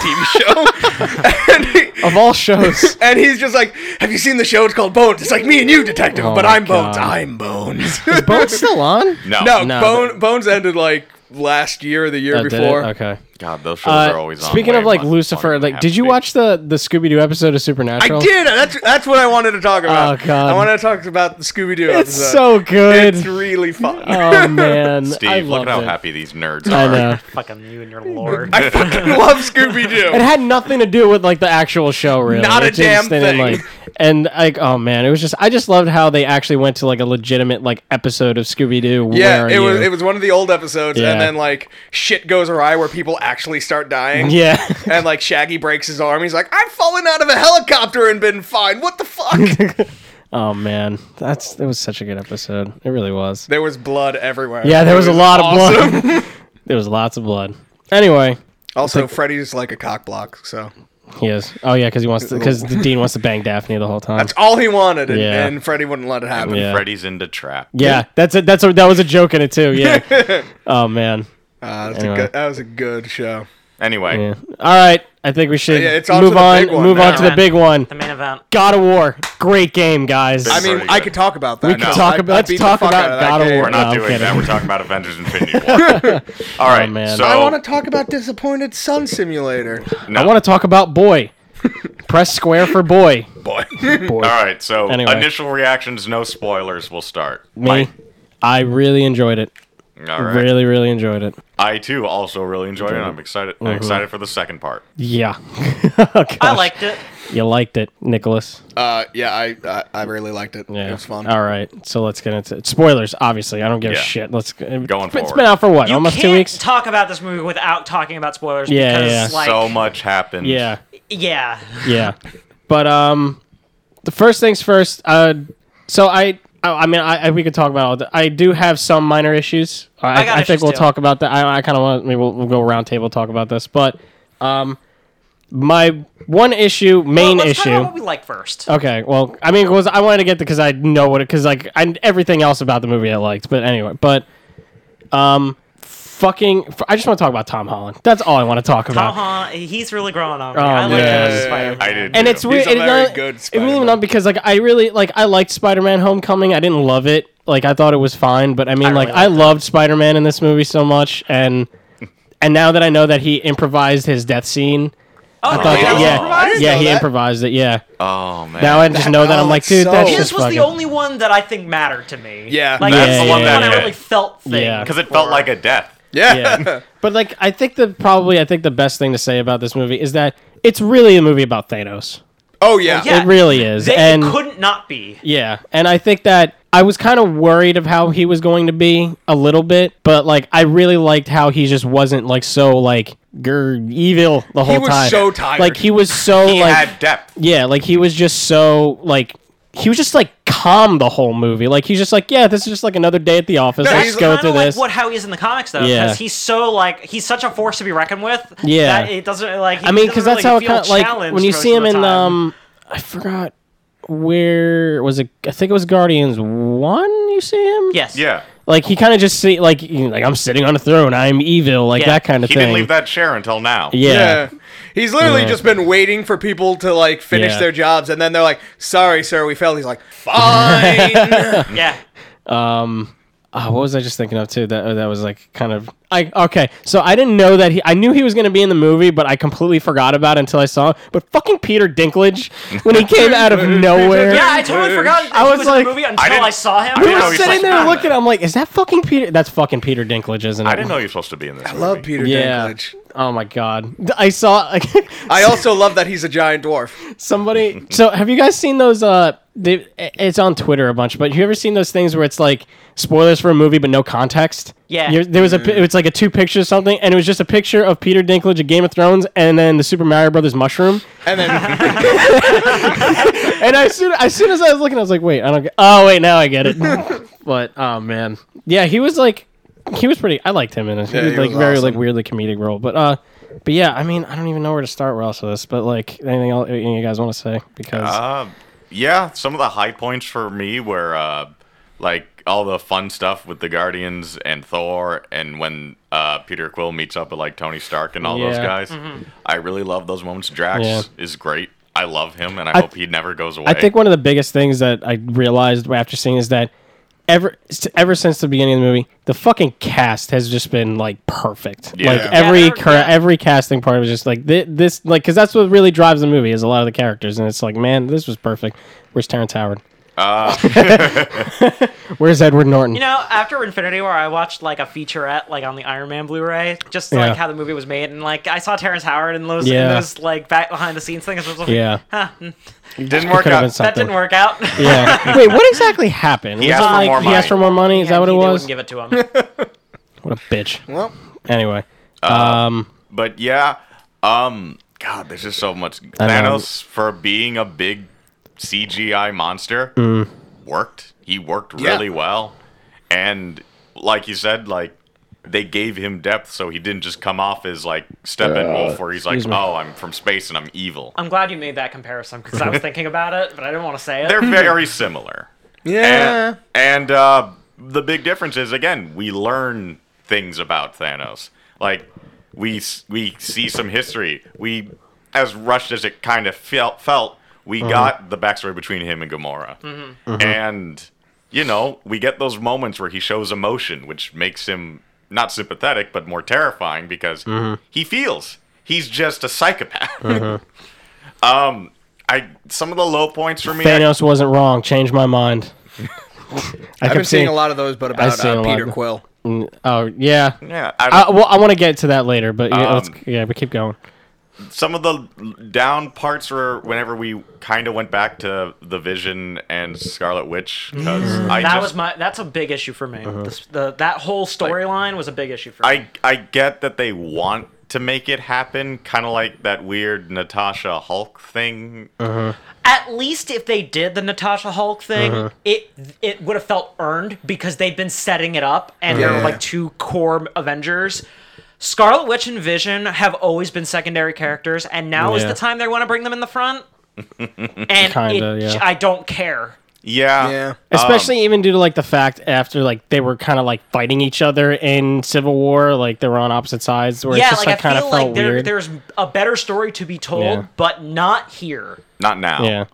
[SPEAKER 3] TV show, and, he,
[SPEAKER 4] Of all shows,
[SPEAKER 3] and he's just like, "Have you seen the show? It's called Bones. It's like me and you, detective,
[SPEAKER 4] Oh
[SPEAKER 3] but
[SPEAKER 4] my
[SPEAKER 3] I'm Bones.
[SPEAKER 4] God.
[SPEAKER 3] I'm Bones."
[SPEAKER 4] is Bones still on?
[SPEAKER 2] no,
[SPEAKER 3] no,
[SPEAKER 4] No,
[SPEAKER 3] Bone,
[SPEAKER 4] but-
[SPEAKER 3] Bones ended like last year, or the year
[SPEAKER 4] Oh, did it?
[SPEAKER 3] before.
[SPEAKER 4] Okay.
[SPEAKER 2] God, those shows
[SPEAKER 4] Uh,
[SPEAKER 2] are always on.
[SPEAKER 4] speaking
[SPEAKER 2] way
[SPEAKER 4] of like
[SPEAKER 2] much
[SPEAKER 4] Lucifer,
[SPEAKER 2] longer than
[SPEAKER 4] like,
[SPEAKER 2] they
[SPEAKER 4] did
[SPEAKER 2] have
[SPEAKER 4] you
[SPEAKER 2] to be.
[SPEAKER 4] watch the the Scooby Doo episode of Supernatural?
[SPEAKER 3] I did. That's that's what I wanted to talk about.
[SPEAKER 4] Oh, God.
[SPEAKER 3] I wanted to talk about the Scooby Doo
[SPEAKER 4] It's
[SPEAKER 3] episode.
[SPEAKER 4] so uh, good.
[SPEAKER 3] It's really fun.
[SPEAKER 4] oh man, I
[SPEAKER 2] Steve, look
[SPEAKER 4] loved
[SPEAKER 2] at how
[SPEAKER 4] it.
[SPEAKER 2] happy these nerds
[SPEAKER 4] I
[SPEAKER 2] are.
[SPEAKER 4] know.
[SPEAKER 1] fucking you and your lord.
[SPEAKER 3] I fucking love Scooby
[SPEAKER 4] It
[SPEAKER 3] Doo.
[SPEAKER 4] had nothing to do with like the actual show, really.
[SPEAKER 3] Not a
[SPEAKER 4] It
[SPEAKER 3] damn
[SPEAKER 4] just didn't,
[SPEAKER 3] thing.
[SPEAKER 4] Like, and like, oh man, it was just I just loved how they actually went to like a legitimate like episode of Scooby Doo.
[SPEAKER 3] Yeah, it was it was one of the old episodes,
[SPEAKER 4] Yeah.
[SPEAKER 3] and then like shit goes awry where people actually start dying.
[SPEAKER 4] Yeah,
[SPEAKER 3] And like Shaggy breaks his arm. He's like, I've fallen out of a helicopter and been fine. What the fuck?
[SPEAKER 4] Oh man, that's that was such a good episode. It really was.
[SPEAKER 3] there was blood everywhere.
[SPEAKER 4] Yeah, there
[SPEAKER 3] It
[SPEAKER 4] was a lot of
[SPEAKER 3] awesome.
[SPEAKER 4] blood. there was lots of blood. Anyway,
[SPEAKER 3] Also, Freddy's like a cock block, so
[SPEAKER 4] he is. Oh yeah, because he wants to. Because Dean wants to bang Daphne the whole time.
[SPEAKER 3] that's all he wanted, and,
[SPEAKER 4] Yeah.
[SPEAKER 3] and Freddy wouldn't let it happen.
[SPEAKER 4] Yeah.
[SPEAKER 2] Freddy's into trap.
[SPEAKER 4] yeah, that's it. That's a, that was a joke in it too. Yeah. oh man.
[SPEAKER 3] Uh, that's
[SPEAKER 4] Anyway.
[SPEAKER 3] a good, that was a good show.
[SPEAKER 2] Anyway,
[SPEAKER 4] Yeah. All right. I think we should
[SPEAKER 3] Yeah, it's on to
[SPEAKER 4] move
[SPEAKER 3] the
[SPEAKER 4] on.
[SPEAKER 3] big one
[SPEAKER 4] Move on
[SPEAKER 3] now.
[SPEAKER 4] to the big one.
[SPEAKER 1] the main event.
[SPEAKER 4] God of War. Great game, guys.
[SPEAKER 3] I
[SPEAKER 2] It's
[SPEAKER 3] mean,
[SPEAKER 2] pretty
[SPEAKER 3] I
[SPEAKER 2] good.
[SPEAKER 3] could talk about that.
[SPEAKER 4] We could talk about- let's
[SPEAKER 3] beat the
[SPEAKER 4] talk
[SPEAKER 3] fuck
[SPEAKER 4] about
[SPEAKER 3] out that
[SPEAKER 4] God of
[SPEAKER 3] game.
[SPEAKER 4] War.
[SPEAKER 2] we're not
[SPEAKER 4] No, I'm
[SPEAKER 2] doing
[SPEAKER 4] kidding. Oh,
[SPEAKER 2] that. We're talking about Avengers: Infinity War. All right,
[SPEAKER 4] man.
[SPEAKER 2] so
[SPEAKER 3] I want to talk about Disappointed Sun Simulator.
[SPEAKER 4] I want to talk about boy. Press square for boy.
[SPEAKER 2] boy.
[SPEAKER 4] Boy.
[SPEAKER 2] All right, so
[SPEAKER 4] Anyway.
[SPEAKER 2] initial reactions, no spoilers. We'll start.
[SPEAKER 4] Me. I really enjoyed it.
[SPEAKER 2] All right.
[SPEAKER 4] Really, really enjoyed it.
[SPEAKER 2] I too also really enjoyed it. and I'm excited.
[SPEAKER 4] Uh-huh.
[SPEAKER 2] I'm excited for the second part.
[SPEAKER 4] Yeah. Oh,
[SPEAKER 1] I
[SPEAKER 4] Gosh.
[SPEAKER 1] liked it.
[SPEAKER 4] You liked it, Nicholas.
[SPEAKER 3] Uh, yeah, I, I I really liked it.
[SPEAKER 4] Yeah.
[SPEAKER 3] It was fun.
[SPEAKER 4] All right. So let's get into spoilers. Obviously, I don't give
[SPEAKER 2] Yeah.
[SPEAKER 4] a shit. Let's going It's
[SPEAKER 2] forward.
[SPEAKER 4] been out for what?
[SPEAKER 1] You
[SPEAKER 4] Almost
[SPEAKER 1] can't
[SPEAKER 4] two weeks.
[SPEAKER 1] talk about this movie without talking about spoilers.
[SPEAKER 4] Yeah, yeah,
[SPEAKER 1] because,
[SPEAKER 4] yeah.
[SPEAKER 1] Like,
[SPEAKER 2] so much happened.
[SPEAKER 4] yeah.
[SPEAKER 1] Yeah,
[SPEAKER 4] Yeah. But um, the first things first. Uh, so I. I I mean, I, I we could talk about. All the, I do have some minor issues. I,
[SPEAKER 1] I got
[SPEAKER 4] I think
[SPEAKER 1] issues
[SPEAKER 4] we'll
[SPEAKER 1] too.
[SPEAKER 4] talk about that. I, I kind of want maybe we'll, we'll go round table talk about this. But um, my one issue, main
[SPEAKER 1] Well, let's
[SPEAKER 4] issue. Oh.
[SPEAKER 1] Talk about what we like first.
[SPEAKER 4] Okay, well, I mean, 'cause I wanted to get the because I know what it because like I everything else about the movie I liked, but anyway, but um, fucking, f- I just want to talk about Tom Holland. That's all I want to talk
[SPEAKER 1] Tom
[SPEAKER 4] about.
[SPEAKER 1] Holland, Uh-huh. he's really growing on me.
[SPEAKER 4] Oh,
[SPEAKER 1] I like
[SPEAKER 4] yeah.
[SPEAKER 1] him as Spider-Man.
[SPEAKER 2] I did.
[SPEAKER 4] And
[SPEAKER 2] too.
[SPEAKER 4] it's weird.
[SPEAKER 3] a
[SPEAKER 4] it
[SPEAKER 3] very
[SPEAKER 4] not-
[SPEAKER 3] good
[SPEAKER 4] it really
[SPEAKER 3] Spider-Man.
[SPEAKER 4] not because like I really like I liked Spider-Man: Homecoming. I didn't love it. Like I thought it was fine, but I mean,
[SPEAKER 1] I
[SPEAKER 4] like
[SPEAKER 1] really
[SPEAKER 4] I
[SPEAKER 1] liked
[SPEAKER 4] loved Spider-Man in this movie so much, and and now that I know that he improvised his death scene,
[SPEAKER 1] Oh,
[SPEAKER 4] I thought
[SPEAKER 1] he
[SPEAKER 4] that-
[SPEAKER 1] was
[SPEAKER 4] yeah,
[SPEAKER 1] surprised?
[SPEAKER 3] improvised?
[SPEAKER 4] yeah,
[SPEAKER 3] I didn't
[SPEAKER 4] he
[SPEAKER 3] know that.
[SPEAKER 4] improvised it. Yeah.
[SPEAKER 2] Oh man.
[SPEAKER 4] Now I just know that I'm
[SPEAKER 3] oh,
[SPEAKER 4] like,
[SPEAKER 3] it's
[SPEAKER 4] dude,
[SPEAKER 3] so-
[SPEAKER 4] that's
[SPEAKER 3] This
[SPEAKER 4] just
[SPEAKER 1] This was
[SPEAKER 4] fucking.
[SPEAKER 1] the only one that I think mattered to me.
[SPEAKER 3] Yeah.
[SPEAKER 1] like
[SPEAKER 4] That's
[SPEAKER 1] it's
[SPEAKER 4] the
[SPEAKER 1] the
[SPEAKER 4] one
[SPEAKER 1] one
[SPEAKER 4] that
[SPEAKER 1] I
[SPEAKER 4] hit.
[SPEAKER 1] really felt thing.
[SPEAKER 4] Yeah.
[SPEAKER 2] because it felt like a death.
[SPEAKER 3] Yeah.
[SPEAKER 4] yeah. But like, I think the probably I think the best thing to say about this movie is that it's really a movie about Thanos.
[SPEAKER 3] oh yeah.
[SPEAKER 1] Yeah.
[SPEAKER 4] It really is,
[SPEAKER 1] They
[SPEAKER 4] and
[SPEAKER 1] couldn't not be.
[SPEAKER 4] yeah, and I think that I was kind of worried of how he was going to be a little bit, but like I really liked how he just wasn't like so like grr, evil the whole
[SPEAKER 3] was
[SPEAKER 4] time.
[SPEAKER 3] so tired.
[SPEAKER 4] Like he was so
[SPEAKER 2] He
[SPEAKER 4] like
[SPEAKER 2] had depth.
[SPEAKER 4] yeah, like he was just so like. He was just like calm the whole movie. Like he's just like, yeah, this is just like another day at the office.
[SPEAKER 3] No,
[SPEAKER 4] Let's
[SPEAKER 3] he's
[SPEAKER 4] go
[SPEAKER 1] Kinda
[SPEAKER 4] through
[SPEAKER 1] like
[SPEAKER 4] this.
[SPEAKER 1] what how he is in the comics though, because
[SPEAKER 4] Yeah.
[SPEAKER 1] he's so like he's such a force to be reckoned with.
[SPEAKER 4] Yeah.
[SPEAKER 1] that it doesn't like. He
[SPEAKER 4] I mean, because
[SPEAKER 1] because really
[SPEAKER 4] that's how it
[SPEAKER 1] feel
[SPEAKER 4] kind of like
[SPEAKER 1] challenged
[SPEAKER 4] when you
[SPEAKER 1] most
[SPEAKER 4] see
[SPEAKER 1] of
[SPEAKER 4] him
[SPEAKER 1] the
[SPEAKER 4] in
[SPEAKER 1] time.
[SPEAKER 4] um, I forgot where was it? I think it was Guardians One. You see him?
[SPEAKER 1] yes,
[SPEAKER 2] Yeah.
[SPEAKER 4] Like he kind of just see like you know, like I'm sitting on a throne. I'm evil. Like
[SPEAKER 1] Yeah.
[SPEAKER 4] that kind
[SPEAKER 2] He
[SPEAKER 4] of thing.
[SPEAKER 2] didn't leave that chair until now.
[SPEAKER 4] Yeah.
[SPEAKER 3] Yeah. He's literally
[SPEAKER 4] Yeah.
[SPEAKER 3] just been waiting for people to like finish
[SPEAKER 4] Yeah.
[SPEAKER 3] their jobs, and then they're like, "Sorry, sir, we failed." He's like, "Fine."
[SPEAKER 1] yeah.
[SPEAKER 4] Oh, what was I just thinking of too? That that was like kind of I okay. So I didn't know that he. I knew he was going to be in the movie, but I completely forgot about it until I saw. It. But fucking Peter Dinklage when he came out of nowhere.
[SPEAKER 1] Yeah, I totally forgot. that
[SPEAKER 4] I
[SPEAKER 1] he
[SPEAKER 4] was
[SPEAKER 1] in
[SPEAKER 4] like-
[SPEAKER 1] the movie until
[SPEAKER 2] I
[SPEAKER 1] I,
[SPEAKER 2] didn't-
[SPEAKER 1] saw him.
[SPEAKER 2] I
[SPEAKER 4] we
[SPEAKER 2] didn't know
[SPEAKER 4] were
[SPEAKER 2] he's
[SPEAKER 4] sitting
[SPEAKER 2] like- "Ah."
[SPEAKER 4] there looking. I'm like, is that fucking Peter? That's fucking Peter Dinklage, isn't it?
[SPEAKER 2] I didn't know you're supposed to be in this.
[SPEAKER 3] I love Peter
[SPEAKER 4] Yeah.
[SPEAKER 3] Dinklage.
[SPEAKER 4] Oh my god. I saw like
[SPEAKER 3] I also love that he's a giant dwarf.
[SPEAKER 4] somebody. So have you guys seen those? Uh, they, it's on Twitter a bunch. But you ever seen those things where it's like spoilers for a movie but no context?
[SPEAKER 1] Yeah.
[SPEAKER 4] You're- there was a. pi- It's like a two pictures something, and it was just a picture of Peter Dinklage of Game of Thrones, and then the Super Mario Brothers mushroom.
[SPEAKER 3] And then
[SPEAKER 4] And I soon, as soon as I was looking, I was like, wait, I don't. Get, oh wait, now I get it. but oh man, yeah, he was like, he was pretty. I liked him in it. He
[SPEAKER 3] Yeah,
[SPEAKER 4] was
[SPEAKER 3] he
[SPEAKER 4] like
[SPEAKER 3] was
[SPEAKER 4] very
[SPEAKER 3] awesome.
[SPEAKER 4] like weirdly comedic role. But uh, but yeah, I mean, I don't even know where to start with all of this. But like, anything else any you guys want to say? Because
[SPEAKER 2] Uh, yeah, some of the high points for me were uh, like all the fun stuff with the Guardians and Thor, and when uh, Peter Quill meets up with like Tony Stark and all those
[SPEAKER 4] Yeah.
[SPEAKER 2] guys. I really love those moments. Drax
[SPEAKER 4] Yeah.
[SPEAKER 2] is great. I love him, and I, hope he never goes away.
[SPEAKER 4] I think one of the biggest things that I realized after seeing is that ever s- ever since the beginning of the movie, the fucking cast has just been like perfect.
[SPEAKER 2] Yeah.
[SPEAKER 4] Like
[SPEAKER 2] Yeah,
[SPEAKER 4] every
[SPEAKER 1] they're-
[SPEAKER 4] cur-
[SPEAKER 1] yeah.
[SPEAKER 4] every casting part was just like thi- this, like because that's what really drives the movie is a lot of the characters, and it's like, man, this was perfect. Where's Terrence Howard?
[SPEAKER 2] Ah.
[SPEAKER 4] Where's Edward Norton?
[SPEAKER 1] You know, after Infinity War, I watched like a featurette like on the Iron Man Blu-ray, just
[SPEAKER 4] Yeah.
[SPEAKER 1] like how the movie was made, and like I saw Terrence Howard in those, in
[SPEAKER 4] Yeah.
[SPEAKER 1] those like back behind the scenes things. I was like,
[SPEAKER 4] yeah,
[SPEAKER 2] didn't
[SPEAKER 4] It
[SPEAKER 2] work out.
[SPEAKER 4] could've been
[SPEAKER 1] that
[SPEAKER 4] something.
[SPEAKER 1] didn't work out.
[SPEAKER 4] yeah. Wait, what exactly happened?
[SPEAKER 2] He
[SPEAKER 4] Was
[SPEAKER 2] asked
[SPEAKER 4] it
[SPEAKER 2] for
[SPEAKER 4] like
[SPEAKER 2] more
[SPEAKER 4] he
[SPEAKER 2] money.
[SPEAKER 4] asked for more money. Is that what it
[SPEAKER 1] He
[SPEAKER 4] was?
[SPEAKER 1] Wouldn't give it to him.
[SPEAKER 4] what a bitch.
[SPEAKER 3] well,
[SPEAKER 4] Anyway,
[SPEAKER 2] But yeah, um, God, there's just so much.
[SPEAKER 4] I know.
[SPEAKER 2] Thanos for being a big CGI monster
[SPEAKER 4] Mm.
[SPEAKER 2] worked. He worked
[SPEAKER 3] Yeah.
[SPEAKER 2] really well, and like you said, like they gave him depth, so he didn't just come off as like Steppenwolf, where he's like,
[SPEAKER 4] excuse me.
[SPEAKER 2] "Oh, I'm from space and I'm evil."
[SPEAKER 1] I'm glad you made that comparison because I was thinking about it, but I didn't want to say it.
[SPEAKER 2] They're very similar.
[SPEAKER 3] yeah.
[SPEAKER 2] And, and uh, the big difference is again, we learn things about Thanos. Like we s- we see some history. We, as rushed as it kind of felt, felt we got the backstory between him and Gamora, and you know we get those moments where he shows emotion, which makes him not sympathetic but more terrifying because he feels he's just a psychopath. um, I some of the low points for me. I-
[SPEAKER 4] Thanos wasn't wrong. Changed my mind. I
[SPEAKER 3] I've
[SPEAKER 4] kept
[SPEAKER 3] been seeing
[SPEAKER 4] seeing
[SPEAKER 3] a lot of those, but about
[SPEAKER 4] seen a
[SPEAKER 3] uh,
[SPEAKER 4] lot
[SPEAKER 3] Peter
[SPEAKER 4] of-
[SPEAKER 3] Quill.
[SPEAKER 4] Oh yeah.
[SPEAKER 2] yeah, I,
[SPEAKER 4] I, well, I want to get to that later, but yeah, let's,
[SPEAKER 2] Um,
[SPEAKER 4] yeah, but keep going.
[SPEAKER 2] some of the down parts were whenever we kind of went back to the Vision and Scarlet Witch because
[SPEAKER 4] Mm.
[SPEAKER 2] I
[SPEAKER 1] that
[SPEAKER 2] just,
[SPEAKER 1] was my. That's a big issue for me.
[SPEAKER 4] Uh-huh.
[SPEAKER 1] This, the that whole storyline was a big issue for me.
[SPEAKER 2] I I get that they want to make it happen, kind of like that weird Natasha Hulk thing.
[SPEAKER 1] At least if they did the Natasha Hulk thing,
[SPEAKER 4] Uh-huh.
[SPEAKER 1] it it would have felt earned because they've been setting it up, and
[SPEAKER 3] Yeah.
[SPEAKER 1] they're like two core Avengers. Scarlet Witch and Vision have always been secondary characters, and now is
[SPEAKER 4] Yeah.
[SPEAKER 1] the time they want to bring them in the front. and
[SPEAKER 4] Kinda,
[SPEAKER 1] it,
[SPEAKER 4] yeah.
[SPEAKER 1] I don't care.
[SPEAKER 2] Yeah,
[SPEAKER 3] Yeah.
[SPEAKER 4] Especially
[SPEAKER 3] um,
[SPEAKER 4] even due to like the fact after like they were kind of like fighting each other in Civil War, like they were on opposite sides, where it
[SPEAKER 1] yeah, like,
[SPEAKER 4] just like,
[SPEAKER 1] I
[SPEAKER 4] kind of
[SPEAKER 1] feel
[SPEAKER 4] felt
[SPEAKER 1] like there,
[SPEAKER 4] weird.
[SPEAKER 1] there's a better story to be told,
[SPEAKER 4] Yeah.
[SPEAKER 1] but not here.
[SPEAKER 2] not now.
[SPEAKER 4] yeah,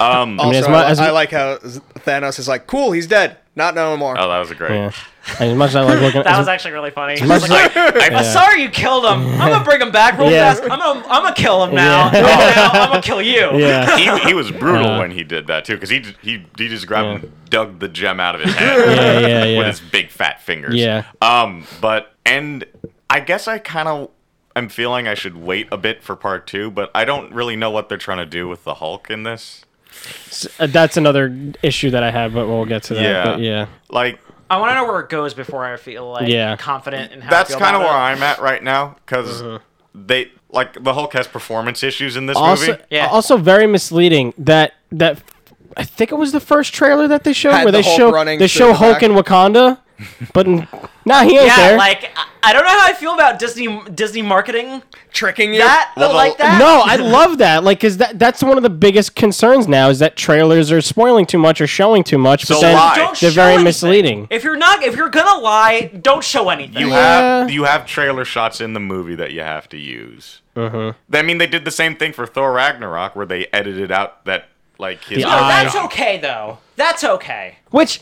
[SPEAKER 3] Um, Also, I,
[SPEAKER 4] as mu-
[SPEAKER 3] li-
[SPEAKER 4] as
[SPEAKER 3] I
[SPEAKER 4] mu-
[SPEAKER 3] like how Z- Thanos is like, "Cool, he's dead. Not no more."
[SPEAKER 2] Oh, that was a great.
[SPEAKER 4] yeah. And as much as I like looking,
[SPEAKER 1] That
[SPEAKER 4] as-
[SPEAKER 1] was actually really funny.
[SPEAKER 4] much as I-
[SPEAKER 2] I,
[SPEAKER 1] I'm sorry you killed him. I'm gonna bring him back real
[SPEAKER 4] Yeah.
[SPEAKER 1] fast. I'm gonna, I'm gonna kill him now.
[SPEAKER 4] Yeah.
[SPEAKER 1] And now I'm gonna kill you.
[SPEAKER 4] yeah,
[SPEAKER 2] He, he was brutal
[SPEAKER 4] Uh,
[SPEAKER 2] when he did that too, because he he he just grabbed and dug the gem out of his hand.
[SPEAKER 4] yeah, yeah,
[SPEAKER 2] with
[SPEAKER 4] yeah.
[SPEAKER 2] his big fat fingers.
[SPEAKER 4] Yeah.
[SPEAKER 2] Um, but and I guess I kind of am feeling I should wait a bit for part two, but I don't really know what they're trying to do with the Hulk in this.
[SPEAKER 4] Uh, That's another issue that I had, but we'll get to that.
[SPEAKER 2] Yeah.
[SPEAKER 4] but yeah.
[SPEAKER 2] Like
[SPEAKER 1] I want to know where it goes before I feel like
[SPEAKER 4] Yeah.
[SPEAKER 1] confident in how.
[SPEAKER 2] that's
[SPEAKER 1] kind of
[SPEAKER 2] where I'm at right now because
[SPEAKER 4] Uh-huh.
[SPEAKER 2] they like the Hulk has performance issues in this
[SPEAKER 4] also
[SPEAKER 2] movie.
[SPEAKER 1] Yeah.
[SPEAKER 4] also very misleading that that I think it was the first trailer that they showed
[SPEAKER 3] Had
[SPEAKER 4] where
[SPEAKER 3] the
[SPEAKER 4] they
[SPEAKER 3] Hulk
[SPEAKER 4] show
[SPEAKER 3] running
[SPEAKER 4] they
[SPEAKER 3] through
[SPEAKER 4] show
[SPEAKER 3] the
[SPEAKER 4] Hulk
[SPEAKER 3] back.
[SPEAKER 4] in Wakanda, but n- nah, he ain't
[SPEAKER 1] Yeah,
[SPEAKER 4] there.
[SPEAKER 1] like I- I don't know how I feel about Disney Disney marketing
[SPEAKER 3] Tricking you.
[SPEAKER 1] that
[SPEAKER 2] Well, the-
[SPEAKER 1] like that.
[SPEAKER 4] no, I love that. Like, cause that that's one of the biggest concerns now is that trailers are spoiling too much or showing too much.
[SPEAKER 2] So
[SPEAKER 4] but then
[SPEAKER 2] lie.
[SPEAKER 1] Don't
[SPEAKER 4] They're
[SPEAKER 1] show
[SPEAKER 4] very
[SPEAKER 1] anything.
[SPEAKER 4] misleading.
[SPEAKER 1] If you're not, if you're gonna lie, don't show anything.
[SPEAKER 2] You have you have trailer shots in the movie that you have to use.
[SPEAKER 4] Uh-huh.
[SPEAKER 2] I mean, they did the same thing for Thor Ragnarok, where they edited out that like his
[SPEAKER 4] The
[SPEAKER 1] no,
[SPEAKER 2] eye
[SPEAKER 1] that's
[SPEAKER 2] shot.
[SPEAKER 1] okay though. That's okay.
[SPEAKER 4] Which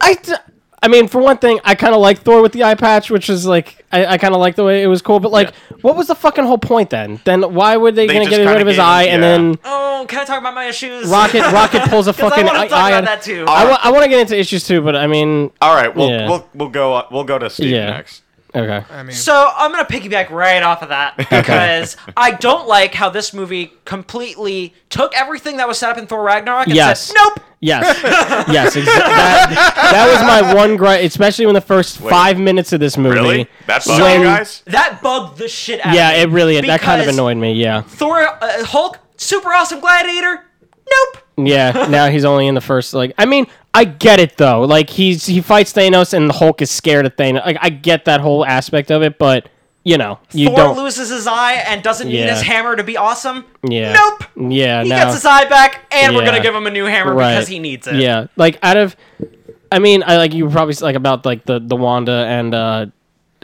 [SPEAKER 4] I th- I mean, for one thing, I kind of like Thor with the eye patch, which is like I, I kind of like the way it was cool. But like, what was the fucking whole point then? Then why were they,
[SPEAKER 2] They
[SPEAKER 4] gonna
[SPEAKER 2] just
[SPEAKER 4] get rid
[SPEAKER 2] kinda
[SPEAKER 4] of his
[SPEAKER 2] gave-
[SPEAKER 4] eye and
[SPEAKER 2] yeah.
[SPEAKER 4] then
[SPEAKER 1] Oh, can I talk about my issues?
[SPEAKER 4] Rocket Rocket pulls a
[SPEAKER 1] 'Cause
[SPEAKER 4] fucking
[SPEAKER 1] I
[SPEAKER 4] eye,
[SPEAKER 1] want to talk
[SPEAKER 4] eye
[SPEAKER 1] about
[SPEAKER 4] out-
[SPEAKER 1] that too.
[SPEAKER 4] I want to get into issues too, but I mean,
[SPEAKER 2] All right, we'll
[SPEAKER 4] Yeah.
[SPEAKER 2] we'll we'll go uh, we'll go to Steve
[SPEAKER 4] Yeah.
[SPEAKER 2] next.
[SPEAKER 4] okay,
[SPEAKER 1] Um,
[SPEAKER 3] I mean,
[SPEAKER 1] So I'm gonna piggyback right off of that because I don't like how this movie completely took everything that was set up in Thor Ragnarok and
[SPEAKER 4] Yes.
[SPEAKER 1] said, "Nope,
[SPEAKER 4] yes, yes, exa- that, that was my one gripe, especially when the first five minutes of this movie.
[SPEAKER 2] Really? That's all
[SPEAKER 4] when-
[SPEAKER 2] you guys?
[SPEAKER 1] that bugged the shit out."
[SPEAKER 4] Yeah,
[SPEAKER 1] of me
[SPEAKER 4] it really that kind of
[SPEAKER 1] because
[SPEAKER 4] annoyed me. Yeah,
[SPEAKER 1] Thor, uh, Hulk, super awesome gladiator. Nope.
[SPEAKER 4] yeah. now he's only in the first. Like, I mean, I get it though. Like he's he fights Thanos and the Hulk is scared of Thanos. Like I get that whole aspect of it, but you know, you
[SPEAKER 1] Thor
[SPEAKER 4] don't.
[SPEAKER 1] loses his eye and doesn't need
[SPEAKER 4] Yeah.
[SPEAKER 1] his hammer to be awesome.
[SPEAKER 4] yeah.
[SPEAKER 1] Nope.
[SPEAKER 4] Yeah.
[SPEAKER 1] He
[SPEAKER 4] no.
[SPEAKER 1] gets his eye back, and we're
[SPEAKER 4] Yeah.
[SPEAKER 1] gonna give him a new hammer
[SPEAKER 4] Right.
[SPEAKER 1] because he needs it.
[SPEAKER 4] Yeah, like out of, I mean, I like you were probably like about like the the Wanda and uh,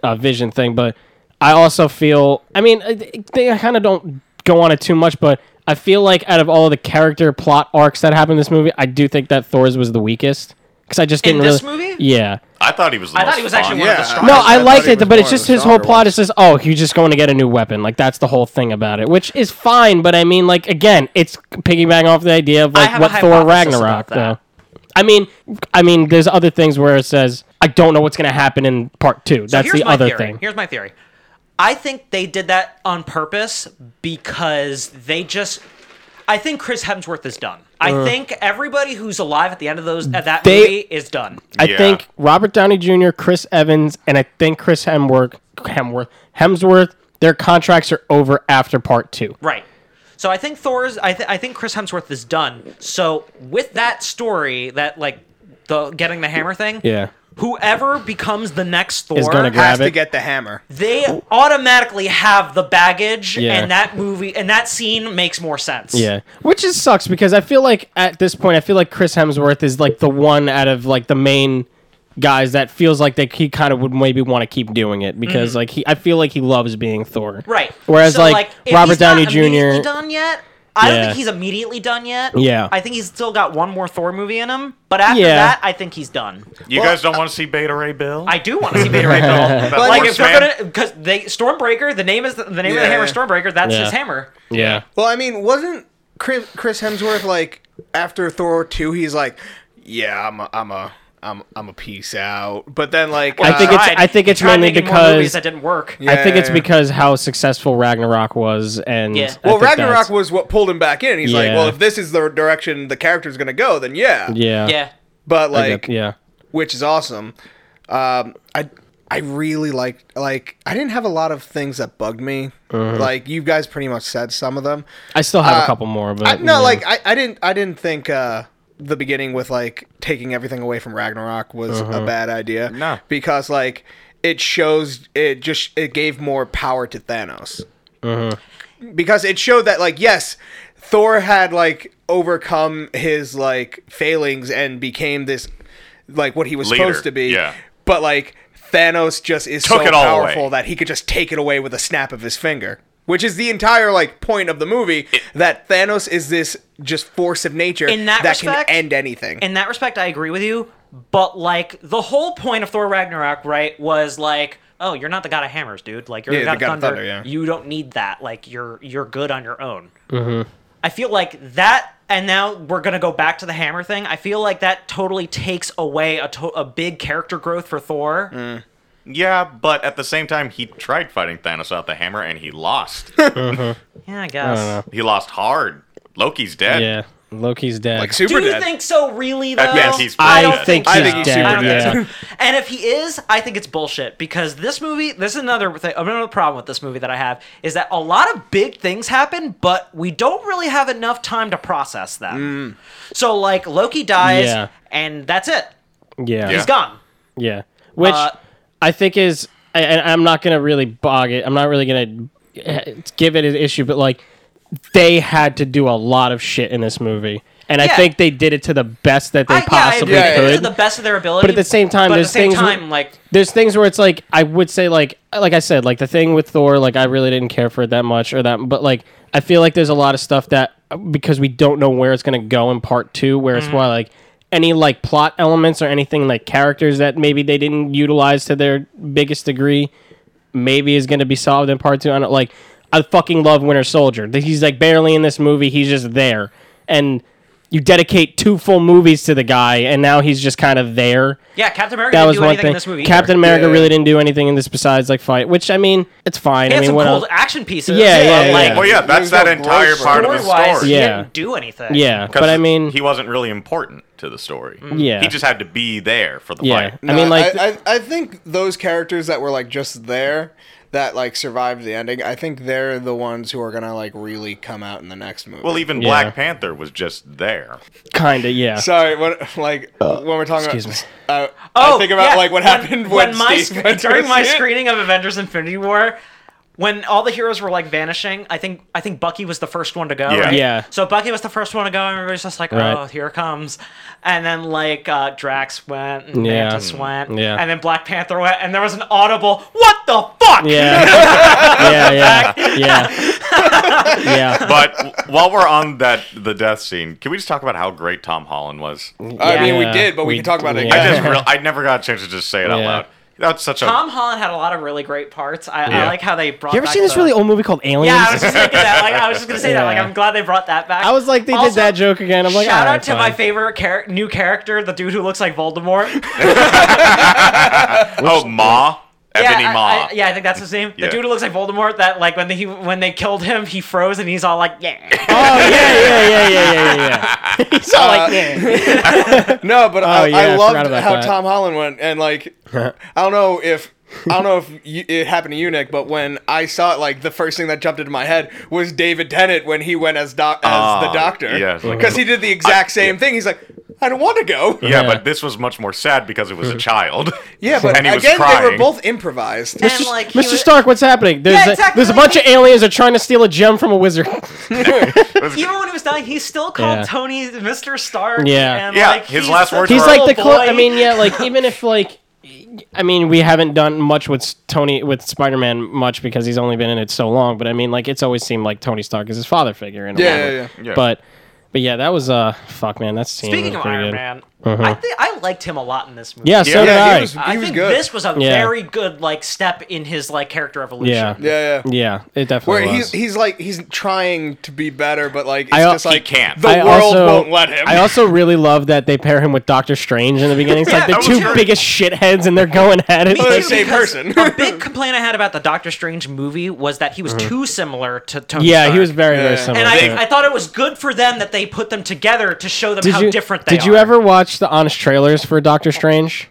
[SPEAKER 4] uh Vision thing, but I also feel, I mean, I- they kind of don't go on it too much, but I feel like out of all the character plot arcs that happened in this movie, I do think that Thor's was the weakest because I just
[SPEAKER 1] In
[SPEAKER 4] didn't
[SPEAKER 1] this
[SPEAKER 4] really.
[SPEAKER 1] movie?
[SPEAKER 4] Yeah.
[SPEAKER 2] I thought he was. The
[SPEAKER 1] I thought
[SPEAKER 2] most
[SPEAKER 1] he was actually one
[SPEAKER 2] fun.
[SPEAKER 1] of the
[SPEAKER 3] Yeah.
[SPEAKER 1] strongest.
[SPEAKER 4] No,
[SPEAKER 3] I-
[SPEAKER 4] I,
[SPEAKER 3] I
[SPEAKER 4] liked
[SPEAKER 3] thought he
[SPEAKER 4] it,
[SPEAKER 3] was
[SPEAKER 4] but
[SPEAKER 3] one
[SPEAKER 4] it's
[SPEAKER 3] of the
[SPEAKER 4] just his whole
[SPEAKER 3] stronger
[SPEAKER 4] plot
[SPEAKER 3] ones.
[SPEAKER 4] is just oh, he's just going to get a new weapon. Like that's the whole thing about it, which is fine. But I mean, like again, it's piggybacking off the idea of like
[SPEAKER 1] have
[SPEAKER 4] what
[SPEAKER 1] a
[SPEAKER 4] Thor
[SPEAKER 1] hypothesis about
[SPEAKER 4] Ragnarok
[SPEAKER 1] that.
[SPEAKER 4] though. I mean, I mean, there's other things where it says I don't know what's going to happen in part two.
[SPEAKER 1] So
[SPEAKER 4] That's
[SPEAKER 1] here's
[SPEAKER 4] the
[SPEAKER 1] my
[SPEAKER 4] other
[SPEAKER 1] theory.
[SPEAKER 4] thing.
[SPEAKER 1] Here's my theory. I think they did that on purpose because they just. I think Chris Hemsworth is done. I think everybody who's alive at the end of those at that
[SPEAKER 4] Uh. They-
[SPEAKER 1] movie is done.
[SPEAKER 4] I
[SPEAKER 2] Yeah.
[SPEAKER 4] think Robert Downey Jr., Chris Evans, and I think Chris Hemworth, Hemworth, Hemsworth, their contracts are over after part two.
[SPEAKER 1] Right. So I think Thor's. I, th- I think Chris Hemsworth is done. So with that story, that like the getting the hammer thing.
[SPEAKER 4] Yeah.
[SPEAKER 1] Whoever becomes the next Thor
[SPEAKER 4] Is gonna grab
[SPEAKER 3] has
[SPEAKER 4] it.
[SPEAKER 3] to get the hammer.
[SPEAKER 1] they automatically have the baggage,
[SPEAKER 4] Yeah.
[SPEAKER 1] and that movie and that scene makes more sense.
[SPEAKER 4] Yeah, which is sucks because I feel like at this point I feel like Chris Hemsworth is like the one out of like the main guys that feels like they he kind of would maybe want to keep doing it because like he I feel like he loves being Thor.
[SPEAKER 1] Mm-hmm. Right.
[SPEAKER 4] Whereas
[SPEAKER 1] So,
[SPEAKER 4] like,
[SPEAKER 1] if
[SPEAKER 4] Robert
[SPEAKER 1] he's not
[SPEAKER 4] Downey
[SPEAKER 1] immediately
[SPEAKER 4] Jr.
[SPEAKER 1] Done yet? I don't
[SPEAKER 4] Yeah.
[SPEAKER 1] think he's immediately done yet.
[SPEAKER 4] Yeah.
[SPEAKER 1] I think he's still got one more Thor movie in him. But after
[SPEAKER 4] Yeah.
[SPEAKER 1] that, I think he's done.
[SPEAKER 2] You guys don't want to see Beta Ray Bill?
[SPEAKER 1] I do want to see Beta Ray Bill.
[SPEAKER 2] That
[SPEAKER 1] like if
[SPEAKER 2] horse
[SPEAKER 1] they're
[SPEAKER 2] man?
[SPEAKER 1] gonna because they Stormbreaker, the name is the, the name of the
[SPEAKER 3] Yeah.
[SPEAKER 1] hammer is Stormbreaker. That's
[SPEAKER 4] Yeah.
[SPEAKER 1] his hammer.
[SPEAKER 4] yeah.
[SPEAKER 3] Well, I mean, wasn't Chris, Chris Hemsworth like after Thor two? He's like, yeah, I'm a, I'm a, I'm, I'm a peace out. But then like,
[SPEAKER 4] I think
[SPEAKER 3] uh,
[SPEAKER 4] it's-
[SPEAKER 1] Tried-
[SPEAKER 4] I think it's
[SPEAKER 1] tried
[SPEAKER 4] mainly
[SPEAKER 1] making more
[SPEAKER 4] because-
[SPEAKER 1] movies that didn't work.
[SPEAKER 4] I think it's
[SPEAKER 3] Yeah.
[SPEAKER 4] because how successful Ragnarok was and
[SPEAKER 1] Yeah.
[SPEAKER 4] I
[SPEAKER 3] well,
[SPEAKER 4] think that's-
[SPEAKER 3] Ragnarok was what pulled him back in. He's like,
[SPEAKER 4] Yeah.
[SPEAKER 3] well, if this is the direction the character's gonna go, then yeah,
[SPEAKER 4] yeah
[SPEAKER 1] Yeah.
[SPEAKER 3] But
[SPEAKER 4] I
[SPEAKER 3] like,
[SPEAKER 4] get- yeah
[SPEAKER 3] which is awesome. Um, I I really liked like I didn't have a lot of things that bugged me.
[SPEAKER 4] Uh-huh.
[SPEAKER 3] Like you guys pretty much said some of them.
[SPEAKER 4] I still have a
[SPEAKER 3] Uh,
[SPEAKER 4] couple more but
[SPEAKER 3] I, no,
[SPEAKER 4] yeah.
[SPEAKER 3] like I, I didn't I didn't think uh, the beginning with like taking everything away from Ragnarok was a bad idea.
[SPEAKER 2] No.
[SPEAKER 3] because like it shows it just it gave more power to Thanos because it showed that like yes thor had like overcome his like failings and became this like what he was
[SPEAKER 2] Leader,
[SPEAKER 3] supposed to be
[SPEAKER 2] yeah.
[SPEAKER 3] but like thanos just is
[SPEAKER 2] Took
[SPEAKER 3] so
[SPEAKER 2] it all
[SPEAKER 3] powerful
[SPEAKER 2] away.
[SPEAKER 3] that he could just take it away with a snap of his finger which is the entire like point of the movie that thanos is this just force of nature
[SPEAKER 1] In that respect-
[SPEAKER 3] can end anything
[SPEAKER 1] in that respect, I agree with you. But like the whole point of Thor Ragnarok, right, was like, oh, you're not the god of hammers, dude. Like you're
[SPEAKER 3] Yeah,
[SPEAKER 1] the god, of thunder.
[SPEAKER 3] yeah.
[SPEAKER 1] You don't need that. Like you're you're good on your own. I feel like that, and now we're gonna go back to the hammer thing. I feel like that totally takes away a to- a big character growth for Thor.
[SPEAKER 2] yeah, but at the same time, he tried fighting Thanos out the hammer and he lost.
[SPEAKER 1] Yeah, I guess.
[SPEAKER 2] he lost hard. Loki's dead.
[SPEAKER 4] yeah Loki's dead
[SPEAKER 3] uh, like super
[SPEAKER 1] Do you
[SPEAKER 3] dead
[SPEAKER 1] think so, really? Though
[SPEAKER 2] I think he's
[SPEAKER 1] I
[SPEAKER 2] pretty
[SPEAKER 1] don't
[SPEAKER 2] dead.
[SPEAKER 1] think,
[SPEAKER 4] I
[SPEAKER 1] so.
[SPEAKER 4] think he's
[SPEAKER 1] I don't
[SPEAKER 4] dead,
[SPEAKER 1] think so. And if he is, I think it's bullshit because this movie. This is another thing. Another problem with this movie that I have is that a lot of big things happen, but we don't really have enough time to process them. So, like Loki dies,
[SPEAKER 4] Yeah.
[SPEAKER 1] and that's it.
[SPEAKER 4] yeah
[SPEAKER 1] He's gone.
[SPEAKER 4] Yeah, which
[SPEAKER 1] Uh,
[SPEAKER 4] I think is, I- and I'm not gonna really bog it. I'm not really gonna eh, give it an issue, but like they had to do a lot of shit in this movie, and I
[SPEAKER 1] Yeah.
[SPEAKER 4] think they did it to the best that they
[SPEAKER 1] I, yeah, I
[SPEAKER 4] possibly
[SPEAKER 1] agree. They did
[SPEAKER 4] could.
[SPEAKER 1] to the best of their ability.
[SPEAKER 4] but at the same time,
[SPEAKER 1] but at
[SPEAKER 4] there's
[SPEAKER 1] the same
[SPEAKER 4] things.
[SPEAKER 1] time,
[SPEAKER 4] where-
[SPEAKER 1] like
[SPEAKER 4] there's things where it's like I would say like like I said like the thing with Thor like I really didn't care for it that much or that but like I feel like there's a lot of stuff that because we don't know where it's gonna go in part two where it's more like any like plot elements or anything like characters that maybe they didn't utilize to their biggest degree maybe is going to be solved in part two. I don't like. I fucking love Winter Soldier. That He's like barely in this movie. He's just there, and you dedicate two full movies to the guy, and now he's just kind of there.
[SPEAKER 1] Yeah, Captain America
[SPEAKER 4] That
[SPEAKER 1] didn't
[SPEAKER 4] was
[SPEAKER 1] do
[SPEAKER 4] one
[SPEAKER 1] anything
[SPEAKER 4] thing.
[SPEAKER 1] in this movie. either.
[SPEAKER 4] Captain America
[SPEAKER 3] Yeah.
[SPEAKER 4] really didn't do anything in this besides like fight, which I mean, it's fine.
[SPEAKER 1] He had
[SPEAKER 4] I mean,
[SPEAKER 1] some
[SPEAKER 4] what
[SPEAKER 1] cool
[SPEAKER 4] else?
[SPEAKER 1] action pieces.
[SPEAKER 4] Yeah,
[SPEAKER 1] but,
[SPEAKER 4] yeah,
[SPEAKER 1] like,
[SPEAKER 4] yeah.
[SPEAKER 2] Oh yeah, that's
[SPEAKER 3] There's no
[SPEAKER 2] that entire
[SPEAKER 3] gross
[SPEAKER 2] part of the
[SPEAKER 1] Story-wise,
[SPEAKER 2] story.
[SPEAKER 1] he
[SPEAKER 4] Yeah.
[SPEAKER 1] didn't do anything.
[SPEAKER 4] Yeah,
[SPEAKER 2] 'Cause
[SPEAKER 4] but I mean, Mm.
[SPEAKER 2] he wasn't really important to the story.
[SPEAKER 4] yeah,
[SPEAKER 2] He just had to be there for the
[SPEAKER 4] yeah.
[SPEAKER 2] fight.
[SPEAKER 4] I mean, like,
[SPEAKER 3] I, I, I think those characters that were like just there that like survived the ending. I think they're the ones who are gonna like really come out in the next movie.
[SPEAKER 2] Well, even
[SPEAKER 4] Yeah.
[SPEAKER 2] Black Panther was just there.
[SPEAKER 4] kinda, yeah.
[SPEAKER 3] Sorry, when like when we're talking
[SPEAKER 4] excuse
[SPEAKER 3] about,
[SPEAKER 4] me.
[SPEAKER 3] Uh,
[SPEAKER 1] Oh,
[SPEAKER 3] I think about
[SPEAKER 1] yeah,
[SPEAKER 3] like what happened when,
[SPEAKER 1] my
[SPEAKER 3] Steve
[SPEAKER 1] sc-
[SPEAKER 3] went to
[SPEAKER 1] during my
[SPEAKER 3] see it.
[SPEAKER 1] screening of Avengers: Infinity War. When all the heroes were like vanishing, I think I think Bucky was the first one to go.
[SPEAKER 2] Yeah.
[SPEAKER 1] right?
[SPEAKER 4] Yeah.
[SPEAKER 1] So Bucky was the first one to go, and everybody's just like, "Oh,
[SPEAKER 4] Right.
[SPEAKER 1] here it comes!" And then like uh, Drax went, and
[SPEAKER 4] Yeah.
[SPEAKER 1] Mantis went,
[SPEAKER 4] Yeah.
[SPEAKER 1] and then Black Panther went, and there was an audible, "What the fuck?"
[SPEAKER 4] yeah, yeah, yeah, yeah, yeah.
[SPEAKER 2] But w- while we're on that the death scene, can we just talk about how great Tom Holland was?
[SPEAKER 3] I mean, we
[SPEAKER 4] Yeah.
[SPEAKER 3] did, but we,
[SPEAKER 4] We-
[SPEAKER 3] can talk about it
[SPEAKER 4] yeah.
[SPEAKER 2] I
[SPEAKER 3] again.
[SPEAKER 2] just real, I never got a chance to just say it out
[SPEAKER 4] Yeah.
[SPEAKER 2] loud. That's such a
[SPEAKER 1] Tom Holland had a lot of really great parts. I, I
[SPEAKER 2] Yeah.
[SPEAKER 1] like how they brought.
[SPEAKER 4] You ever
[SPEAKER 1] back
[SPEAKER 4] seen this
[SPEAKER 1] the-
[SPEAKER 4] really old movie called Aliens?
[SPEAKER 1] Yeah, I was just thinking that. Like, I was just gonna say that. Like,
[SPEAKER 4] Yeah.
[SPEAKER 1] I'm glad they brought that back.
[SPEAKER 4] I was like, they did
[SPEAKER 1] Also,
[SPEAKER 4] that joke again. I'm like,
[SPEAKER 1] shout
[SPEAKER 4] "All right,
[SPEAKER 1] out to my
[SPEAKER 4] fine."
[SPEAKER 1] favorite char- new character, the dude who looks like Voldemort.
[SPEAKER 2] oh Ma, Ebony
[SPEAKER 1] yeah, I-
[SPEAKER 2] Ma.
[SPEAKER 1] I, yeah, I think that's his name.
[SPEAKER 2] Yeah.
[SPEAKER 1] The dude who looks like Voldemort. That like when he when they killed him, he froze and he's all like, yeah.
[SPEAKER 4] Oh yeah, yeah, yeah, yeah, yeah, yeah, yeah. He's all
[SPEAKER 1] Uh,
[SPEAKER 4] like, yeah.
[SPEAKER 3] No, but I,
[SPEAKER 4] Oh, yeah, I
[SPEAKER 3] I loved
[SPEAKER 4] forgot about
[SPEAKER 3] how
[SPEAKER 4] that.
[SPEAKER 3] Tom Holland went, and like, I don't know if I don't know if you, it happened to you, Nick, but when I saw it, like the first thing that jumped into my head was David Tennant when he went as doc as
[SPEAKER 2] Ah,
[SPEAKER 3] the doctor,
[SPEAKER 2] yeah, it's like-
[SPEAKER 3] because he did the exact same thing. He's like, I don't want to go.
[SPEAKER 2] yeah,
[SPEAKER 4] Yeah.
[SPEAKER 2] but this was much more sad because it was a child.
[SPEAKER 3] Yeah, but
[SPEAKER 2] And he was
[SPEAKER 3] again, they were
[SPEAKER 2] crying.
[SPEAKER 3] both improvised.
[SPEAKER 1] And like, he
[SPEAKER 4] Mr.
[SPEAKER 1] was-
[SPEAKER 4] Stark, what's happening? There's,
[SPEAKER 1] Yeah,
[SPEAKER 4] a, there's a
[SPEAKER 1] exactly.
[SPEAKER 4] bunch of aliens that are trying to steal a gem from a wizard.
[SPEAKER 2] It was-
[SPEAKER 1] Even when he was dying, he's still called
[SPEAKER 4] Yeah.
[SPEAKER 1] Tony Mr. Stark.
[SPEAKER 4] Yeah.
[SPEAKER 1] and,
[SPEAKER 2] Yeah,
[SPEAKER 1] like,
[SPEAKER 2] his
[SPEAKER 1] he's
[SPEAKER 2] last
[SPEAKER 1] such
[SPEAKER 2] words
[SPEAKER 1] a
[SPEAKER 4] He's
[SPEAKER 2] were-
[SPEAKER 4] like
[SPEAKER 1] little
[SPEAKER 4] the clo-
[SPEAKER 1] Oh, boy.
[SPEAKER 4] I mean, yeah, like even if like, I mean, we haven't done much with s- Tony with Spider-Man much because he's only been in it so long. But I mean, like it's always seemed like Tony Stark is his father figure in a
[SPEAKER 3] Yeah,
[SPEAKER 4] lot of-
[SPEAKER 3] yeah,
[SPEAKER 2] yeah. Yeah.
[SPEAKER 4] But but yeah, that was uh, fuck man, that's
[SPEAKER 1] Speaking of Iron Man,
[SPEAKER 4] Uh-huh.
[SPEAKER 1] I think I liked him a lot in this movie.
[SPEAKER 4] Yeah, so
[SPEAKER 2] Yeah,
[SPEAKER 4] did
[SPEAKER 3] yeah,
[SPEAKER 4] I.
[SPEAKER 3] he was, he
[SPEAKER 1] I
[SPEAKER 3] was
[SPEAKER 1] think
[SPEAKER 3] good.
[SPEAKER 1] this was a
[SPEAKER 4] Yeah.
[SPEAKER 1] very good like step in his like character evolution.
[SPEAKER 4] Yeah.
[SPEAKER 3] yeah, yeah.
[SPEAKER 4] yeah, it
[SPEAKER 3] Where
[SPEAKER 4] definitely was.
[SPEAKER 3] he's he's like he's trying to be better, but like it's
[SPEAKER 4] I al-
[SPEAKER 3] just like
[SPEAKER 2] can't.
[SPEAKER 3] The
[SPEAKER 4] I
[SPEAKER 3] world
[SPEAKER 4] also-
[SPEAKER 3] won't let him.
[SPEAKER 4] I also really love that they pair him with Doctor Strange in the beginning. It's like
[SPEAKER 2] Yeah,
[SPEAKER 4] the
[SPEAKER 2] I was
[SPEAKER 4] two
[SPEAKER 2] curious.
[SPEAKER 4] biggest shitheads, and they're going at it.
[SPEAKER 1] Me
[SPEAKER 4] Like,
[SPEAKER 1] too,
[SPEAKER 3] same
[SPEAKER 1] because
[SPEAKER 3] person.
[SPEAKER 1] a big complaint I had about the Doctor Strange movie was that he was too similar to Tony.
[SPEAKER 4] Uh-huh. yeah,
[SPEAKER 1] Stark.
[SPEAKER 4] he was very,
[SPEAKER 3] Yeah.
[SPEAKER 4] very similar.
[SPEAKER 1] And
[SPEAKER 4] to
[SPEAKER 1] I,
[SPEAKER 4] it.
[SPEAKER 1] I thought it was good for them that they put them together to show them how
[SPEAKER 4] you,
[SPEAKER 1] different they
[SPEAKER 4] Did
[SPEAKER 1] are.
[SPEAKER 4] you ever watch the honest trailers for Doctor Strange?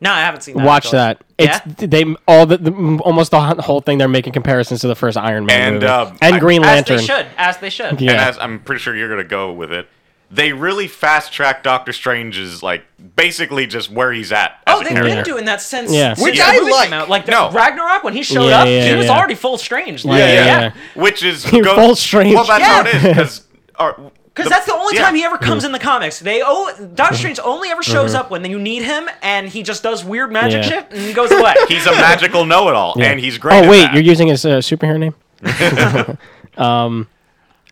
[SPEAKER 1] No, I haven't seen that.
[SPEAKER 4] watch
[SPEAKER 1] actually.
[SPEAKER 4] that.
[SPEAKER 1] Yeah?
[SPEAKER 4] It's they all the, the almost the hu- whole thing. They're making comparisons to the first Iron Man
[SPEAKER 2] And,
[SPEAKER 4] movie.
[SPEAKER 2] um,
[SPEAKER 4] and
[SPEAKER 2] I-
[SPEAKER 4] Green
[SPEAKER 1] as
[SPEAKER 4] Lantern.
[SPEAKER 1] they should. As they should.
[SPEAKER 4] Yeah.
[SPEAKER 2] and as I'm pretty sure you're gonna go with it. They really fast track Doctor Strange's like basically just where he's at. As
[SPEAKER 1] Oh,
[SPEAKER 2] a
[SPEAKER 1] they've
[SPEAKER 2] character.
[SPEAKER 1] been doing that since.
[SPEAKER 4] Yeah.
[SPEAKER 1] since
[SPEAKER 3] Which
[SPEAKER 1] the
[SPEAKER 3] I
[SPEAKER 1] movie
[SPEAKER 3] like.
[SPEAKER 1] came out. Like the
[SPEAKER 2] No.
[SPEAKER 1] Ragnarok when he showed
[SPEAKER 4] Yeah,
[SPEAKER 1] up,
[SPEAKER 4] yeah,
[SPEAKER 1] he was
[SPEAKER 4] yeah.
[SPEAKER 1] already full strange. Like,
[SPEAKER 4] Yeah,
[SPEAKER 2] yeah,
[SPEAKER 1] yeah.
[SPEAKER 4] yeah.
[SPEAKER 2] Which is
[SPEAKER 4] You're both strange.
[SPEAKER 2] Well, that's how
[SPEAKER 1] Yeah.
[SPEAKER 2] it is because
[SPEAKER 1] Because that's the only time he
[SPEAKER 4] Mm-hmm.
[SPEAKER 1] ever comes in the comics. They oh, Doctor Strange only ever shows up when you need him, and he just does weird magic
[SPEAKER 4] Yeah.
[SPEAKER 1] shit and he goes away.
[SPEAKER 2] He's a magical know-it-all, and he's great.
[SPEAKER 4] Oh
[SPEAKER 2] at
[SPEAKER 4] wait,
[SPEAKER 2] that.
[SPEAKER 4] you're using his uh, superhero name?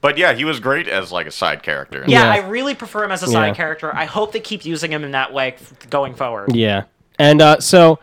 [SPEAKER 2] But yeah, he was great as like a side character.
[SPEAKER 1] yeah,
[SPEAKER 4] Yeah.
[SPEAKER 1] I really prefer him as a side
[SPEAKER 4] Yeah.
[SPEAKER 1] character. I hope they keep using him in that way f- going forward.
[SPEAKER 4] Yeah. And uh, so,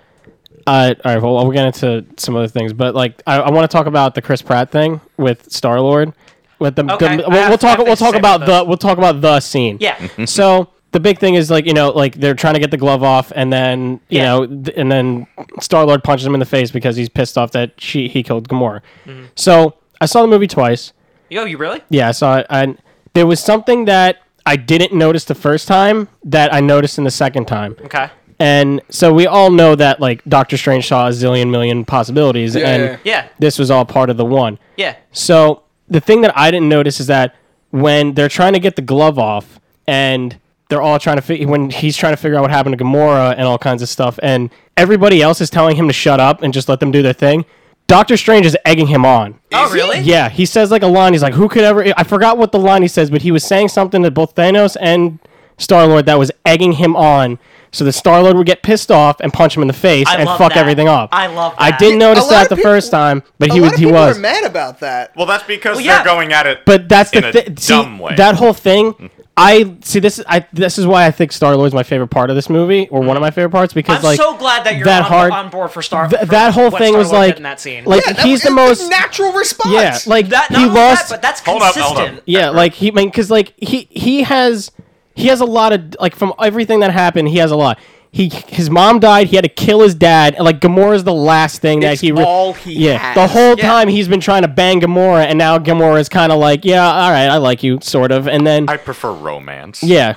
[SPEAKER 4] uh, all right, well, we'll get into some other things, but like, I, I want to talk about the Chris Pratt thing with Star Lord. With the,
[SPEAKER 1] Okay,
[SPEAKER 4] the
[SPEAKER 1] I
[SPEAKER 4] we'll,
[SPEAKER 1] have-
[SPEAKER 4] we'll
[SPEAKER 1] I
[SPEAKER 4] talk.
[SPEAKER 1] have
[SPEAKER 4] We'll
[SPEAKER 1] things to
[SPEAKER 4] talk
[SPEAKER 1] say
[SPEAKER 4] about
[SPEAKER 1] about
[SPEAKER 4] the.
[SPEAKER 1] this.
[SPEAKER 4] We'll talk about the scene.
[SPEAKER 1] Yeah.
[SPEAKER 4] so the big thing is like you know like they're trying to get the glove off and then you
[SPEAKER 1] Yeah.
[SPEAKER 4] know th- and then Star Lord punches him in the face because he's pissed off that she he killed Gamora.
[SPEAKER 1] Mm-hmm.
[SPEAKER 4] So I saw the movie twice.
[SPEAKER 1] Yo, you really?
[SPEAKER 4] Yeah, I saw it. And there was something that I didn't notice the first time that I noticed in the second time.
[SPEAKER 1] Okay.
[SPEAKER 4] And so we all know that like Doctor Strange saw a zillion million possibilities,
[SPEAKER 3] Yeah,
[SPEAKER 4] and
[SPEAKER 3] yeah,
[SPEAKER 1] Yeah.
[SPEAKER 4] this was all part of the one.
[SPEAKER 1] Yeah.
[SPEAKER 4] So the thing that I didn't notice is that when they're trying to get the glove off, and they're all trying to fi- when he's trying to figure out what happened to Gamora and all kinds of stuff, and everybody else is telling him to shut up and just let them do their thing. Doctor Strange is egging him on.
[SPEAKER 1] Oh, really?
[SPEAKER 4] Yeah, he says like a line. He's like, "Who could ever?" I forgot what the line he says, but he was saying something to both Thanos and Star Lord that was egging him on, so that Star Lord would get pissed off and punch him in the face
[SPEAKER 1] I
[SPEAKER 4] and
[SPEAKER 1] love
[SPEAKER 4] fuck
[SPEAKER 1] that.
[SPEAKER 4] everything up.
[SPEAKER 1] I love
[SPEAKER 4] I
[SPEAKER 1] that.
[SPEAKER 4] didn't
[SPEAKER 3] A
[SPEAKER 4] notice
[SPEAKER 3] lot
[SPEAKER 4] that
[SPEAKER 3] of
[SPEAKER 4] the
[SPEAKER 3] people-
[SPEAKER 4] first time, but
[SPEAKER 3] a
[SPEAKER 4] he
[SPEAKER 3] lot
[SPEAKER 4] was
[SPEAKER 3] of
[SPEAKER 4] he
[SPEAKER 3] people
[SPEAKER 4] was.
[SPEAKER 3] are mad about that.
[SPEAKER 2] Well, that's because
[SPEAKER 1] Well, yeah.
[SPEAKER 2] they're going at it.
[SPEAKER 4] But that's the
[SPEAKER 2] in a
[SPEAKER 4] thing.
[SPEAKER 2] dumb way. Mm-hmm.
[SPEAKER 4] That whole thing, I see this. is- I this is why I think Star Lord's my favorite part of this movie, or one of my favorite parts, because
[SPEAKER 1] I'm
[SPEAKER 4] like
[SPEAKER 1] so glad that you're
[SPEAKER 4] that
[SPEAKER 1] on,
[SPEAKER 4] hard-
[SPEAKER 1] on board for Star.
[SPEAKER 4] th-
[SPEAKER 1] for
[SPEAKER 4] that whole
[SPEAKER 1] what
[SPEAKER 4] thing was
[SPEAKER 1] Star-Lord did
[SPEAKER 4] like,
[SPEAKER 1] in that scene.
[SPEAKER 4] like
[SPEAKER 3] Yeah, that
[SPEAKER 4] he's
[SPEAKER 3] was-
[SPEAKER 4] the
[SPEAKER 3] it's
[SPEAKER 4] most
[SPEAKER 3] natural response.
[SPEAKER 4] yeah, like
[SPEAKER 1] that, not
[SPEAKER 4] he
[SPEAKER 1] only that,
[SPEAKER 4] lost.
[SPEAKER 1] but that's
[SPEAKER 2] Hold up,
[SPEAKER 1] consistent.
[SPEAKER 2] hold up.
[SPEAKER 4] yeah, like he, I mean, because like he he has he has a lot of like from everything that happened, he has a lot. He his mom died. He had to kill his dad. And, like Gamora's the last thing
[SPEAKER 3] It's
[SPEAKER 4] that he re-
[SPEAKER 3] all he
[SPEAKER 4] yeah.
[SPEAKER 3] has.
[SPEAKER 4] The whole
[SPEAKER 1] Yeah.
[SPEAKER 4] time he's been trying to bang Gamora, and now Gamora's kind of like, yeah, all right, I like you, sort of. And then
[SPEAKER 2] I prefer romance.
[SPEAKER 4] yeah,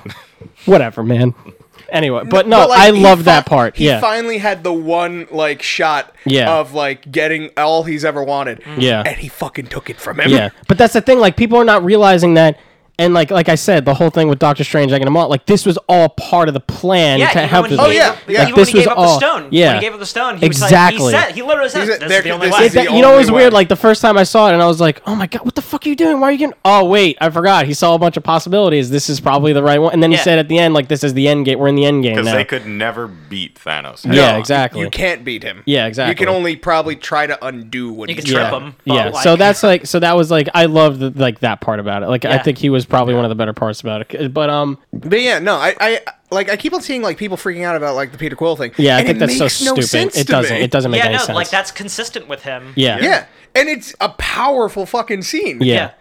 [SPEAKER 4] whatever, man. Anyway, but no,
[SPEAKER 3] But, like,
[SPEAKER 4] I
[SPEAKER 3] he
[SPEAKER 4] love
[SPEAKER 3] fi-
[SPEAKER 4] that part.
[SPEAKER 3] He
[SPEAKER 4] yeah,
[SPEAKER 3] finally had the one like shot
[SPEAKER 4] Yeah. Mm-hmm.
[SPEAKER 3] of like getting all he's ever wanted.
[SPEAKER 4] Yeah.
[SPEAKER 3] And he fucking took it from him.
[SPEAKER 4] yeah. But that's the thing. Like people are not realizing that. And like like I said, the whole thing with Doctor Strange, like in a month, like this was all part of the plan
[SPEAKER 1] Yeah,
[SPEAKER 4] to
[SPEAKER 1] even
[SPEAKER 4] help.
[SPEAKER 1] when he
[SPEAKER 4] this-
[SPEAKER 1] gave
[SPEAKER 3] Oh, yeah,
[SPEAKER 1] up-
[SPEAKER 3] yeah.
[SPEAKER 1] Even
[SPEAKER 4] Like,
[SPEAKER 1] when
[SPEAKER 4] this
[SPEAKER 1] he gave
[SPEAKER 4] was
[SPEAKER 1] up
[SPEAKER 4] all-
[SPEAKER 1] the stone.
[SPEAKER 4] yeah.
[SPEAKER 1] when he gave up the stone, he was
[SPEAKER 4] Exactly.
[SPEAKER 1] like, he said, he literally said,
[SPEAKER 3] He's a-
[SPEAKER 1] "This
[SPEAKER 3] there-
[SPEAKER 1] is the only
[SPEAKER 3] this
[SPEAKER 1] way."
[SPEAKER 3] is the
[SPEAKER 4] It- you know it
[SPEAKER 3] only
[SPEAKER 4] was weird
[SPEAKER 3] way.
[SPEAKER 4] like the first time i saw it and i was like oh my god what the fuck are you doing why are you getting oh wait i forgot he saw a bunch of possibilities this is probably the right one and then he
[SPEAKER 1] Yeah.
[SPEAKER 4] said at the end like this is the end game we're in the end game
[SPEAKER 2] Because
[SPEAKER 4] now
[SPEAKER 2] they could never beat Thanos.
[SPEAKER 4] yeah
[SPEAKER 2] No.
[SPEAKER 4] exactly
[SPEAKER 3] You can't beat him.
[SPEAKER 4] Yeah,
[SPEAKER 3] You
[SPEAKER 4] exactly.
[SPEAKER 3] can only probably try to undo what
[SPEAKER 1] You
[SPEAKER 3] he's
[SPEAKER 1] can trip
[SPEAKER 3] done.
[SPEAKER 4] yeah,
[SPEAKER 1] him, but,
[SPEAKER 4] yeah.
[SPEAKER 1] like-
[SPEAKER 4] so that's like so that was like i love the, like that part about it like i
[SPEAKER 1] Yeah.
[SPEAKER 4] think he was probably one of the better parts about it but um
[SPEAKER 3] But yeah, no, I, I like I keep on seeing like people freaking out about like the Peter Quill thing.
[SPEAKER 4] yeah i
[SPEAKER 3] and
[SPEAKER 4] think
[SPEAKER 3] it
[SPEAKER 4] that's so
[SPEAKER 3] makes no
[SPEAKER 4] stupid
[SPEAKER 3] sense
[SPEAKER 4] it
[SPEAKER 3] to
[SPEAKER 4] doesn't
[SPEAKER 3] me.
[SPEAKER 4] it doesn't make
[SPEAKER 1] yeah,
[SPEAKER 4] any
[SPEAKER 1] no,
[SPEAKER 4] sense
[SPEAKER 1] like that's consistent with him.
[SPEAKER 4] yeah
[SPEAKER 3] Yeah, and it's a powerful fucking scene.
[SPEAKER 4] yeah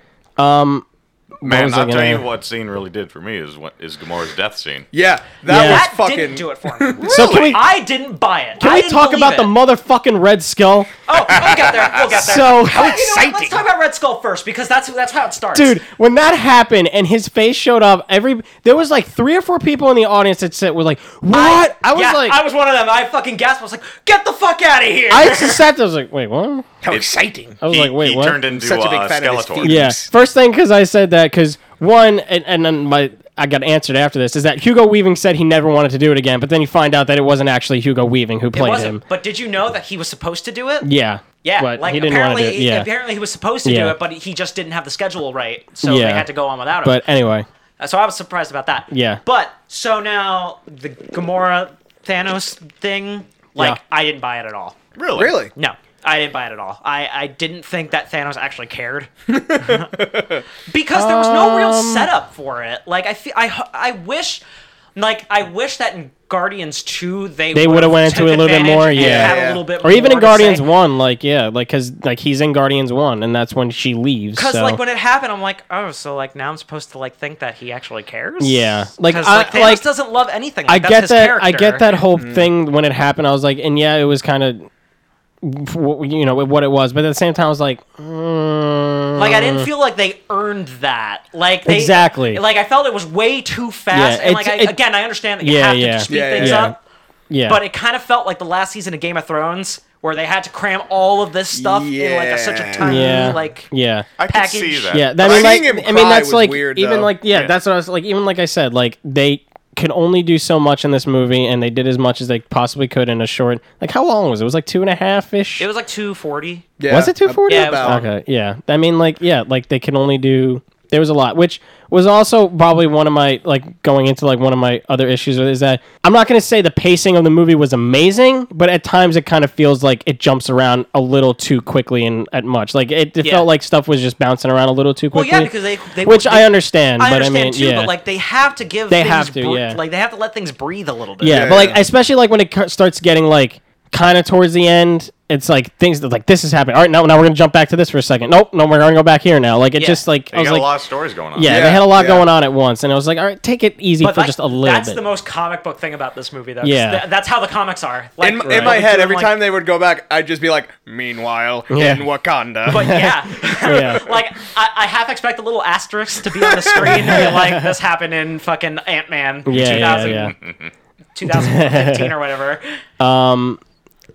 [SPEAKER 2] Man,
[SPEAKER 4] was uh, I
[SPEAKER 2] I'll tell
[SPEAKER 4] gonna-
[SPEAKER 2] you what scene really did for me is what is Gamora's death scene.
[SPEAKER 3] yeah,
[SPEAKER 4] Yeah.
[SPEAKER 3] that
[SPEAKER 1] that
[SPEAKER 3] was fucking.
[SPEAKER 1] didn't do it for me.
[SPEAKER 4] so can we
[SPEAKER 1] I didn't buy it.
[SPEAKER 4] can
[SPEAKER 1] I
[SPEAKER 4] we
[SPEAKER 1] didn't
[SPEAKER 4] talk about
[SPEAKER 1] believe
[SPEAKER 4] the
[SPEAKER 1] it.
[SPEAKER 4] motherfucking red skull
[SPEAKER 1] Oh, we'll get there. We'll get there.
[SPEAKER 4] So-
[SPEAKER 1] How exciting!
[SPEAKER 3] exciting.
[SPEAKER 1] Let's talk about Red Skull first because that's that's how it starts.
[SPEAKER 4] dude when that happened and his face showed up every there was like three or four people in the audience that said were like what i, was
[SPEAKER 1] Yeah,
[SPEAKER 4] like
[SPEAKER 1] I
[SPEAKER 4] I,
[SPEAKER 1] was one of them. I fucking gasped. I was like, "Get the fuck out of here!"
[SPEAKER 4] just sat there i was like wait what
[SPEAKER 3] How
[SPEAKER 2] It-
[SPEAKER 3] exciting!
[SPEAKER 4] i was
[SPEAKER 2] he,
[SPEAKER 4] like wait
[SPEAKER 2] he
[SPEAKER 4] what
[SPEAKER 2] turned into
[SPEAKER 3] Such a big
[SPEAKER 2] uh,
[SPEAKER 3] fan of his
[SPEAKER 2] Skeletor.
[SPEAKER 3] feet.
[SPEAKER 4] yeah
[SPEAKER 3] Oops.
[SPEAKER 4] first thing because i said that because one and, and then my i got answered after this is that hugo weaving said he never wanted to do it again but then you find out that it wasn't actually hugo weaving who
[SPEAKER 1] it
[SPEAKER 4] played
[SPEAKER 1] wasn't.
[SPEAKER 4] him
[SPEAKER 1] But did you know that he was supposed to do it?
[SPEAKER 4] yeah
[SPEAKER 1] Yeah,
[SPEAKER 4] but
[SPEAKER 1] like
[SPEAKER 4] he didn't want
[SPEAKER 1] apparently,
[SPEAKER 4] to do it yeah
[SPEAKER 1] apparently he was supposed to do
[SPEAKER 4] Yeah.
[SPEAKER 1] it, but he just didn't have the schedule right, so
[SPEAKER 4] Yeah.
[SPEAKER 1] they had to go on without him.
[SPEAKER 4] but anyway
[SPEAKER 1] Uh, so I was surprised about that.
[SPEAKER 4] Yeah.
[SPEAKER 1] But so now the Gamora Thanos thing, like
[SPEAKER 4] Yeah.
[SPEAKER 1] I didn't buy it at all.
[SPEAKER 2] Really?
[SPEAKER 3] Really?
[SPEAKER 1] No, I didn't buy it at all. I, I didn't think that Thanos actually cared because there was no real
[SPEAKER 4] Um,
[SPEAKER 1] setup for it. Like I feel, I ho- I wish, like I wish that in Guardians two they
[SPEAKER 4] They
[SPEAKER 1] would've
[SPEAKER 4] would've went into
[SPEAKER 1] took
[SPEAKER 4] it a little bit
[SPEAKER 1] advantage
[SPEAKER 4] more,
[SPEAKER 1] and
[SPEAKER 4] yeah.
[SPEAKER 1] had a
[SPEAKER 3] Yeah.
[SPEAKER 1] little bit
[SPEAKER 4] or even in
[SPEAKER 1] more to
[SPEAKER 4] Guardians
[SPEAKER 1] say.
[SPEAKER 4] One, like yeah, like because like he's in Guardians One, and that's when she leaves.
[SPEAKER 1] Because
[SPEAKER 4] so.
[SPEAKER 1] like when it happened, I'm like, oh, so like now I'm supposed to like think that he actually cares.
[SPEAKER 4] Yeah. Like,
[SPEAKER 1] like Cause,
[SPEAKER 4] I-
[SPEAKER 1] like, Thanos
[SPEAKER 4] like,
[SPEAKER 1] doesn't love anything.
[SPEAKER 4] I
[SPEAKER 1] Like, that's
[SPEAKER 4] get
[SPEAKER 1] his
[SPEAKER 4] that. I
[SPEAKER 1] character.
[SPEAKER 4] get that whole
[SPEAKER 3] Mm-hmm.
[SPEAKER 4] thing when it happened. I was like, and yeah, it was kind of, you know, what it was. But at the same time, I was like, mm,
[SPEAKER 1] Like I didn't feel like they earned that. Like they,
[SPEAKER 4] Exactly.
[SPEAKER 1] Like I felt it was way too fast.
[SPEAKER 4] Yeah,
[SPEAKER 1] and like I,
[SPEAKER 4] it's- it-
[SPEAKER 1] again, I understand that you
[SPEAKER 4] Yeah,
[SPEAKER 1] have
[SPEAKER 4] yeah.
[SPEAKER 1] to speed
[SPEAKER 3] Yeah, yeah,
[SPEAKER 1] things
[SPEAKER 4] yeah.
[SPEAKER 1] up,
[SPEAKER 4] yeah,
[SPEAKER 1] but it kind of felt like the last season of Game of Thrones where they had to cram all of this stuff in like a, such a
[SPEAKER 3] Yeah.
[SPEAKER 1] tiny
[SPEAKER 4] yeah,
[SPEAKER 1] like.
[SPEAKER 4] yeah.
[SPEAKER 2] I can
[SPEAKER 1] Package.
[SPEAKER 2] see that.
[SPEAKER 4] yeah,
[SPEAKER 2] Yeah.
[SPEAKER 4] that, I mean,
[SPEAKER 3] Seeing him
[SPEAKER 4] like, I mean,
[SPEAKER 3] cry
[SPEAKER 4] that's
[SPEAKER 3] was
[SPEAKER 4] like
[SPEAKER 3] weird,
[SPEAKER 4] even
[SPEAKER 3] though.
[SPEAKER 4] like yeah,
[SPEAKER 2] Yeah.
[SPEAKER 4] that's what I was like. Even like I said, like they could only do so much in this movie, and they did as much as they possibly could in a short. Like how long was it? It was like two and a half ish.
[SPEAKER 1] It was like 240.
[SPEAKER 3] Yeah.
[SPEAKER 4] Was it 240?
[SPEAKER 1] Yeah, it was
[SPEAKER 3] About-
[SPEAKER 4] okay, yeah. I mean, like, yeah, like they can only do. There was a lot, which was also probably one of my like going into like one of my other issues with is that I'm not going to say the pacing of the movie was amazing, but at times it kind of feels like it jumps around a little too quickly and at much. Like it, it
[SPEAKER 1] Yeah.
[SPEAKER 4] felt like stuff was just bouncing around a little too
[SPEAKER 1] Well,
[SPEAKER 4] quickly.
[SPEAKER 1] yeah, because they, they
[SPEAKER 4] which I
[SPEAKER 1] they-
[SPEAKER 4] understand,
[SPEAKER 1] I
[SPEAKER 4] but
[SPEAKER 1] understand
[SPEAKER 4] I mean,
[SPEAKER 1] too,
[SPEAKER 4] yeah.
[SPEAKER 1] but like they have to give
[SPEAKER 4] They
[SPEAKER 1] things
[SPEAKER 4] have to, yeah.
[SPEAKER 1] like they have to let things breathe a little bit.
[SPEAKER 4] Yeah,
[SPEAKER 3] Yeah,
[SPEAKER 4] but like
[SPEAKER 3] yeah.
[SPEAKER 4] especially like when it cu- starts getting like kind of towards the end, it's like things that like this is happening. All right, now now we're gonna jump back to this for a second. Nope, no, we're gonna go back here now. Like it
[SPEAKER 1] Yeah.
[SPEAKER 4] just like I
[SPEAKER 2] They
[SPEAKER 4] was
[SPEAKER 2] got
[SPEAKER 4] like,
[SPEAKER 2] a lot of stories going on.
[SPEAKER 4] yeah,
[SPEAKER 3] Yeah,
[SPEAKER 4] they had a lot
[SPEAKER 3] yeah.
[SPEAKER 4] going on at once, and I was like, all right, take it easy for
[SPEAKER 1] like,
[SPEAKER 4] just a little
[SPEAKER 1] that's
[SPEAKER 4] bit.
[SPEAKER 1] the most comic book thing about this movie, though. 'cause
[SPEAKER 4] Yeah.
[SPEAKER 1] th- that's how the comics are. Like,
[SPEAKER 3] In,
[SPEAKER 1] they're
[SPEAKER 3] in my head,
[SPEAKER 1] doing,
[SPEAKER 3] every
[SPEAKER 1] like-
[SPEAKER 3] time they would go back, I'd just be like, "Meanwhile,
[SPEAKER 4] Yeah.
[SPEAKER 3] in Wakanda."
[SPEAKER 1] But yeah,
[SPEAKER 4] Yeah.
[SPEAKER 1] like I, I half expect a little asterisk to be on the screen and be like, "This happened in fucking Ant Man,
[SPEAKER 4] yeah, yeah,
[SPEAKER 1] 2000,
[SPEAKER 4] yeah.
[SPEAKER 1] 2015 or whatever."
[SPEAKER 4] and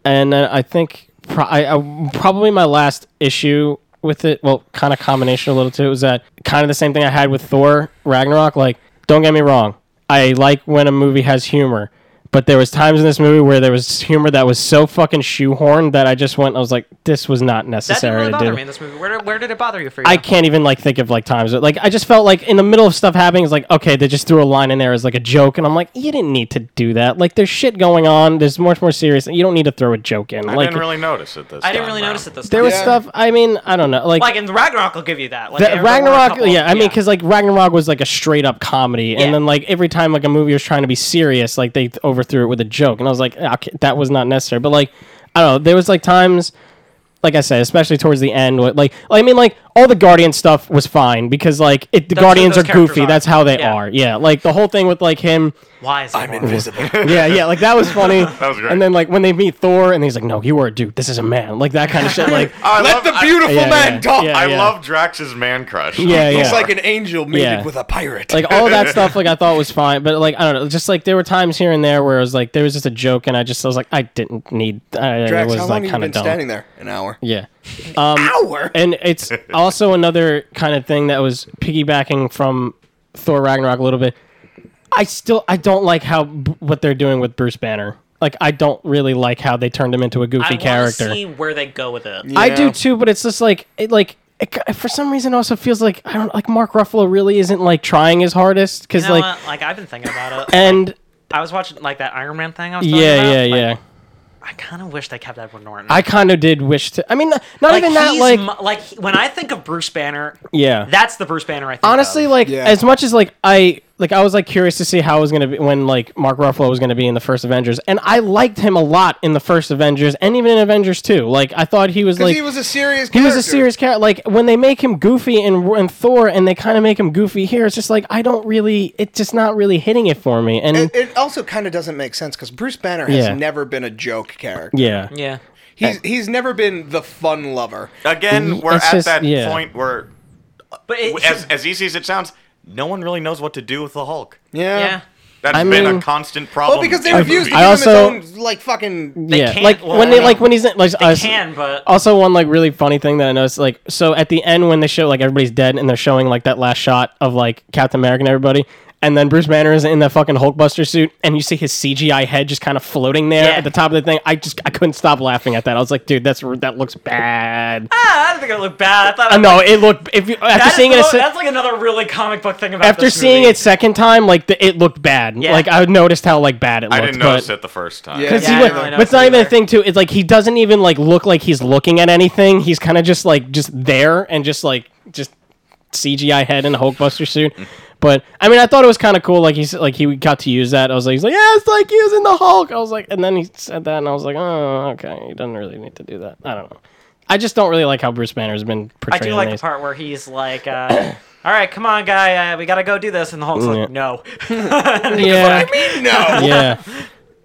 [SPEAKER 4] then I think pro- I, I, probably my last issue with it, well, kind of combination a little too, was that kind of the same thing I had with Thor Ragnarok. Like, don't get me wrong, I like when a movie has humor, But there was times in this movie where there was humor that was so fucking shoehorned that I just went. I was like, this was not
[SPEAKER 1] That didn't
[SPEAKER 4] necessary
[SPEAKER 1] really
[SPEAKER 4] to
[SPEAKER 1] bother
[SPEAKER 4] do.
[SPEAKER 1] me in this movie. Where, where did it bother you for you?
[SPEAKER 4] I can't even like think of like times that- like I just felt like in the middle of stuff happening, it's like okay, they just threw a line in there as like a joke, and I'm like, you didn't need to do that. Like there's shit going on. There's much more serious. You don't need to throw a joke in.
[SPEAKER 2] I
[SPEAKER 4] like
[SPEAKER 2] didn't really notice it this
[SPEAKER 1] I didn't
[SPEAKER 2] time
[SPEAKER 1] really
[SPEAKER 2] around.
[SPEAKER 1] notice it this
[SPEAKER 4] there
[SPEAKER 1] time.
[SPEAKER 4] was stuff. I mean, I don't know. Like.
[SPEAKER 1] Like, and Ragnarok will give you that. Like,
[SPEAKER 4] the-
[SPEAKER 1] there were a
[SPEAKER 4] Ragnarok,
[SPEAKER 1] couple-
[SPEAKER 4] yeah, I mean, because like Ragnarok was like a straight up comedy,
[SPEAKER 1] Yeah.
[SPEAKER 4] and then like every time like a movie was trying to be serious, like they overthrew it with a joke, and I was like, "Ah, okay, that was not necessary. But like, I don't know, there was like times, like I said, especially towards the end, what like I mean, like all the Guardian stuff was fine because like it, the
[SPEAKER 1] who
[SPEAKER 4] Guardians are
[SPEAKER 1] those characters
[SPEAKER 4] goofy,
[SPEAKER 1] are.
[SPEAKER 4] that's how they
[SPEAKER 1] Yeah.
[SPEAKER 4] are, yeah, like the whole thing with like him,
[SPEAKER 1] why is it I'm
[SPEAKER 4] yeah, yeah, like that was funny. that
[SPEAKER 2] was great.
[SPEAKER 4] And then like when they meet Thor, and he's like, no, you were a dude, this is a man, like that kind of shit, like.
[SPEAKER 2] Oh, I
[SPEAKER 3] Let
[SPEAKER 2] love-
[SPEAKER 3] the
[SPEAKER 2] I-
[SPEAKER 3] beautiful
[SPEAKER 4] Yeah,
[SPEAKER 3] man
[SPEAKER 4] yeah,
[SPEAKER 3] talk.
[SPEAKER 4] yeah.
[SPEAKER 2] I, love Drax's man crush.
[SPEAKER 4] Yeah, yeah.
[SPEAKER 3] He's like an angel mated
[SPEAKER 4] Yeah.
[SPEAKER 3] with a pirate.
[SPEAKER 4] like all that stuff like i thought was fine but like i don't know just like there were times here and there where it was like there was just a joke and i just I was like i didn't need I, it
[SPEAKER 3] Drax,
[SPEAKER 4] was
[SPEAKER 3] how long
[SPEAKER 4] like
[SPEAKER 3] have you
[SPEAKER 4] kind
[SPEAKER 3] been
[SPEAKER 4] of dumb
[SPEAKER 3] standing there? An hour.
[SPEAKER 4] yeah
[SPEAKER 3] Hour.
[SPEAKER 4] and it's also another kind of thing that was piggybacking from thor ragnarok a little bit i still i don't like how what they're doing with bruce banner like i don't really like how they turned him into a goofy
[SPEAKER 1] I want
[SPEAKER 4] character
[SPEAKER 1] to see where they go with it.
[SPEAKER 4] I do
[SPEAKER 3] Yeah.
[SPEAKER 4] too, but it's just like it like it, ki- for some reason also feels like I don't like Mark Ruffalo really isn't like trying his hardest because
[SPEAKER 1] You know
[SPEAKER 4] like
[SPEAKER 1] what? like I've been thinking about it.
[SPEAKER 4] and
[SPEAKER 1] I was watching like that Iron Man thing. I was talking
[SPEAKER 4] yeah
[SPEAKER 1] about.
[SPEAKER 4] yeah
[SPEAKER 1] like,
[SPEAKER 4] yeah
[SPEAKER 1] I kind of wish they kept Edward Norton.
[SPEAKER 4] I kind of did wish to I mean not, not
[SPEAKER 1] like,
[SPEAKER 4] even that
[SPEAKER 1] he's
[SPEAKER 4] like
[SPEAKER 1] mu- like he- when I think of Bruce Banner,
[SPEAKER 4] yeah
[SPEAKER 1] that's the Bruce Banner I think.
[SPEAKER 4] honestly
[SPEAKER 1] of.
[SPEAKER 4] like
[SPEAKER 3] Yeah.
[SPEAKER 4] as much as like I like I was like curious to see how it was gonna be when like Mark Ruffalo was gonna be in the first Avengers and I liked him a lot in the first Avengers and even in Avengers 2 like I thought he was like
[SPEAKER 3] he was a serious.
[SPEAKER 4] He was a serious character. Like when they make him goofy in, in Thor, and they kind of make him goofy here. It's just like I don't really. It's just not really hitting it for me. And
[SPEAKER 3] It, it also kind of doesn't make sense because Bruce Banner has
[SPEAKER 4] Yeah.
[SPEAKER 3] never been a joke character.
[SPEAKER 4] yeah,
[SPEAKER 1] yeah.
[SPEAKER 3] He's he's never been the fun lover.
[SPEAKER 2] Again, we're
[SPEAKER 4] it's
[SPEAKER 2] at
[SPEAKER 4] Mm, just-
[SPEAKER 2] that
[SPEAKER 4] yeah.
[SPEAKER 2] point where,
[SPEAKER 1] But it,
[SPEAKER 2] as, as easy as it sounds, no one really knows what to do with the Hulk.
[SPEAKER 3] Yeah.
[SPEAKER 1] yeah.
[SPEAKER 2] That's
[SPEAKER 4] I
[SPEAKER 2] been
[SPEAKER 4] mean-
[SPEAKER 2] a constant problem.
[SPEAKER 3] Well, because they
[SPEAKER 2] in
[SPEAKER 3] refuse
[SPEAKER 2] movies.
[SPEAKER 3] to give
[SPEAKER 4] I also-
[SPEAKER 3] him his own like fucking.
[SPEAKER 4] yeah.
[SPEAKER 1] can't-
[SPEAKER 4] like
[SPEAKER 1] well,
[SPEAKER 4] when they
[SPEAKER 1] no.
[SPEAKER 4] like when he's in, like
[SPEAKER 1] They
[SPEAKER 4] uh,
[SPEAKER 1] can, but
[SPEAKER 4] Also, one like really funny thing that I noticed, like, so at the end when they show like everybody's dead and they're showing like that last shot of like Captain America and everybody, and then Bruce Banner is in that fucking Hulkbuster suit, and you see his CGI head just kind of floating there
[SPEAKER 1] Yeah.
[SPEAKER 4] at the top of the thing. I just I couldn't stop laughing at that. I was like, dude, that's that looks bad.
[SPEAKER 1] ah, I didn't think it looked bad. I thought
[SPEAKER 4] Uh,
[SPEAKER 1] it
[SPEAKER 4] no, it looked if you after
[SPEAKER 1] That is
[SPEAKER 4] seeing it.
[SPEAKER 1] the
[SPEAKER 4] a
[SPEAKER 1] mo-
[SPEAKER 4] se-
[SPEAKER 1] that's like another really comic book thing about
[SPEAKER 4] after
[SPEAKER 1] this
[SPEAKER 4] seeing
[SPEAKER 1] movie.
[SPEAKER 4] it second time, like the, it looked bad.
[SPEAKER 1] Yeah.
[SPEAKER 4] Like I noticed how like bad it
[SPEAKER 2] I
[SPEAKER 4] looked.
[SPEAKER 2] didn't
[SPEAKER 4] but,
[SPEAKER 2] notice it the first time.
[SPEAKER 3] Yeah.
[SPEAKER 1] Yeah,
[SPEAKER 4] Because
[SPEAKER 1] I
[SPEAKER 4] he went,
[SPEAKER 1] didn't really
[SPEAKER 4] but
[SPEAKER 1] notice
[SPEAKER 4] it's not
[SPEAKER 1] it
[SPEAKER 4] even a
[SPEAKER 1] either.
[SPEAKER 4] thing too. It's like he doesn't even like look like he's looking at anything. He's kind of just like just there and just like just CGI head in a Hulkbuster suit.
[SPEAKER 1] Mm-hmm.
[SPEAKER 4] But I mean, I thought it was kind of cool. Like he's like he got to use that. I was like, he's like, yeah, it's like using the Hulk. I was like, and then he said that, and I was like, oh, okay, he doesn't really need to do that. I don't know. I just don't really like how Bruce Banner's been
[SPEAKER 1] I
[SPEAKER 4] portrayed.
[SPEAKER 1] do
[SPEAKER 4] in
[SPEAKER 1] like the
[SPEAKER 4] these.
[SPEAKER 1] part where he's like, uh, "All right, come on, guy, uh, we gotta go do this," and the Hulk's
[SPEAKER 4] Yeah.
[SPEAKER 1] like, "No."
[SPEAKER 4] Yeah.
[SPEAKER 3] No.
[SPEAKER 4] yeah,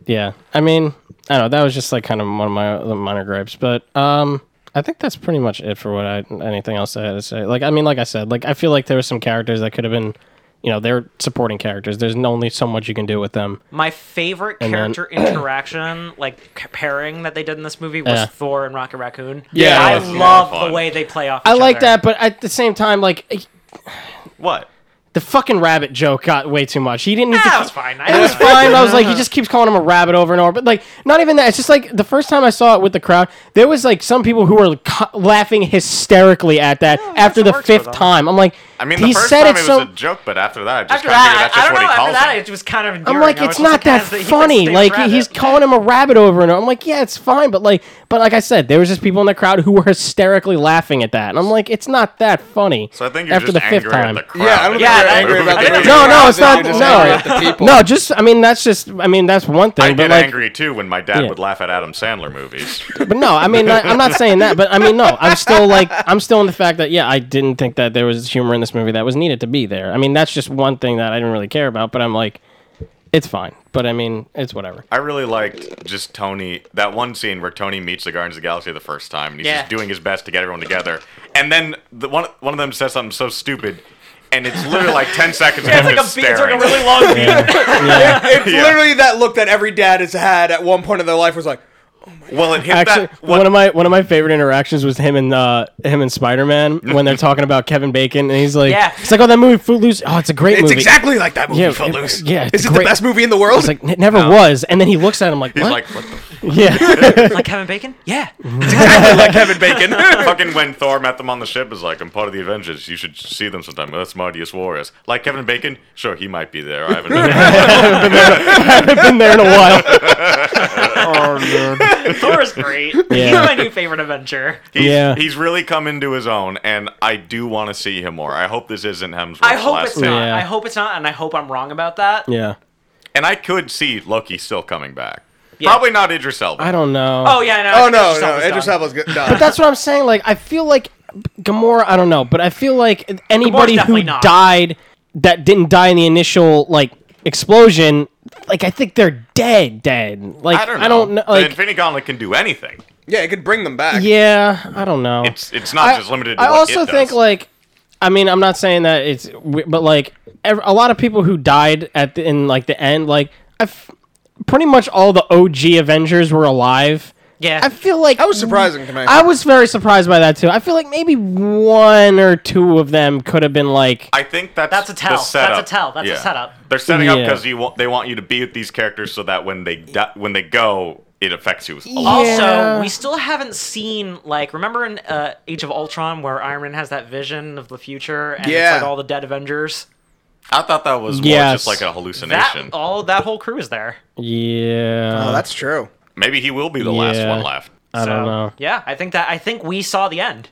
[SPEAKER 4] yeah. I mean, I don't know. That was just like kind of one of my other minor gripes, but um, I think that's pretty much it for what I anything else I had to say. Like, I mean, like I said, like I feel like there were some characters that could have been, you know, they're supporting characters. There's only so much you can do with them.
[SPEAKER 1] My favorite
[SPEAKER 4] then-
[SPEAKER 1] character interaction, like c- pairing that they did in this movie, was
[SPEAKER 4] Yeah.
[SPEAKER 1] Thor and Rocket Raccoon.
[SPEAKER 4] Yeah,
[SPEAKER 1] I
[SPEAKER 4] that
[SPEAKER 2] was a lot
[SPEAKER 1] love
[SPEAKER 2] of fun.
[SPEAKER 1] the way they play off.
[SPEAKER 4] I
[SPEAKER 1] each
[SPEAKER 4] like
[SPEAKER 1] other.
[SPEAKER 4] that, but at the same time, like
[SPEAKER 2] What?
[SPEAKER 4] the fucking rabbit joke got way too much. He didn't need
[SPEAKER 1] That
[SPEAKER 4] to
[SPEAKER 1] was fine.
[SPEAKER 4] It was fine. I was like, he just keeps calling him a rabbit over and over. But like, not even that. It's just like the first time I saw it with the crowd, there was like some people who were co- laughing hysterically at that after
[SPEAKER 1] what
[SPEAKER 4] the
[SPEAKER 1] works for
[SPEAKER 4] fifth
[SPEAKER 1] them.
[SPEAKER 4] time. I'm like,
[SPEAKER 2] I mean, the
[SPEAKER 4] he
[SPEAKER 2] first
[SPEAKER 4] said
[SPEAKER 2] time
[SPEAKER 4] it
[SPEAKER 2] it
[SPEAKER 4] so.
[SPEAKER 2] was a joke, but after that, I just
[SPEAKER 1] After
[SPEAKER 2] kind of
[SPEAKER 1] that,
[SPEAKER 2] figured that's
[SPEAKER 1] I, I
[SPEAKER 2] just
[SPEAKER 1] don't
[SPEAKER 2] what
[SPEAKER 1] know.
[SPEAKER 2] he
[SPEAKER 1] After
[SPEAKER 2] calls
[SPEAKER 1] that,
[SPEAKER 2] him.
[SPEAKER 1] it was kind of.
[SPEAKER 4] I'm
[SPEAKER 1] endearing.
[SPEAKER 4] like,
[SPEAKER 1] I was
[SPEAKER 4] it's
[SPEAKER 1] just
[SPEAKER 4] not
[SPEAKER 1] like,
[SPEAKER 4] that
[SPEAKER 1] as the- he
[SPEAKER 4] funny.
[SPEAKER 1] stays
[SPEAKER 4] Like
[SPEAKER 1] rabbit.
[SPEAKER 4] he's calling him a rabbit over and over. I'm like, yeah, it's fine. But like, but like I said, there was just people in the crowd who were hysterically laughing at that, and I'm like, it's not that funny.
[SPEAKER 2] So I think you're
[SPEAKER 4] after
[SPEAKER 2] just
[SPEAKER 4] the fifth
[SPEAKER 2] angry
[SPEAKER 4] time.
[SPEAKER 2] at the crowd.
[SPEAKER 3] Yeah, I don't think
[SPEAKER 1] Yeah,
[SPEAKER 3] you're
[SPEAKER 1] that-
[SPEAKER 3] angry about
[SPEAKER 1] I
[SPEAKER 3] the
[SPEAKER 1] didn't-
[SPEAKER 3] movie.
[SPEAKER 4] no, no, it's
[SPEAKER 3] You're
[SPEAKER 4] not.
[SPEAKER 3] just
[SPEAKER 4] No,
[SPEAKER 3] angry at the people.
[SPEAKER 4] no, just I mean, that's just I mean, that's one thing.
[SPEAKER 2] I
[SPEAKER 4] but
[SPEAKER 2] get
[SPEAKER 4] like,
[SPEAKER 2] angry too when my dad would laugh at Adam Sandler movies.
[SPEAKER 4] But no, I mean, I, I'm not saying that. But I mean, no, I'm still like, I'm still in the fact that yeah, I didn't think that there was humor in this movie that was needed to be there. I mean, that's just one thing that I didn't really care about. But I'm like, it's fine. But I mean, it's whatever.
[SPEAKER 2] I really liked just Tony that one scene where Tony meets the Guardians of the Galaxy the first time, and he's
[SPEAKER 1] Yeah.
[SPEAKER 2] just doing his best to get everyone together. And then the one one of them says something so stupid, and it's literally like ten seconds
[SPEAKER 1] Yeah,
[SPEAKER 2] of him
[SPEAKER 1] it's like
[SPEAKER 2] just
[SPEAKER 1] a beat. It's like a
[SPEAKER 2] staring.
[SPEAKER 1] really long beat.
[SPEAKER 3] It's literally that look that every dad has had at one point in their life was like,
[SPEAKER 2] Well, it hit
[SPEAKER 4] Actually,
[SPEAKER 2] that. What,
[SPEAKER 4] one of my one of my favorite interactions was him and uh, him and Spider Man when they're talking about Kevin Bacon, and he's like,
[SPEAKER 1] Yeah.
[SPEAKER 4] it's like, oh, that movie Footloose, oh, it's a great
[SPEAKER 3] It's
[SPEAKER 4] movie.
[SPEAKER 3] exactly like that movie,
[SPEAKER 4] Yeah, it-
[SPEAKER 3] Footloose.
[SPEAKER 4] yeah, it's
[SPEAKER 3] is it
[SPEAKER 4] great.
[SPEAKER 3] the best movie in the world?
[SPEAKER 4] It's like it never was, and then he looks at him like,
[SPEAKER 2] he's
[SPEAKER 4] what?
[SPEAKER 2] like, what the
[SPEAKER 4] yeah,
[SPEAKER 1] like Kevin Bacon? Yeah.
[SPEAKER 2] like Kevin Bacon. Fucking when Thor met them on the ship is like, I'm part of the Avengers. You should see them sometime. That's Martius Warriors. Like Kevin Bacon? Sure, he might be there. I haven't.
[SPEAKER 4] I've been there in a while.
[SPEAKER 1] Thor is great. He's my new favorite adventure.
[SPEAKER 2] He's,
[SPEAKER 4] Yeah.
[SPEAKER 2] he's really come into his own, and I do want to see him more. I hope this isn't Hemsworth's
[SPEAKER 1] I hope
[SPEAKER 2] last
[SPEAKER 1] it's
[SPEAKER 2] time.
[SPEAKER 1] not.
[SPEAKER 4] Yeah.
[SPEAKER 1] I hope it's not, and I hope I'm wrong about that.
[SPEAKER 4] Yeah,
[SPEAKER 2] And I could see Loki still coming back.
[SPEAKER 1] Yeah.
[SPEAKER 2] Probably not Idris Elba.
[SPEAKER 4] I don't know.
[SPEAKER 1] Oh yeah, no. I
[SPEAKER 3] oh
[SPEAKER 1] think
[SPEAKER 3] no,
[SPEAKER 1] Idris
[SPEAKER 3] no,
[SPEAKER 1] Elba's
[SPEAKER 3] Idris
[SPEAKER 1] done.
[SPEAKER 3] Elba's good. No.
[SPEAKER 4] That's what I'm saying. Like, I feel like Gamora. I don't know, but I feel like anybody who
[SPEAKER 1] definitely not.
[SPEAKER 4] died that didn't die in the initial like explosion, like I think they're dead, dead. Like
[SPEAKER 2] I don't know.
[SPEAKER 4] know.
[SPEAKER 2] the
[SPEAKER 4] Like,
[SPEAKER 2] Infinity Gauntlet can do anything.
[SPEAKER 3] yeah, it could bring them back.
[SPEAKER 4] yeah, I don't know.
[SPEAKER 2] It's it's not just limited. To
[SPEAKER 4] I
[SPEAKER 2] what
[SPEAKER 4] also
[SPEAKER 2] it
[SPEAKER 4] think
[SPEAKER 2] does.
[SPEAKER 4] like, I mean, I'm not saying that it's, we- but like, ev- a lot of people who died at the in like the end, like, I, f- pretty much all the OG Avengers were alive.
[SPEAKER 1] Yeah.
[SPEAKER 4] I feel like
[SPEAKER 3] That was surprising to me.
[SPEAKER 4] I was very surprised by that too. I feel like maybe one or two of them could have been like,
[SPEAKER 2] I think that's
[SPEAKER 1] That's a tell.
[SPEAKER 2] The
[SPEAKER 1] That's a
[SPEAKER 2] setup.
[SPEAKER 1] tell. That's a setup.
[SPEAKER 2] They're setting up
[SPEAKER 4] Yeah.
[SPEAKER 2] because you want they want you to be with these characters so that when they di- when they go, it affects you. a lot.
[SPEAKER 4] Yeah.
[SPEAKER 1] Also, we still haven't seen like remember in uh, Age of Ultron where Iron Man has that vision of the future and
[SPEAKER 3] Yeah.
[SPEAKER 1] it's like all the dead Avengers.
[SPEAKER 2] I thought that was more
[SPEAKER 4] Yes.
[SPEAKER 2] just like a
[SPEAKER 1] That
[SPEAKER 2] hallucination.
[SPEAKER 1] all that whole crew is there.
[SPEAKER 4] yeah,
[SPEAKER 3] Oh, that's true.
[SPEAKER 2] Maybe he will be the last
[SPEAKER 4] Yeah.
[SPEAKER 2] one left.
[SPEAKER 4] I don't
[SPEAKER 1] So,
[SPEAKER 4] know.
[SPEAKER 1] Yeah, I think that I think we saw the end.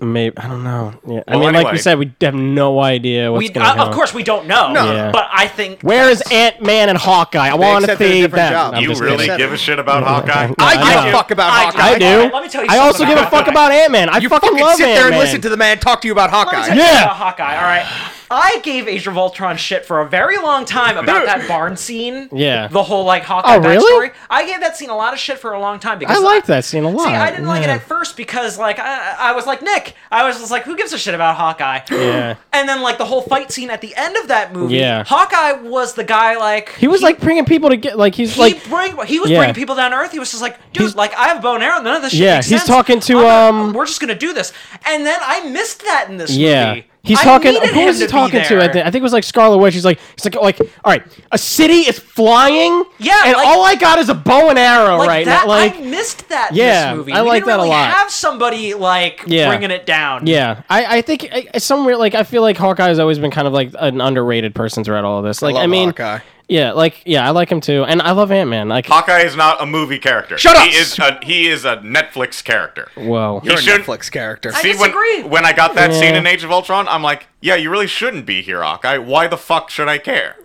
[SPEAKER 4] Maybe I don't know. Yeah. I
[SPEAKER 2] Well,
[SPEAKER 4] mean, like
[SPEAKER 2] anyway.
[SPEAKER 4] we said, we have no idea what's
[SPEAKER 1] We
[SPEAKER 4] going to
[SPEAKER 1] uh,
[SPEAKER 4] happen.
[SPEAKER 1] of course we don't know,
[SPEAKER 4] Yeah.
[SPEAKER 1] but I think
[SPEAKER 4] Where is Ant Man and Hawkeye? I want to
[SPEAKER 3] accepted a
[SPEAKER 4] see
[SPEAKER 3] different
[SPEAKER 4] them.
[SPEAKER 3] job.
[SPEAKER 4] I'm
[SPEAKER 2] you
[SPEAKER 4] just
[SPEAKER 2] really
[SPEAKER 4] kidding.
[SPEAKER 3] kidding.
[SPEAKER 2] give a shit about Hawkeye?
[SPEAKER 4] I-
[SPEAKER 3] I give
[SPEAKER 4] I
[SPEAKER 3] a
[SPEAKER 4] do.
[SPEAKER 3] fuck about
[SPEAKER 1] I
[SPEAKER 3] Hawkeye.
[SPEAKER 4] I do.
[SPEAKER 1] Let me tell you
[SPEAKER 4] I also
[SPEAKER 1] something
[SPEAKER 4] give a
[SPEAKER 1] about
[SPEAKER 4] fuck
[SPEAKER 1] Hawkeye.
[SPEAKER 4] about Ant Man. I
[SPEAKER 3] You
[SPEAKER 4] fucking,
[SPEAKER 3] fucking
[SPEAKER 4] love
[SPEAKER 3] sit there
[SPEAKER 4] Ant
[SPEAKER 3] and
[SPEAKER 4] Man.
[SPEAKER 3] listen to the man talk to you about
[SPEAKER 1] Let me
[SPEAKER 3] Hawkeye.
[SPEAKER 1] tell you
[SPEAKER 4] Yeah.
[SPEAKER 1] about Hawkeye. All right. I gave Age of Ultron shit for a very long time about that barn scene.
[SPEAKER 4] Yeah.
[SPEAKER 1] The whole like Hawkeye
[SPEAKER 4] Oh, really?
[SPEAKER 1] backstory. I gave that scene a lot of shit for a long time because
[SPEAKER 4] I liked that scene a lot.
[SPEAKER 1] See, I didn't like it
[SPEAKER 4] yeah.
[SPEAKER 1] at first because, like, I, I was like Nick. I was just like, who gives a shit about Hawkeye?
[SPEAKER 4] Yeah.
[SPEAKER 1] And then, like, the whole fight scene at the end of that movie,
[SPEAKER 4] Yeah.
[SPEAKER 1] Hawkeye was the guy, like,
[SPEAKER 4] He was like bringing people to get like he's
[SPEAKER 1] he
[SPEAKER 4] like
[SPEAKER 1] bring he was
[SPEAKER 4] yeah.
[SPEAKER 1] bringing people down to Earth. He was just like, dude,
[SPEAKER 4] He's-
[SPEAKER 1] like I have a bow and arrow. None of this shit.
[SPEAKER 4] Yeah,
[SPEAKER 1] makes
[SPEAKER 4] he's
[SPEAKER 1] sense.
[SPEAKER 4] talking to,
[SPEAKER 1] I'm not-
[SPEAKER 4] um,
[SPEAKER 1] We're just gonna do this, and then I missed that in this
[SPEAKER 4] yeah.
[SPEAKER 1] movie.
[SPEAKER 4] He's
[SPEAKER 1] I
[SPEAKER 4] talking.
[SPEAKER 1] needed
[SPEAKER 4] Who
[SPEAKER 1] him
[SPEAKER 4] was he
[SPEAKER 1] be
[SPEAKER 4] talking to?
[SPEAKER 1] there.
[SPEAKER 4] I think, I think it was like Scarlet Witch. He's like, he's like, like, all right, a city is flying.
[SPEAKER 1] Yeah,
[SPEAKER 4] and
[SPEAKER 1] like-
[SPEAKER 4] all I got is a bow and arrow
[SPEAKER 1] Like
[SPEAKER 4] right
[SPEAKER 1] that,
[SPEAKER 4] now. Like,
[SPEAKER 1] I missed that. in
[SPEAKER 4] Yeah,
[SPEAKER 1] this movie.
[SPEAKER 4] I
[SPEAKER 1] We
[SPEAKER 4] like
[SPEAKER 1] didn't
[SPEAKER 4] that a
[SPEAKER 1] really
[SPEAKER 4] lot.
[SPEAKER 1] Have somebody like
[SPEAKER 4] Yeah.
[SPEAKER 1] bringing it down.
[SPEAKER 4] yeah, I, I think I, I- somewhere like I feel like Hawkeye has always been kind of like an underrated person throughout all of this. Like, I,
[SPEAKER 3] love
[SPEAKER 4] mean,
[SPEAKER 3] Hawkeye.
[SPEAKER 4] yeah, like, yeah, I like him too, and I love Ant Man. Like,
[SPEAKER 2] Hawkeye is not a movie character.
[SPEAKER 3] Shut up!
[SPEAKER 2] He is a, he is a Netflix character.
[SPEAKER 4] whoa,
[SPEAKER 3] You're a
[SPEAKER 2] shouldn't-
[SPEAKER 3] Netflix character.
[SPEAKER 1] I-
[SPEAKER 2] See, when,
[SPEAKER 1] disagree.
[SPEAKER 2] when I got that
[SPEAKER 4] Yeah.
[SPEAKER 2] scene in Age of Ultron, I'm like, yeah, you really shouldn't be here, Hawkeye. Why the fuck should I care?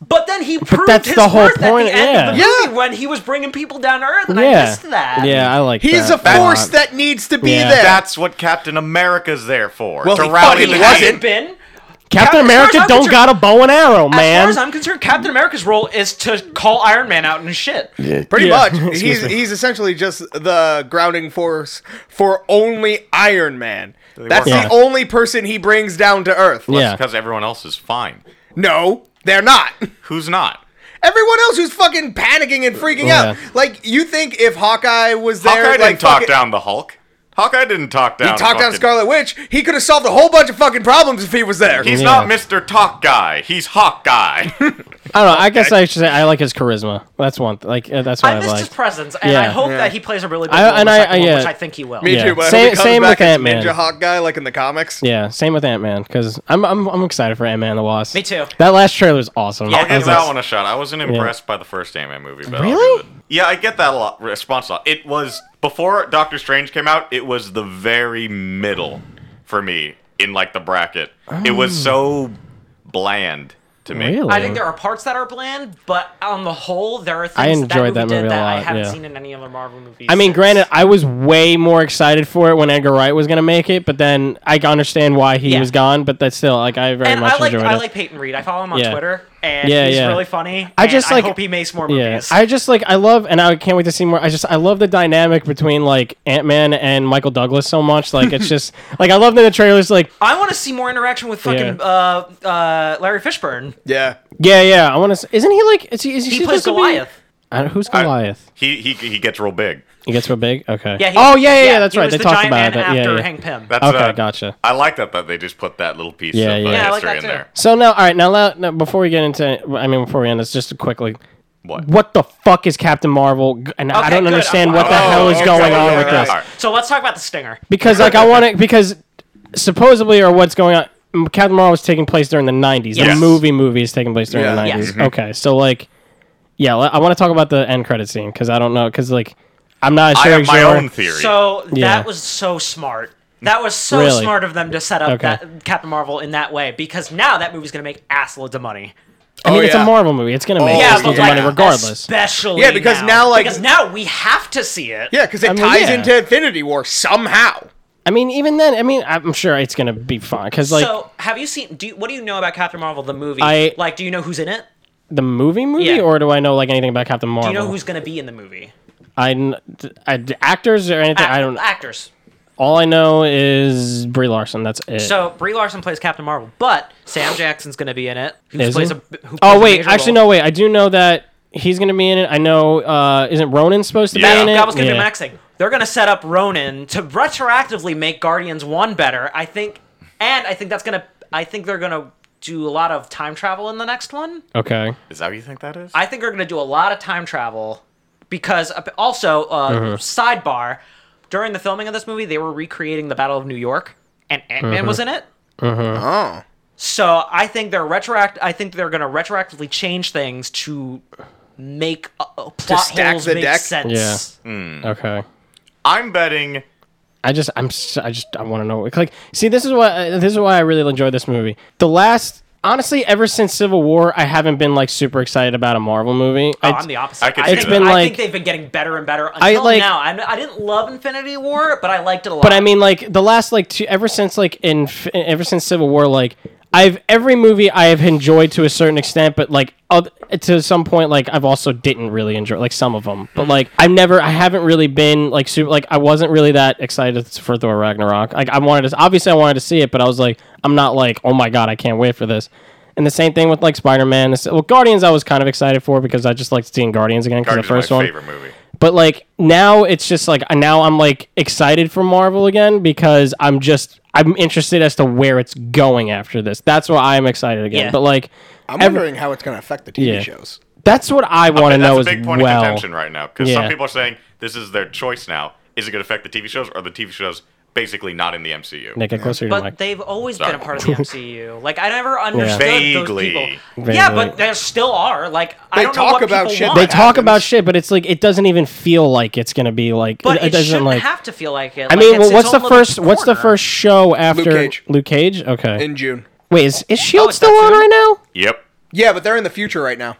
[SPEAKER 1] But then he proved
[SPEAKER 4] that's
[SPEAKER 1] his
[SPEAKER 4] the whole
[SPEAKER 1] worth
[SPEAKER 4] point,
[SPEAKER 1] at the end of the
[SPEAKER 4] yeah.
[SPEAKER 1] movie when he was bringing people down to Earth, and
[SPEAKER 4] yeah,
[SPEAKER 1] I missed that.
[SPEAKER 4] yeah, I like.
[SPEAKER 3] He's
[SPEAKER 4] that
[SPEAKER 3] a force
[SPEAKER 4] lot.
[SPEAKER 3] that needs to be
[SPEAKER 4] Yeah.
[SPEAKER 3] there.
[SPEAKER 2] That's what Captain America's there for.
[SPEAKER 3] Well,
[SPEAKER 2] to
[SPEAKER 3] he
[SPEAKER 2] rally
[SPEAKER 3] fucking
[SPEAKER 2] the
[SPEAKER 1] Had
[SPEAKER 3] wasn't.
[SPEAKER 1] it been.
[SPEAKER 4] Captain
[SPEAKER 1] Cap- as far as
[SPEAKER 4] America
[SPEAKER 1] I'm
[SPEAKER 4] don't
[SPEAKER 1] concerned-
[SPEAKER 4] got a bow and arrow,
[SPEAKER 1] As
[SPEAKER 4] man.
[SPEAKER 1] far as I'm concerned, Captain America's role is to call Iron Man out and shit.
[SPEAKER 3] Pretty
[SPEAKER 4] Yeah.
[SPEAKER 3] much.
[SPEAKER 4] Excuse
[SPEAKER 3] He's
[SPEAKER 4] me.
[SPEAKER 3] he's essentially just the grounding force for only Iron Man. That's
[SPEAKER 2] work
[SPEAKER 3] the
[SPEAKER 4] out?
[SPEAKER 3] only person he brings down to earth.
[SPEAKER 4] Yeah.
[SPEAKER 2] Because everyone else is fine.
[SPEAKER 3] No, they're not.
[SPEAKER 2] Who's not?
[SPEAKER 3] Everyone else who's fucking panicking and freaking out.
[SPEAKER 4] Yeah.
[SPEAKER 3] Like you think if Hawkeye was there,
[SPEAKER 2] Hawkeye
[SPEAKER 3] like
[SPEAKER 2] didn't talk
[SPEAKER 3] fucking-
[SPEAKER 2] down the Hulk. Hawkeye didn't talk down.
[SPEAKER 3] He talked down
[SPEAKER 2] fucking-
[SPEAKER 3] Scarlet Witch. He could have solved a whole bunch of fucking problems if he was there.
[SPEAKER 2] He's
[SPEAKER 4] Yeah.
[SPEAKER 2] not Mr. Talk Guy. He's Hawk Guy.
[SPEAKER 4] I don't know. I guess I should say I like his charisma. That's one. th- Like uh, that's what
[SPEAKER 1] I
[SPEAKER 4] I,
[SPEAKER 1] missed
[SPEAKER 4] like.
[SPEAKER 1] his presence, and I
[SPEAKER 4] Yeah.
[SPEAKER 1] hope
[SPEAKER 3] Yeah.
[SPEAKER 1] that he plays a really big
[SPEAKER 4] I-
[SPEAKER 1] role in
[SPEAKER 4] and
[SPEAKER 1] the
[SPEAKER 4] I-
[SPEAKER 1] second
[SPEAKER 4] I-
[SPEAKER 1] one,
[SPEAKER 4] yeah.
[SPEAKER 1] which I think he will.
[SPEAKER 3] Me
[SPEAKER 4] Yeah.
[SPEAKER 3] too. But I hope
[SPEAKER 4] Same-
[SPEAKER 3] he comes
[SPEAKER 4] same
[SPEAKER 3] back
[SPEAKER 4] with
[SPEAKER 3] as
[SPEAKER 4] Ant-Man.
[SPEAKER 3] Ninja Hawkeye, like in the comics.
[SPEAKER 4] yeah, same with Ant Man because I'm, I'm I'm excited for Ant Man and the Wasp.
[SPEAKER 1] Me too.
[SPEAKER 4] That last trailer was awesome.
[SPEAKER 1] Yeah,
[SPEAKER 2] I'll
[SPEAKER 4] I
[SPEAKER 2] give
[SPEAKER 4] was
[SPEAKER 2] that
[SPEAKER 4] like-
[SPEAKER 2] one a shot. I wasn't impressed by the first Ant-Man movie, but I'll
[SPEAKER 4] Really?
[SPEAKER 2] give it- yeah, I get that a lot response a lot. It was before Doctor Strange came out. It was the very middle for me in like the bracket. It was so bland to me.
[SPEAKER 4] Really?
[SPEAKER 1] I think there are parts that are bland, but on the whole, there are things
[SPEAKER 4] I enjoyed
[SPEAKER 1] that
[SPEAKER 4] that
[SPEAKER 1] movie did
[SPEAKER 4] movie a
[SPEAKER 1] that I
[SPEAKER 4] lot,
[SPEAKER 1] haven't
[SPEAKER 4] yeah.
[SPEAKER 1] seen in any other Marvel movies.
[SPEAKER 4] I mean,
[SPEAKER 1] since.
[SPEAKER 4] granted, I was way more excited for it when Edgar Wright was gonna make it, but then I understand why he
[SPEAKER 1] Yeah.
[SPEAKER 4] was gone. But that's still like I very
[SPEAKER 1] and
[SPEAKER 4] much
[SPEAKER 1] I like
[SPEAKER 4] enjoyed
[SPEAKER 1] I
[SPEAKER 4] it.
[SPEAKER 1] like Peyton Reed. I follow him on
[SPEAKER 4] Yeah.
[SPEAKER 1] Twitter, and
[SPEAKER 4] Yeah,
[SPEAKER 1] he's
[SPEAKER 4] yeah.
[SPEAKER 1] really funny.
[SPEAKER 4] I
[SPEAKER 1] and
[SPEAKER 4] just, like-
[SPEAKER 1] I hope he makes more
[SPEAKER 4] yeah,
[SPEAKER 1] movies.
[SPEAKER 4] I just like I love, and I can't wait to see more. I just I love the dynamic between like Ant Man and Michael Douglas so much. Like it's just like I love that the trailers like
[SPEAKER 1] I want to see more interaction with fucking
[SPEAKER 4] Yeah.
[SPEAKER 1] uh, uh, Larry Fishburne.
[SPEAKER 3] Yeah.
[SPEAKER 4] yeah yeah I want to. Isn't he like is he is he,
[SPEAKER 1] He plays
[SPEAKER 4] supposed to be-
[SPEAKER 1] Goliath.
[SPEAKER 4] I don't, who's
[SPEAKER 2] I-
[SPEAKER 4] Goliath?
[SPEAKER 2] he he he gets real big.
[SPEAKER 4] He gets real big. Okay.
[SPEAKER 1] Yeah, he-
[SPEAKER 4] oh yeah, yeah, yeah. That's
[SPEAKER 1] he
[SPEAKER 4] right.
[SPEAKER 1] was
[SPEAKER 4] They
[SPEAKER 1] the
[SPEAKER 4] talked
[SPEAKER 1] giant
[SPEAKER 4] about
[SPEAKER 1] man
[SPEAKER 4] that. Yeah,
[SPEAKER 1] after
[SPEAKER 4] yeah.
[SPEAKER 1] Hank Pym.
[SPEAKER 2] That's
[SPEAKER 4] Okay,
[SPEAKER 2] uh,
[SPEAKER 4] gotcha.
[SPEAKER 2] I like that that they just put that little piece
[SPEAKER 4] Yeah,
[SPEAKER 2] of
[SPEAKER 4] yeah.
[SPEAKER 2] uh,
[SPEAKER 4] Yeah,
[SPEAKER 1] I like
[SPEAKER 2] history
[SPEAKER 1] that
[SPEAKER 2] in
[SPEAKER 1] too.
[SPEAKER 2] there.
[SPEAKER 4] So now, all right, now, let- now before we get into, I mean, before we end this, just quickly,
[SPEAKER 2] What?
[SPEAKER 4] what the fuck is Captain Marvel? G- And I
[SPEAKER 1] Okay,
[SPEAKER 4] don't
[SPEAKER 1] good.
[SPEAKER 4] understand
[SPEAKER 1] I'm-
[SPEAKER 4] what the
[SPEAKER 1] Oh,
[SPEAKER 4] hell is
[SPEAKER 2] okay,
[SPEAKER 4] going on
[SPEAKER 2] yeah,
[SPEAKER 4] with
[SPEAKER 2] right.
[SPEAKER 4] this
[SPEAKER 2] Alright.
[SPEAKER 1] So let's talk about the stinger.
[SPEAKER 4] because, like, I want to because supposedly or what's going on, m- Captain Marvel is taking place during the '90s.
[SPEAKER 1] Yes.
[SPEAKER 4] The movie movie is taking place during
[SPEAKER 3] Yeah.
[SPEAKER 4] the
[SPEAKER 1] Yes. Mm-hmm.
[SPEAKER 4] '90s. Okay, so like, yeah, le- I want to talk about the end credit scene because I don't know because like I'm not
[SPEAKER 2] I
[SPEAKER 4] sure.
[SPEAKER 2] have my
[SPEAKER 4] sure-
[SPEAKER 2] own theory.
[SPEAKER 1] So
[SPEAKER 4] Yeah.
[SPEAKER 1] that was so smart. That was so
[SPEAKER 4] Really?
[SPEAKER 1] smart of them to set up
[SPEAKER 4] Okay.
[SPEAKER 1] that Captain Marvel in that way because now that movie's gonna make ass loads of money.
[SPEAKER 4] I mean,
[SPEAKER 3] Oh,
[SPEAKER 4] it's
[SPEAKER 3] yeah.
[SPEAKER 4] a Marvel movie. It's gonna make
[SPEAKER 3] Oh,
[SPEAKER 4] oh,
[SPEAKER 3] yeah,
[SPEAKER 4] yeah,
[SPEAKER 3] but,
[SPEAKER 4] of
[SPEAKER 3] like,
[SPEAKER 4] money regardless.
[SPEAKER 1] Especially
[SPEAKER 3] Yeah, because now, like-
[SPEAKER 1] because now we have to see it.
[SPEAKER 3] Yeah, because it
[SPEAKER 4] I mean,
[SPEAKER 3] ties
[SPEAKER 4] yeah.
[SPEAKER 3] into Infinity War somehow.
[SPEAKER 4] I mean, even then, I mean, I'm sure it's gonna be fine because like
[SPEAKER 1] so have you seen? Do you, what do you know about Captain Marvel the movie?
[SPEAKER 4] I-
[SPEAKER 1] like, do you know who's in it?
[SPEAKER 4] the movie movie,
[SPEAKER 1] Yeah.
[SPEAKER 4] or do I know like anything about Captain Marvel?
[SPEAKER 1] Do you know who's gonna be in the movie?
[SPEAKER 4] I, kn- I- actors or anything? I don't.
[SPEAKER 1] Actors.
[SPEAKER 4] All I know is Brie Larson. That's it.
[SPEAKER 1] So Brie Larson plays Captain Marvel, but Sam Jackson's gonna be in it. Who
[SPEAKER 4] Is
[SPEAKER 1] plays
[SPEAKER 4] he?
[SPEAKER 1] a? Who plays
[SPEAKER 4] oh
[SPEAKER 1] a
[SPEAKER 4] wait,
[SPEAKER 1] major
[SPEAKER 4] actually
[SPEAKER 1] role.
[SPEAKER 4] no wait. I do know that he's gonna be in it. I know. uh Isn't Ronan supposed to
[SPEAKER 2] Yeah.
[SPEAKER 4] be in it?
[SPEAKER 1] That was gonna
[SPEAKER 4] yeah.
[SPEAKER 1] be my next thing. They're gonna set up Ronan to retroactively make Guardians One better. I think, and I think that's gonna. I think they're gonna do a lot of time travel in the next one.
[SPEAKER 4] Okay.
[SPEAKER 2] is that what you think that is?
[SPEAKER 1] I think they're going to do a lot of time travel because uh, also uh, sidebar during the filming of this movie they were recreating the Battle of New York and Ant Man was in it.
[SPEAKER 3] Oh.
[SPEAKER 1] So I think they're retroact. I think they're going to retroactively change things to make uh, uh, plot
[SPEAKER 3] stack
[SPEAKER 1] holes
[SPEAKER 3] the
[SPEAKER 1] make
[SPEAKER 3] deck?
[SPEAKER 1] sense.
[SPEAKER 4] Okay.
[SPEAKER 2] I'm betting
[SPEAKER 4] I just I'm s- I just I want to know like see this is why this is why I really enjoy this movie. The last honestly ever since Civil War I haven't been like super excited about a Marvel movie.
[SPEAKER 1] Oh,
[SPEAKER 4] I-
[SPEAKER 1] I'm the opposite.
[SPEAKER 2] I could see
[SPEAKER 1] think,
[SPEAKER 2] that. It's been
[SPEAKER 1] I think
[SPEAKER 4] like-
[SPEAKER 1] they've been getting better and better until
[SPEAKER 4] like-
[SPEAKER 1] now. I'm, I didn't love Infinity War, but I liked it a lot.
[SPEAKER 4] But I mean, like the last like two, ever since like in f- ever since Civil War, like I've every movie I have enjoyed to a certain extent, but like oth- to some point, like I've also didn't really enjoy like some of them. But like I've never, I haven't really been like super. Like I wasn't really that excited for Thor Ragnarok. Like I wanted to, obviously I wanted to see it, but I was like, I'm not like, oh my god, I can't wait for this. And the same thing with like Spider Man. Well, Guardians I was kind of excited for because I just liked seeing Guardians again because the
[SPEAKER 2] Guardians is
[SPEAKER 4] first
[SPEAKER 2] my
[SPEAKER 4] one.
[SPEAKER 2] favorite movie.
[SPEAKER 4] But like now it's just like uh, now I'm like excited for Marvel again because I'm just I'm interested as to where it's going after this. That's why I'm excited again.
[SPEAKER 1] Yeah.
[SPEAKER 4] But like
[SPEAKER 3] I'm
[SPEAKER 4] Every-
[SPEAKER 3] wondering how it's going to affect the TV
[SPEAKER 4] Yeah.
[SPEAKER 3] shows.
[SPEAKER 4] that's what I want to
[SPEAKER 2] And
[SPEAKER 4] know
[SPEAKER 2] that's
[SPEAKER 4] as
[SPEAKER 2] a big point of
[SPEAKER 4] well.
[SPEAKER 2] contention right now because
[SPEAKER 4] Yeah.
[SPEAKER 2] some people are saying this is their choice now. Is it going to affect the TV shows or are the TV shows basically not in the MCU?
[SPEAKER 4] Nick, get closer to your
[SPEAKER 1] But
[SPEAKER 4] mic.
[SPEAKER 1] they've always
[SPEAKER 2] Sorry.
[SPEAKER 1] been a part of the MCU. Like I never understood those
[SPEAKER 2] Vaguely.
[SPEAKER 1] people. Yeah,
[SPEAKER 4] Vaguely.
[SPEAKER 1] but there still are. Like I
[SPEAKER 3] They
[SPEAKER 1] don't know
[SPEAKER 3] talk
[SPEAKER 1] what
[SPEAKER 3] about
[SPEAKER 1] people
[SPEAKER 3] shit
[SPEAKER 1] want.
[SPEAKER 4] they
[SPEAKER 3] that
[SPEAKER 4] talk about
[SPEAKER 3] happens.
[SPEAKER 4] shit, but it's like it doesn't even feel like it's gonna be like
[SPEAKER 1] but it,
[SPEAKER 4] doesn't
[SPEAKER 1] shouldn't
[SPEAKER 4] like.
[SPEAKER 1] have to feel like it.
[SPEAKER 4] I
[SPEAKER 1] Like,
[SPEAKER 4] mean,
[SPEAKER 1] it's
[SPEAKER 4] well,
[SPEAKER 1] its
[SPEAKER 4] what's
[SPEAKER 1] own
[SPEAKER 4] the
[SPEAKER 1] little
[SPEAKER 4] first? What's the
[SPEAKER 1] corner.
[SPEAKER 4] first show after
[SPEAKER 3] Cage.
[SPEAKER 4] Luke Cage? Okay.
[SPEAKER 3] in June.
[SPEAKER 4] Wait, is, is Shield
[SPEAKER 1] it's
[SPEAKER 4] E still
[SPEAKER 1] that
[SPEAKER 4] on
[SPEAKER 1] soon?
[SPEAKER 4] right now?
[SPEAKER 2] Yep.
[SPEAKER 3] Yeah, but they're in the future right now.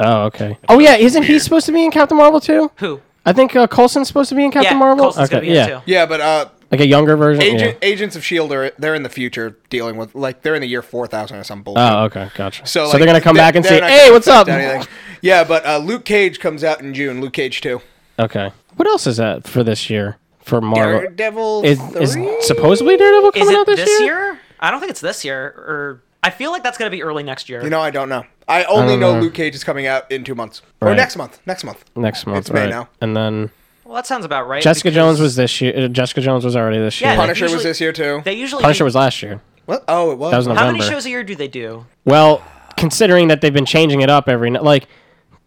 [SPEAKER 4] Oh, okay. Oh yeah, isn't he supposed to be in Captain Marvel too?
[SPEAKER 1] Who?
[SPEAKER 4] I think uh, Coulson's supposed to be in Captain
[SPEAKER 1] Yeah,
[SPEAKER 4] Marvel.
[SPEAKER 1] Coulson's
[SPEAKER 4] okay,
[SPEAKER 1] gonna be
[SPEAKER 4] yeah,
[SPEAKER 1] in it too.
[SPEAKER 3] Yeah, but uh,
[SPEAKER 4] like a younger version. yeah.
[SPEAKER 3] Agent, Agents of Shield E are they're in the future dealing with like they're in the year four thousand or some bullshit.
[SPEAKER 4] Oh, okay, gotcha. So,
[SPEAKER 3] so,
[SPEAKER 4] they're
[SPEAKER 3] like,
[SPEAKER 4] gonna come
[SPEAKER 3] they're-
[SPEAKER 4] back and
[SPEAKER 3] they're
[SPEAKER 4] say,
[SPEAKER 3] not
[SPEAKER 4] "Hey,
[SPEAKER 3] gonna
[SPEAKER 4] what's up?"
[SPEAKER 3] affect anything. Yeah, but uh, Luke Cage comes out in June. Luke Cage two.
[SPEAKER 4] Okay. What else is that for this year for Marvel?
[SPEAKER 3] Daredevil
[SPEAKER 4] Is,
[SPEAKER 3] three?
[SPEAKER 4] is supposedly Daredevil
[SPEAKER 1] Is
[SPEAKER 4] coming
[SPEAKER 1] it
[SPEAKER 4] out
[SPEAKER 1] this,
[SPEAKER 4] this,
[SPEAKER 1] year? I don't think it's this year. Or I feel like that's gonna be early next year.
[SPEAKER 3] You know, I don't know. I only know, Luke Cage is coming out in two months or
[SPEAKER 4] Right.
[SPEAKER 3] next month. Next month.
[SPEAKER 4] Next month,
[SPEAKER 3] It's May
[SPEAKER 4] right?
[SPEAKER 3] now.
[SPEAKER 4] And then
[SPEAKER 1] well, that sounds about right.
[SPEAKER 4] Jessica
[SPEAKER 1] because
[SPEAKER 4] Jones was this year. uh, Jessica Jones was already this
[SPEAKER 1] Yeah,
[SPEAKER 4] year.
[SPEAKER 1] they
[SPEAKER 3] Punisher was
[SPEAKER 1] usually-
[SPEAKER 3] this year too.
[SPEAKER 1] They usually
[SPEAKER 4] Punisher
[SPEAKER 1] do-
[SPEAKER 4] was last year.
[SPEAKER 3] what? Oh, it was.
[SPEAKER 4] That was
[SPEAKER 1] How many
[SPEAKER 4] November.
[SPEAKER 1] shows a year do they do?
[SPEAKER 4] Well, considering that they've been changing it up every night, like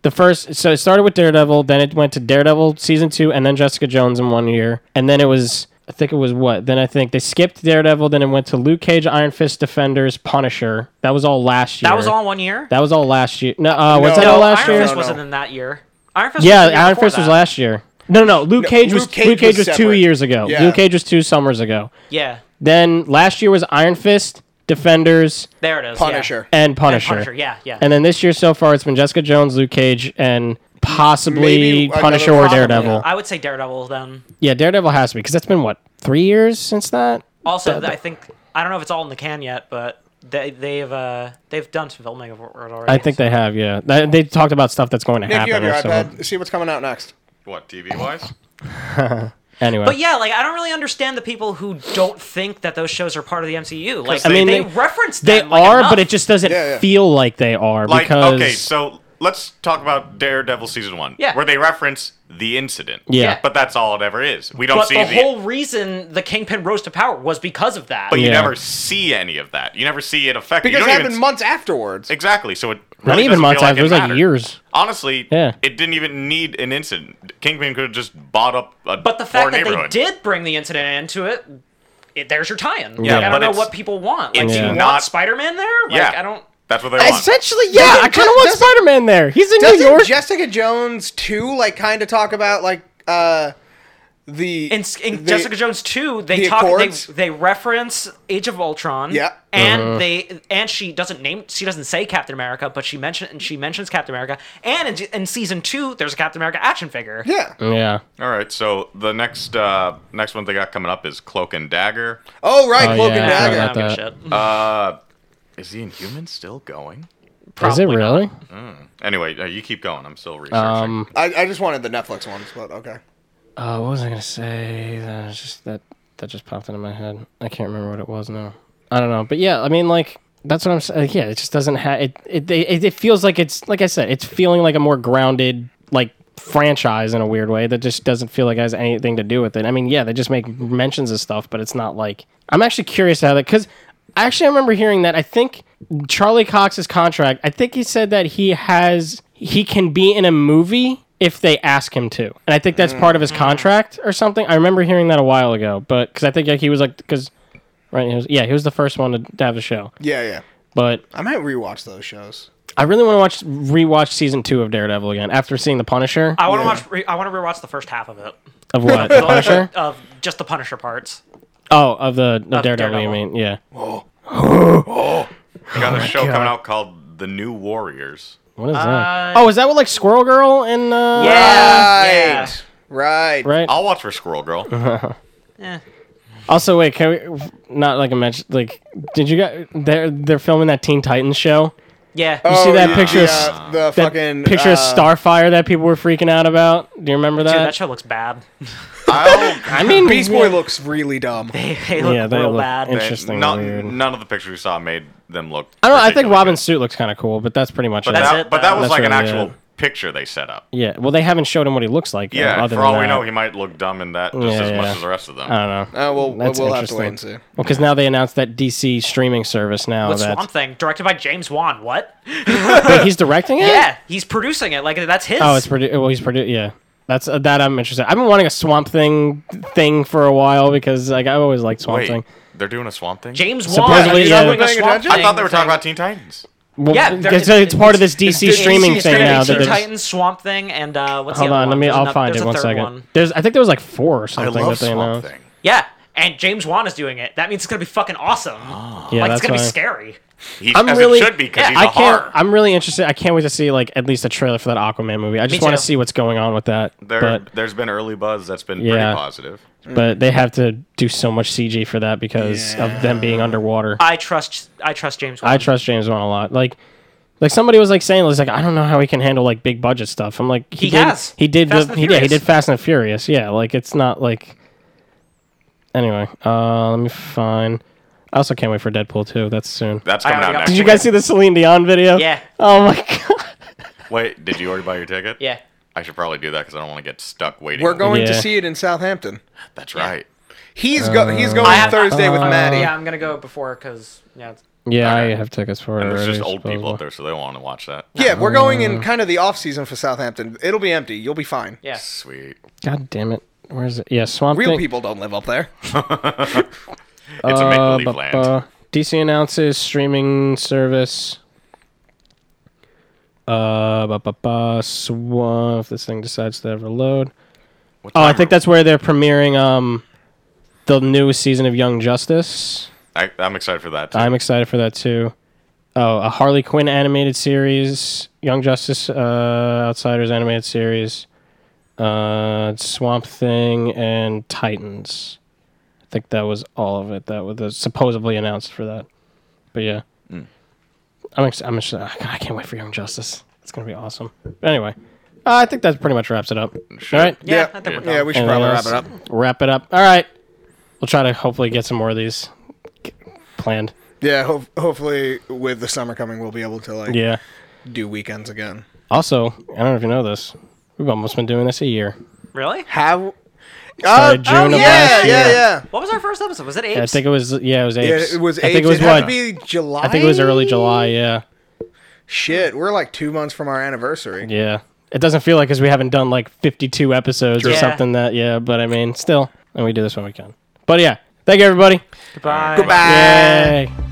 [SPEAKER 4] the first, so it started with Daredevil, then it went to Daredevil season two, and then Jessica Jones in one year, and then it was, I think it was what? Then I think they skipped Daredevil, then it went to Luke Cage, Iron Fist, Defenders, Punisher. That was all last year.
[SPEAKER 1] That was all in one year.
[SPEAKER 4] That was all last year. No, uh, was
[SPEAKER 3] No.
[SPEAKER 4] that all
[SPEAKER 1] no,
[SPEAKER 4] last
[SPEAKER 1] Oh, Iron
[SPEAKER 4] year?
[SPEAKER 1] Fist
[SPEAKER 3] No, no.
[SPEAKER 1] wasn't in that year. Iron Fist.
[SPEAKER 4] Yeah,
[SPEAKER 1] was the year
[SPEAKER 4] Iron
[SPEAKER 1] before
[SPEAKER 4] Fist was
[SPEAKER 1] that.
[SPEAKER 4] last year. No, no, no. Luke Cage was
[SPEAKER 3] Luke Cage
[SPEAKER 4] Luke Cage
[SPEAKER 3] was
[SPEAKER 4] was, two
[SPEAKER 3] separate.
[SPEAKER 4] years ago.
[SPEAKER 3] Yeah.
[SPEAKER 4] Luke Cage was two summers ago.
[SPEAKER 1] Yeah,
[SPEAKER 4] Then last year was Iron Fist, Defenders,
[SPEAKER 1] there it is. yeah.
[SPEAKER 3] Punisher.
[SPEAKER 4] and Punisher.
[SPEAKER 1] Punisher. Yeah, yeah.
[SPEAKER 4] And then this year so far, it's been Jessica Jones, Luke Cage, and possibly
[SPEAKER 3] Maybe another
[SPEAKER 4] Punisher or
[SPEAKER 3] Robin,
[SPEAKER 4] Daredevil.
[SPEAKER 1] I would say Daredevil then.
[SPEAKER 4] Yeah, Daredevil has to be because that's been what three years since that.
[SPEAKER 1] Also,
[SPEAKER 4] But-
[SPEAKER 1] I think I don't know if it's all in the can yet, but they they've uh they've done some filming of it already.
[SPEAKER 4] I think they have. Yeah, They- they talked about stuff that's going to
[SPEAKER 3] Nick,
[SPEAKER 4] happen.
[SPEAKER 3] you have your
[SPEAKER 4] so-
[SPEAKER 3] iPad. See what's coming out next.
[SPEAKER 2] What, TV wise?
[SPEAKER 4] Anyway,
[SPEAKER 1] But yeah, like I don't really understand the people who don't think that those shows are part of the MCU. Like
[SPEAKER 2] I
[SPEAKER 1] I mean,
[SPEAKER 2] mean,
[SPEAKER 1] they,
[SPEAKER 4] they-
[SPEAKER 1] reference
[SPEAKER 4] they
[SPEAKER 1] them, like,
[SPEAKER 4] are,
[SPEAKER 1] enough.
[SPEAKER 4] but it just doesn't
[SPEAKER 3] Yeah, yeah.
[SPEAKER 4] feel like they are
[SPEAKER 2] Like,
[SPEAKER 4] because
[SPEAKER 2] okay, so let's talk about Daredevil season one.
[SPEAKER 1] Yeah.
[SPEAKER 2] Where they reference the incident.
[SPEAKER 4] Yeah.
[SPEAKER 2] But that's all it ever is. We don't
[SPEAKER 1] But
[SPEAKER 2] see
[SPEAKER 1] the
[SPEAKER 2] the,
[SPEAKER 1] whole reason the Kingpin rose to power was because of that.
[SPEAKER 2] but you
[SPEAKER 4] Yeah.
[SPEAKER 2] never see any of that. You never see it affect
[SPEAKER 3] because
[SPEAKER 2] you
[SPEAKER 3] it
[SPEAKER 2] don't
[SPEAKER 3] happened
[SPEAKER 2] even,
[SPEAKER 3] months afterwards.
[SPEAKER 2] Exactly. So it
[SPEAKER 4] Not
[SPEAKER 2] really
[SPEAKER 4] even
[SPEAKER 2] doesn't
[SPEAKER 4] months
[SPEAKER 2] feel
[SPEAKER 4] after. It was like
[SPEAKER 2] mattered.
[SPEAKER 4] years.
[SPEAKER 2] Honestly,
[SPEAKER 4] Yeah.
[SPEAKER 2] it didn't even need an incident. Kingpin could have just bought up a
[SPEAKER 1] But the
[SPEAKER 2] poor
[SPEAKER 1] fact that they
[SPEAKER 2] neighborhood.
[SPEAKER 1] did bring the incident into it, it there's your tie-in.
[SPEAKER 4] Yeah,
[SPEAKER 1] Like, I
[SPEAKER 2] but
[SPEAKER 1] don't know
[SPEAKER 2] it's-
[SPEAKER 1] what people want. Like,
[SPEAKER 2] it's
[SPEAKER 1] do you
[SPEAKER 2] not-
[SPEAKER 1] want Spider-Man there? Like,
[SPEAKER 2] yeah,
[SPEAKER 1] I don't.
[SPEAKER 2] That's what they want.
[SPEAKER 4] Essentially, yeah. I kind of want
[SPEAKER 3] Doesn't-
[SPEAKER 4] Spider Man there. He's in New
[SPEAKER 3] Doesn't
[SPEAKER 4] York.
[SPEAKER 3] Jessica Jones too like kind of talk about like uh the
[SPEAKER 1] In, in
[SPEAKER 3] the-
[SPEAKER 1] Jessica Jones 2, they
[SPEAKER 3] the
[SPEAKER 1] talk.
[SPEAKER 3] Accords?
[SPEAKER 1] They, they reference Age of Ultron.
[SPEAKER 3] Yeah.
[SPEAKER 1] And
[SPEAKER 4] Uh-huh.
[SPEAKER 1] they and she doesn't name. She doesn't say Captain America, but she mention and she mentions Captain America. And in, in season two, there's a Captain America action figure.
[SPEAKER 3] Yeah.
[SPEAKER 4] Yeah.
[SPEAKER 2] All right, so the next uh, next one they got coming up is Cloak and Dagger.
[SPEAKER 3] Oh right,
[SPEAKER 4] Oh,
[SPEAKER 3] Cloak
[SPEAKER 4] yeah,
[SPEAKER 3] and
[SPEAKER 4] I forgot
[SPEAKER 3] Dagger.
[SPEAKER 1] I don't give a
[SPEAKER 4] that.
[SPEAKER 1] shit.
[SPEAKER 2] Is the Inhuman still going?
[SPEAKER 4] Is it
[SPEAKER 1] Probably not.
[SPEAKER 4] really?
[SPEAKER 2] Anyway, uh, you keep going. I'm still researching.
[SPEAKER 4] Um.
[SPEAKER 3] I, I just wanted the Netflix ones, but okay.
[SPEAKER 4] Uh, what was I gonna say? That was just that that just popped into my head. I can't remember what it was now. I don't know. But yeah, I mean, like that's what I'm saying. yeah, it just doesn't have it. It, they- it. it feels like it's like I said. It's feeling like a more grounded like franchise in a weird way that just doesn't feel like it has anything to do with it. I mean, yeah, they just make mentions of stuff, but it's not like I'm actually curious how that because actually I remember hearing that I think Charlie Cox's contract. I think he said that he has he can be in a movie if they ask him to, and I think that's part of
[SPEAKER 1] Mm.
[SPEAKER 4] his contract or something. I remember hearing that a while ago, but because I think like, he was like because right, he was, yeah, he was the first one to, to have a show,
[SPEAKER 3] Yeah, yeah.
[SPEAKER 4] but
[SPEAKER 3] I might rewatch those shows.
[SPEAKER 4] I really want to watch rewatch season two of Daredevil again after seeing the Punisher
[SPEAKER 1] I want to watch. Re- I want to rewatch the first half of it.
[SPEAKER 4] of what the Punisher.
[SPEAKER 1] Of just the Punisher parts.
[SPEAKER 4] Oh, of the of Daredevil, You
[SPEAKER 1] Daredevil.
[SPEAKER 4] mean yeah?
[SPEAKER 2] We
[SPEAKER 4] oh
[SPEAKER 2] got a show coming out called The New Warriors.
[SPEAKER 4] What is that? Oh, is that what like Squirrel Girl and uh,
[SPEAKER 1] Uh, Ah, Yeah.
[SPEAKER 3] Right. Right.
[SPEAKER 4] right?
[SPEAKER 2] I'll watch for Squirrel Girl.
[SPEAKER 1] Yeah.
[SPEAKER 4] Also, wait, can we not like a mention? Like, did you guys? They're they're filming that Teen Titans show.
[SPEAKER 1] Yeah.
[SPEAKER 3] Oh,
[SPEAKER 4] see that
[SPEAKER 3] yeah,
[SPEAKER 4] picture of
[SPEAKER 3] the,
[SPEAKER 4] s-
[SPEAKER 3] uh, the
[SPEAKER 4] That
[SPEAKER 3] fucking
[SPEAKER 4] picture
[SPEAKER 3] uh,
[SPEAKER 4] of Starfire that people were freaking out about. Do you remember that?
[SPEAKER 1] Dude, that show looks bad.
[SPEAKER 2] I'll,
[SPEAKER 4] I mean,
[SPEAKER 3] Beast Boy
[SPEAKER 4] yeah.
[SPEAKER 3] looks really dumb. Uh,
[SPEAKER 1] They, they look
[SPEAKER 4] Yeah, they
[SPEAKER 1] real
[SPEAKER 4] look
[SPEAKER 1] bad.
[SPEAKER 4] int- Interesting,
[SPEAKER 2] None,
[SPEAKER 4] weird.
[SPEAKER 2] none of the pictures we saw made them look.
[SPEAKER 4] I don't. know, I think
[SPEAKER 2] particularly
[SPEAKER 4] Robin's
[SPEAKER 2] good.
[SPEAKER 4] suit looks kind of cool, but that's pretty much
[SPEAKER 2] But
[SPEAKER 4] it.
[SPEAKER 1] That's
[SPEAKER 2] that,
[SPEAKER 1] it,
[SPEAKER 2] but that
[SPEAKER 1] though.
[SPEAKER 2] was
[SPEAKER 4] That's
[SPEAKER 2] like an
[SPEAKER 4] really
[SPEAKER 2] actual
[SPEAKER 4] it.
[SPEAKER 2] picture they set up.
[SPEAKER 4] yeah. Well, they haven't showed him what he looks like. uh,
[SPEAKER 2] Yeah,
[SPEAKER 4] other
[SPEAKER 2] for
[SPEAKER 4] than
[SPEAKER 2] all we
[SPEAKER 4] that.
[SPEAKER 2] know, he might look dumb in that just
[SPEAKER 4] Yeah,
[SPEAKER 2] as much
[SPEAKER 4] yeah.
[SPEAKER 2] as the rest of them.
[SPEAKER 4] I don't know.
[SPEAKER 3] Uh, we'll
[SPEAKER 4] That's
[SPEAKER 3] we'll have to wait and see.
[SPEAKER 4] interesting. Well, because now they announced that DC streaming service now
[SPEAKER 1] With
[SPEAKER 4] that
[SPEAKER 1] Swamp Thing, directed by James Wan. What?
[SPEAKER 4] Wait, he's directing it.
[SPEAKER 1] Yeah, he's producing it. Like that's his.
[SPEAKER 4] Oh, it's produ- well, he's produ- Yeah, that's uh, that I'm interested. I've been wanting a Swamp Thing thing for a while because like I always liked Swamp
[SPEAKER 2] Wait,
[SPEAKER 4] Thing.
[SPEAKER 2] they're doing a Swamp Thing?
[SPEAKER 1] James Wan.
[SPEAKER 4] Supposedly,
[SPEAKER 1] is
[SPEAKER 4] yeah.
[SPEAKER 1] doing a
[SPEAKER 3] Are you
[SPEAKER 1] Swamp
[SPEAKER 3] paying attention?
[SPEAKER 2] I thought they
[SPEAKER 1] Thing
[SPEAKER 2] were talking
[SPEAKER 1] thing.
[SPEAKER 2] about Teen Titans.
[SPEAKER 4] Well,
[SPEAKER 1] Yeah, there-
[SPEAKER 4] it's, it's part of this DC
[SPEAKER 1] it's
[SPEAKER 4] streaming
[SPEAKER 1] DC
[SPEAKER 4] thing now. That
[SPEAKER 1] Teen
[SPEAKER 4] there's-
[SPEAKER 1] Titans, Swamp Thing, and uh, what's
[SPEAKER 4] hold
[SPEAKER 1] the other one?
[SPEAKER 4] on, let me.
[SPEAKER 1] There's
[SPEAKER 4] I'll
[SPEAKER 1] ano-
[SPEAKER 4] find
[SPEAKER 1] there's
[SPEAKER 4] it
[SPEAKER 1] a
[SPEAKER 4] one
[SPEAKER 1] third
[SPEAKER 4] second.
[SPEAKER 1] one.
[SPEAKER 4] There's, I think there was like four or
[SPEAKER 2] I
[SPEAKER 4] something
[SPEAKER 2] love
[SPEAKER 4] that they
[SPEAKER 2] Swamp
[SPEAKER 4] announced.
[SPEAKER 2] Thing.
[SPEAKER 1] Yeah, and James Wan is doing it. That means it's gonna be fucking awesome.
[SPEAKER 4] Yeah,
[SPEAKER 1] like
[SPEAKER 4] Oh, that's
[SPEAKER 1] it's gonna
[SPEAKER 4] why-
[SPEAKER 1] be scary.
[SPEAKER 2] He,
[SPEAKER 4] I'm
[SPEAKER 2] as
[SPEAKER 4] really-
[SPEAKER 2] it should be because
[SPEAKER 1] yeah,
[SPEAKER 2] he's a
[SPEAKER 4] I can't.
[SPEAKER 2] horror.
[SPEAKER 4] I'm really interested. I can't wait to see like at least a trailer for that Aquaman movie. I just want to
[SPEAKER 1] too.
[SPEAKER 4] see what's going on with that.
[SPEAKER 2] There, Mm.
[SPEAKER 4] but
[SPEAKER 2] there's been early buzz that's been
[SPEAKER 4] Yeah.
[SPEAKER 2] pretty positive.
[SPEAKER 4] but they have to do so much CG for that because of them being underwater.
[SPEAKER 1] I trust. I trust James Wan.
[SPEAKER 4] I trust James Wan a lot. Like, like somebody was like saying, was like, I don't know how he can handle like big budget stuff. I'm like, he,
[SPEAKER 1] He
[SPEAKER 4] did,
[SPEAKER 1] has.
[SPEAKER 4] he did,
[SPEAKER 1] Fast
[SPEAKER 4] the,
[SPEAKER 1] and
[SPEAKER 4] he, yeah, he
[SPEAKER 1] Furious.
[SPEAKER 4] did Fast and Furious. Yeah, like it's not like. Anyway, uh, let me find. I also can't wait for Deadpool too. That's soon.
[SPEAKER 2] That's
[SPEAKER 1] I
[SPEAKER 2] coming out
[SPEAKER 1] already got-
[SPEAKER 2] next.
[SPEAKER 4] Did you
[SPEAKER 2] week.
[SPEAKER 4] guys see the Celine Dion video?
[SPEAKER 1] Yeah.
[SPEAKER 4] Oh my god.
[SPEAKER 2] Wait, did you already buy your ticket?
[SPEAKER 1] yeah.
[SPEAKER 2] I should probably do that because I don't want to get stuck waiting.
[SPEAKER 3] We're going to
[SPEAKER 4] Yeah.
[SPEAKER 3] see it in Southampton.
[SPEAKER 2] That's right.
[SPEAKER 3] He's go he's
[SPEAKER 4] Uh,
[SPEAKER 3] going
[SPEAKER 1] have-
[SPEAKER 3] Thursday with Maddie.
[SPEAKER 1] Yeah, I'm gonna go before because yeah. it's-
[SPEAKER 4] Yeah,
[SPEAKER 2] Okay.
[SPEAKER 4] I have tickets for it.
[SPEAKER 2] And there's
[SPEAKER 4] already,
[SPEAKER 2] just old people
[SPEAKER 4] supposedly.
[SPEAKER 2] up there, so they want to watch that.
[SPEAKER 3] Yeah, we're going
[SPEAKER 4] uh,
[SPEAKER 3] in kind of the off season for Southampton. It'll be empty. You'll be fine.
[SPEAKER 1] Yeah.
[SPEAKER 2] Sweet.
[SPEAKER 4] God damn it. Where is it? Yeah, Swamp
[SPEAKER 3] Real
[SPEAKER 4] Thing.
[SPEAKER 3] people don't live up there.
[SPEAKER 2] It's a make
[SPEAKER 4] Uh,
[SPEAKER 2] believe
[SPEAKER 4] bu-
[SPEAKER 2] land.
[SPEAKER 4] bu- DC announces streaming service. Uh, bu- bu- bu- swa- if this thing decides to ever load.
[SPEAKER 2] What
[SPEAKER 4] Oh, I
[SPEAKER 2] time
[SPEAKER 4] think
[SPEAKER 2] are-
[SPEAKER 4] that's where they're premiering um, the newest season of Young Justice.
[SPEAKER 2] I, I'm excited for that. Too.
[SPEAKER 4] I'm excited for that too. Oh, a Harley Quinn animated series, Young Justice uh, Outsiders animated series, uh, Swamp Thing, and Titans. I think that was all of it that was that was supposedly announced for that. But yeah,
[SPEAKER 3] Mm.
[SPEAKER 4] I'm ex- I'm ex- oh, God, I can't wait for Young Justice. It's gonna be awesome. But anyway, uh, I think that pretty much wraps it up.
[SPEAKER 2] Sure.
[SPEAKER 4] All right.
[SPEAKER 1] Yeah, I think
[SPEAKER 2] Yeah.
[SPEAKER 1] we're done.
[SPEAKER 3] Yeah, we should probably wrap it up.
[SPEAKER 4] Wrap it up. All right. We'll try to hopefully get some more of these g- planned.
[SPEAKER 3] Yeah, ho- hopefully with the summer coming, we'll be able to like
[SPEAKER 4] Yeah.
[SPEAKER 3] do weekends again.
[SPEAKER 4] Also, I don't know if you know this. We've almost been doing this a year.
[SPEAKER 1] Really?
[SPEAKER 3] Have
[SPEAKER 4] Started June of
[SPEAKER 3] Uh, oh, yeah,
[SPEAKER 4] last
[SPEAKER 3] yeah,
[SPEAKER 4] year.
[SPEAKER 3] yeah.
[SPEAKER 1] What was our first episode? Was it
[SPEAKER 4] I
[SPEAKER 1] Apes?
[SPEAKER 4] think it was yeah, it was
[SPEAKER 3] Yeah,
[SPEAKER 4] apes.
[SPEAKER 3] it was.
[SPEAKER 4] I think it
[SPEAKER 3] apes.
[SPEAKER 4] was
[SPEAKER 3] had to
[SPEAKER 4] what?
[SPEAKER 3] be July.
[SPEAKER 4] I think it was early July. Yeah,
[SPEAKER 3] Shit, we're like two months from our anniversary.
[SPEAKER 4] yeah. It doesn't feel like because we haven't done like 52 episodes or
[SPEAKER 1] Yeah.
[SPEAKER 4] something that yeah, but I mean still, and we do this when we can. But yeah, thank you everybody.
[SPEAKER 1] Goodbye.
[SPEAKER 3] Goodbye.
[SPEAKER 4] Yay.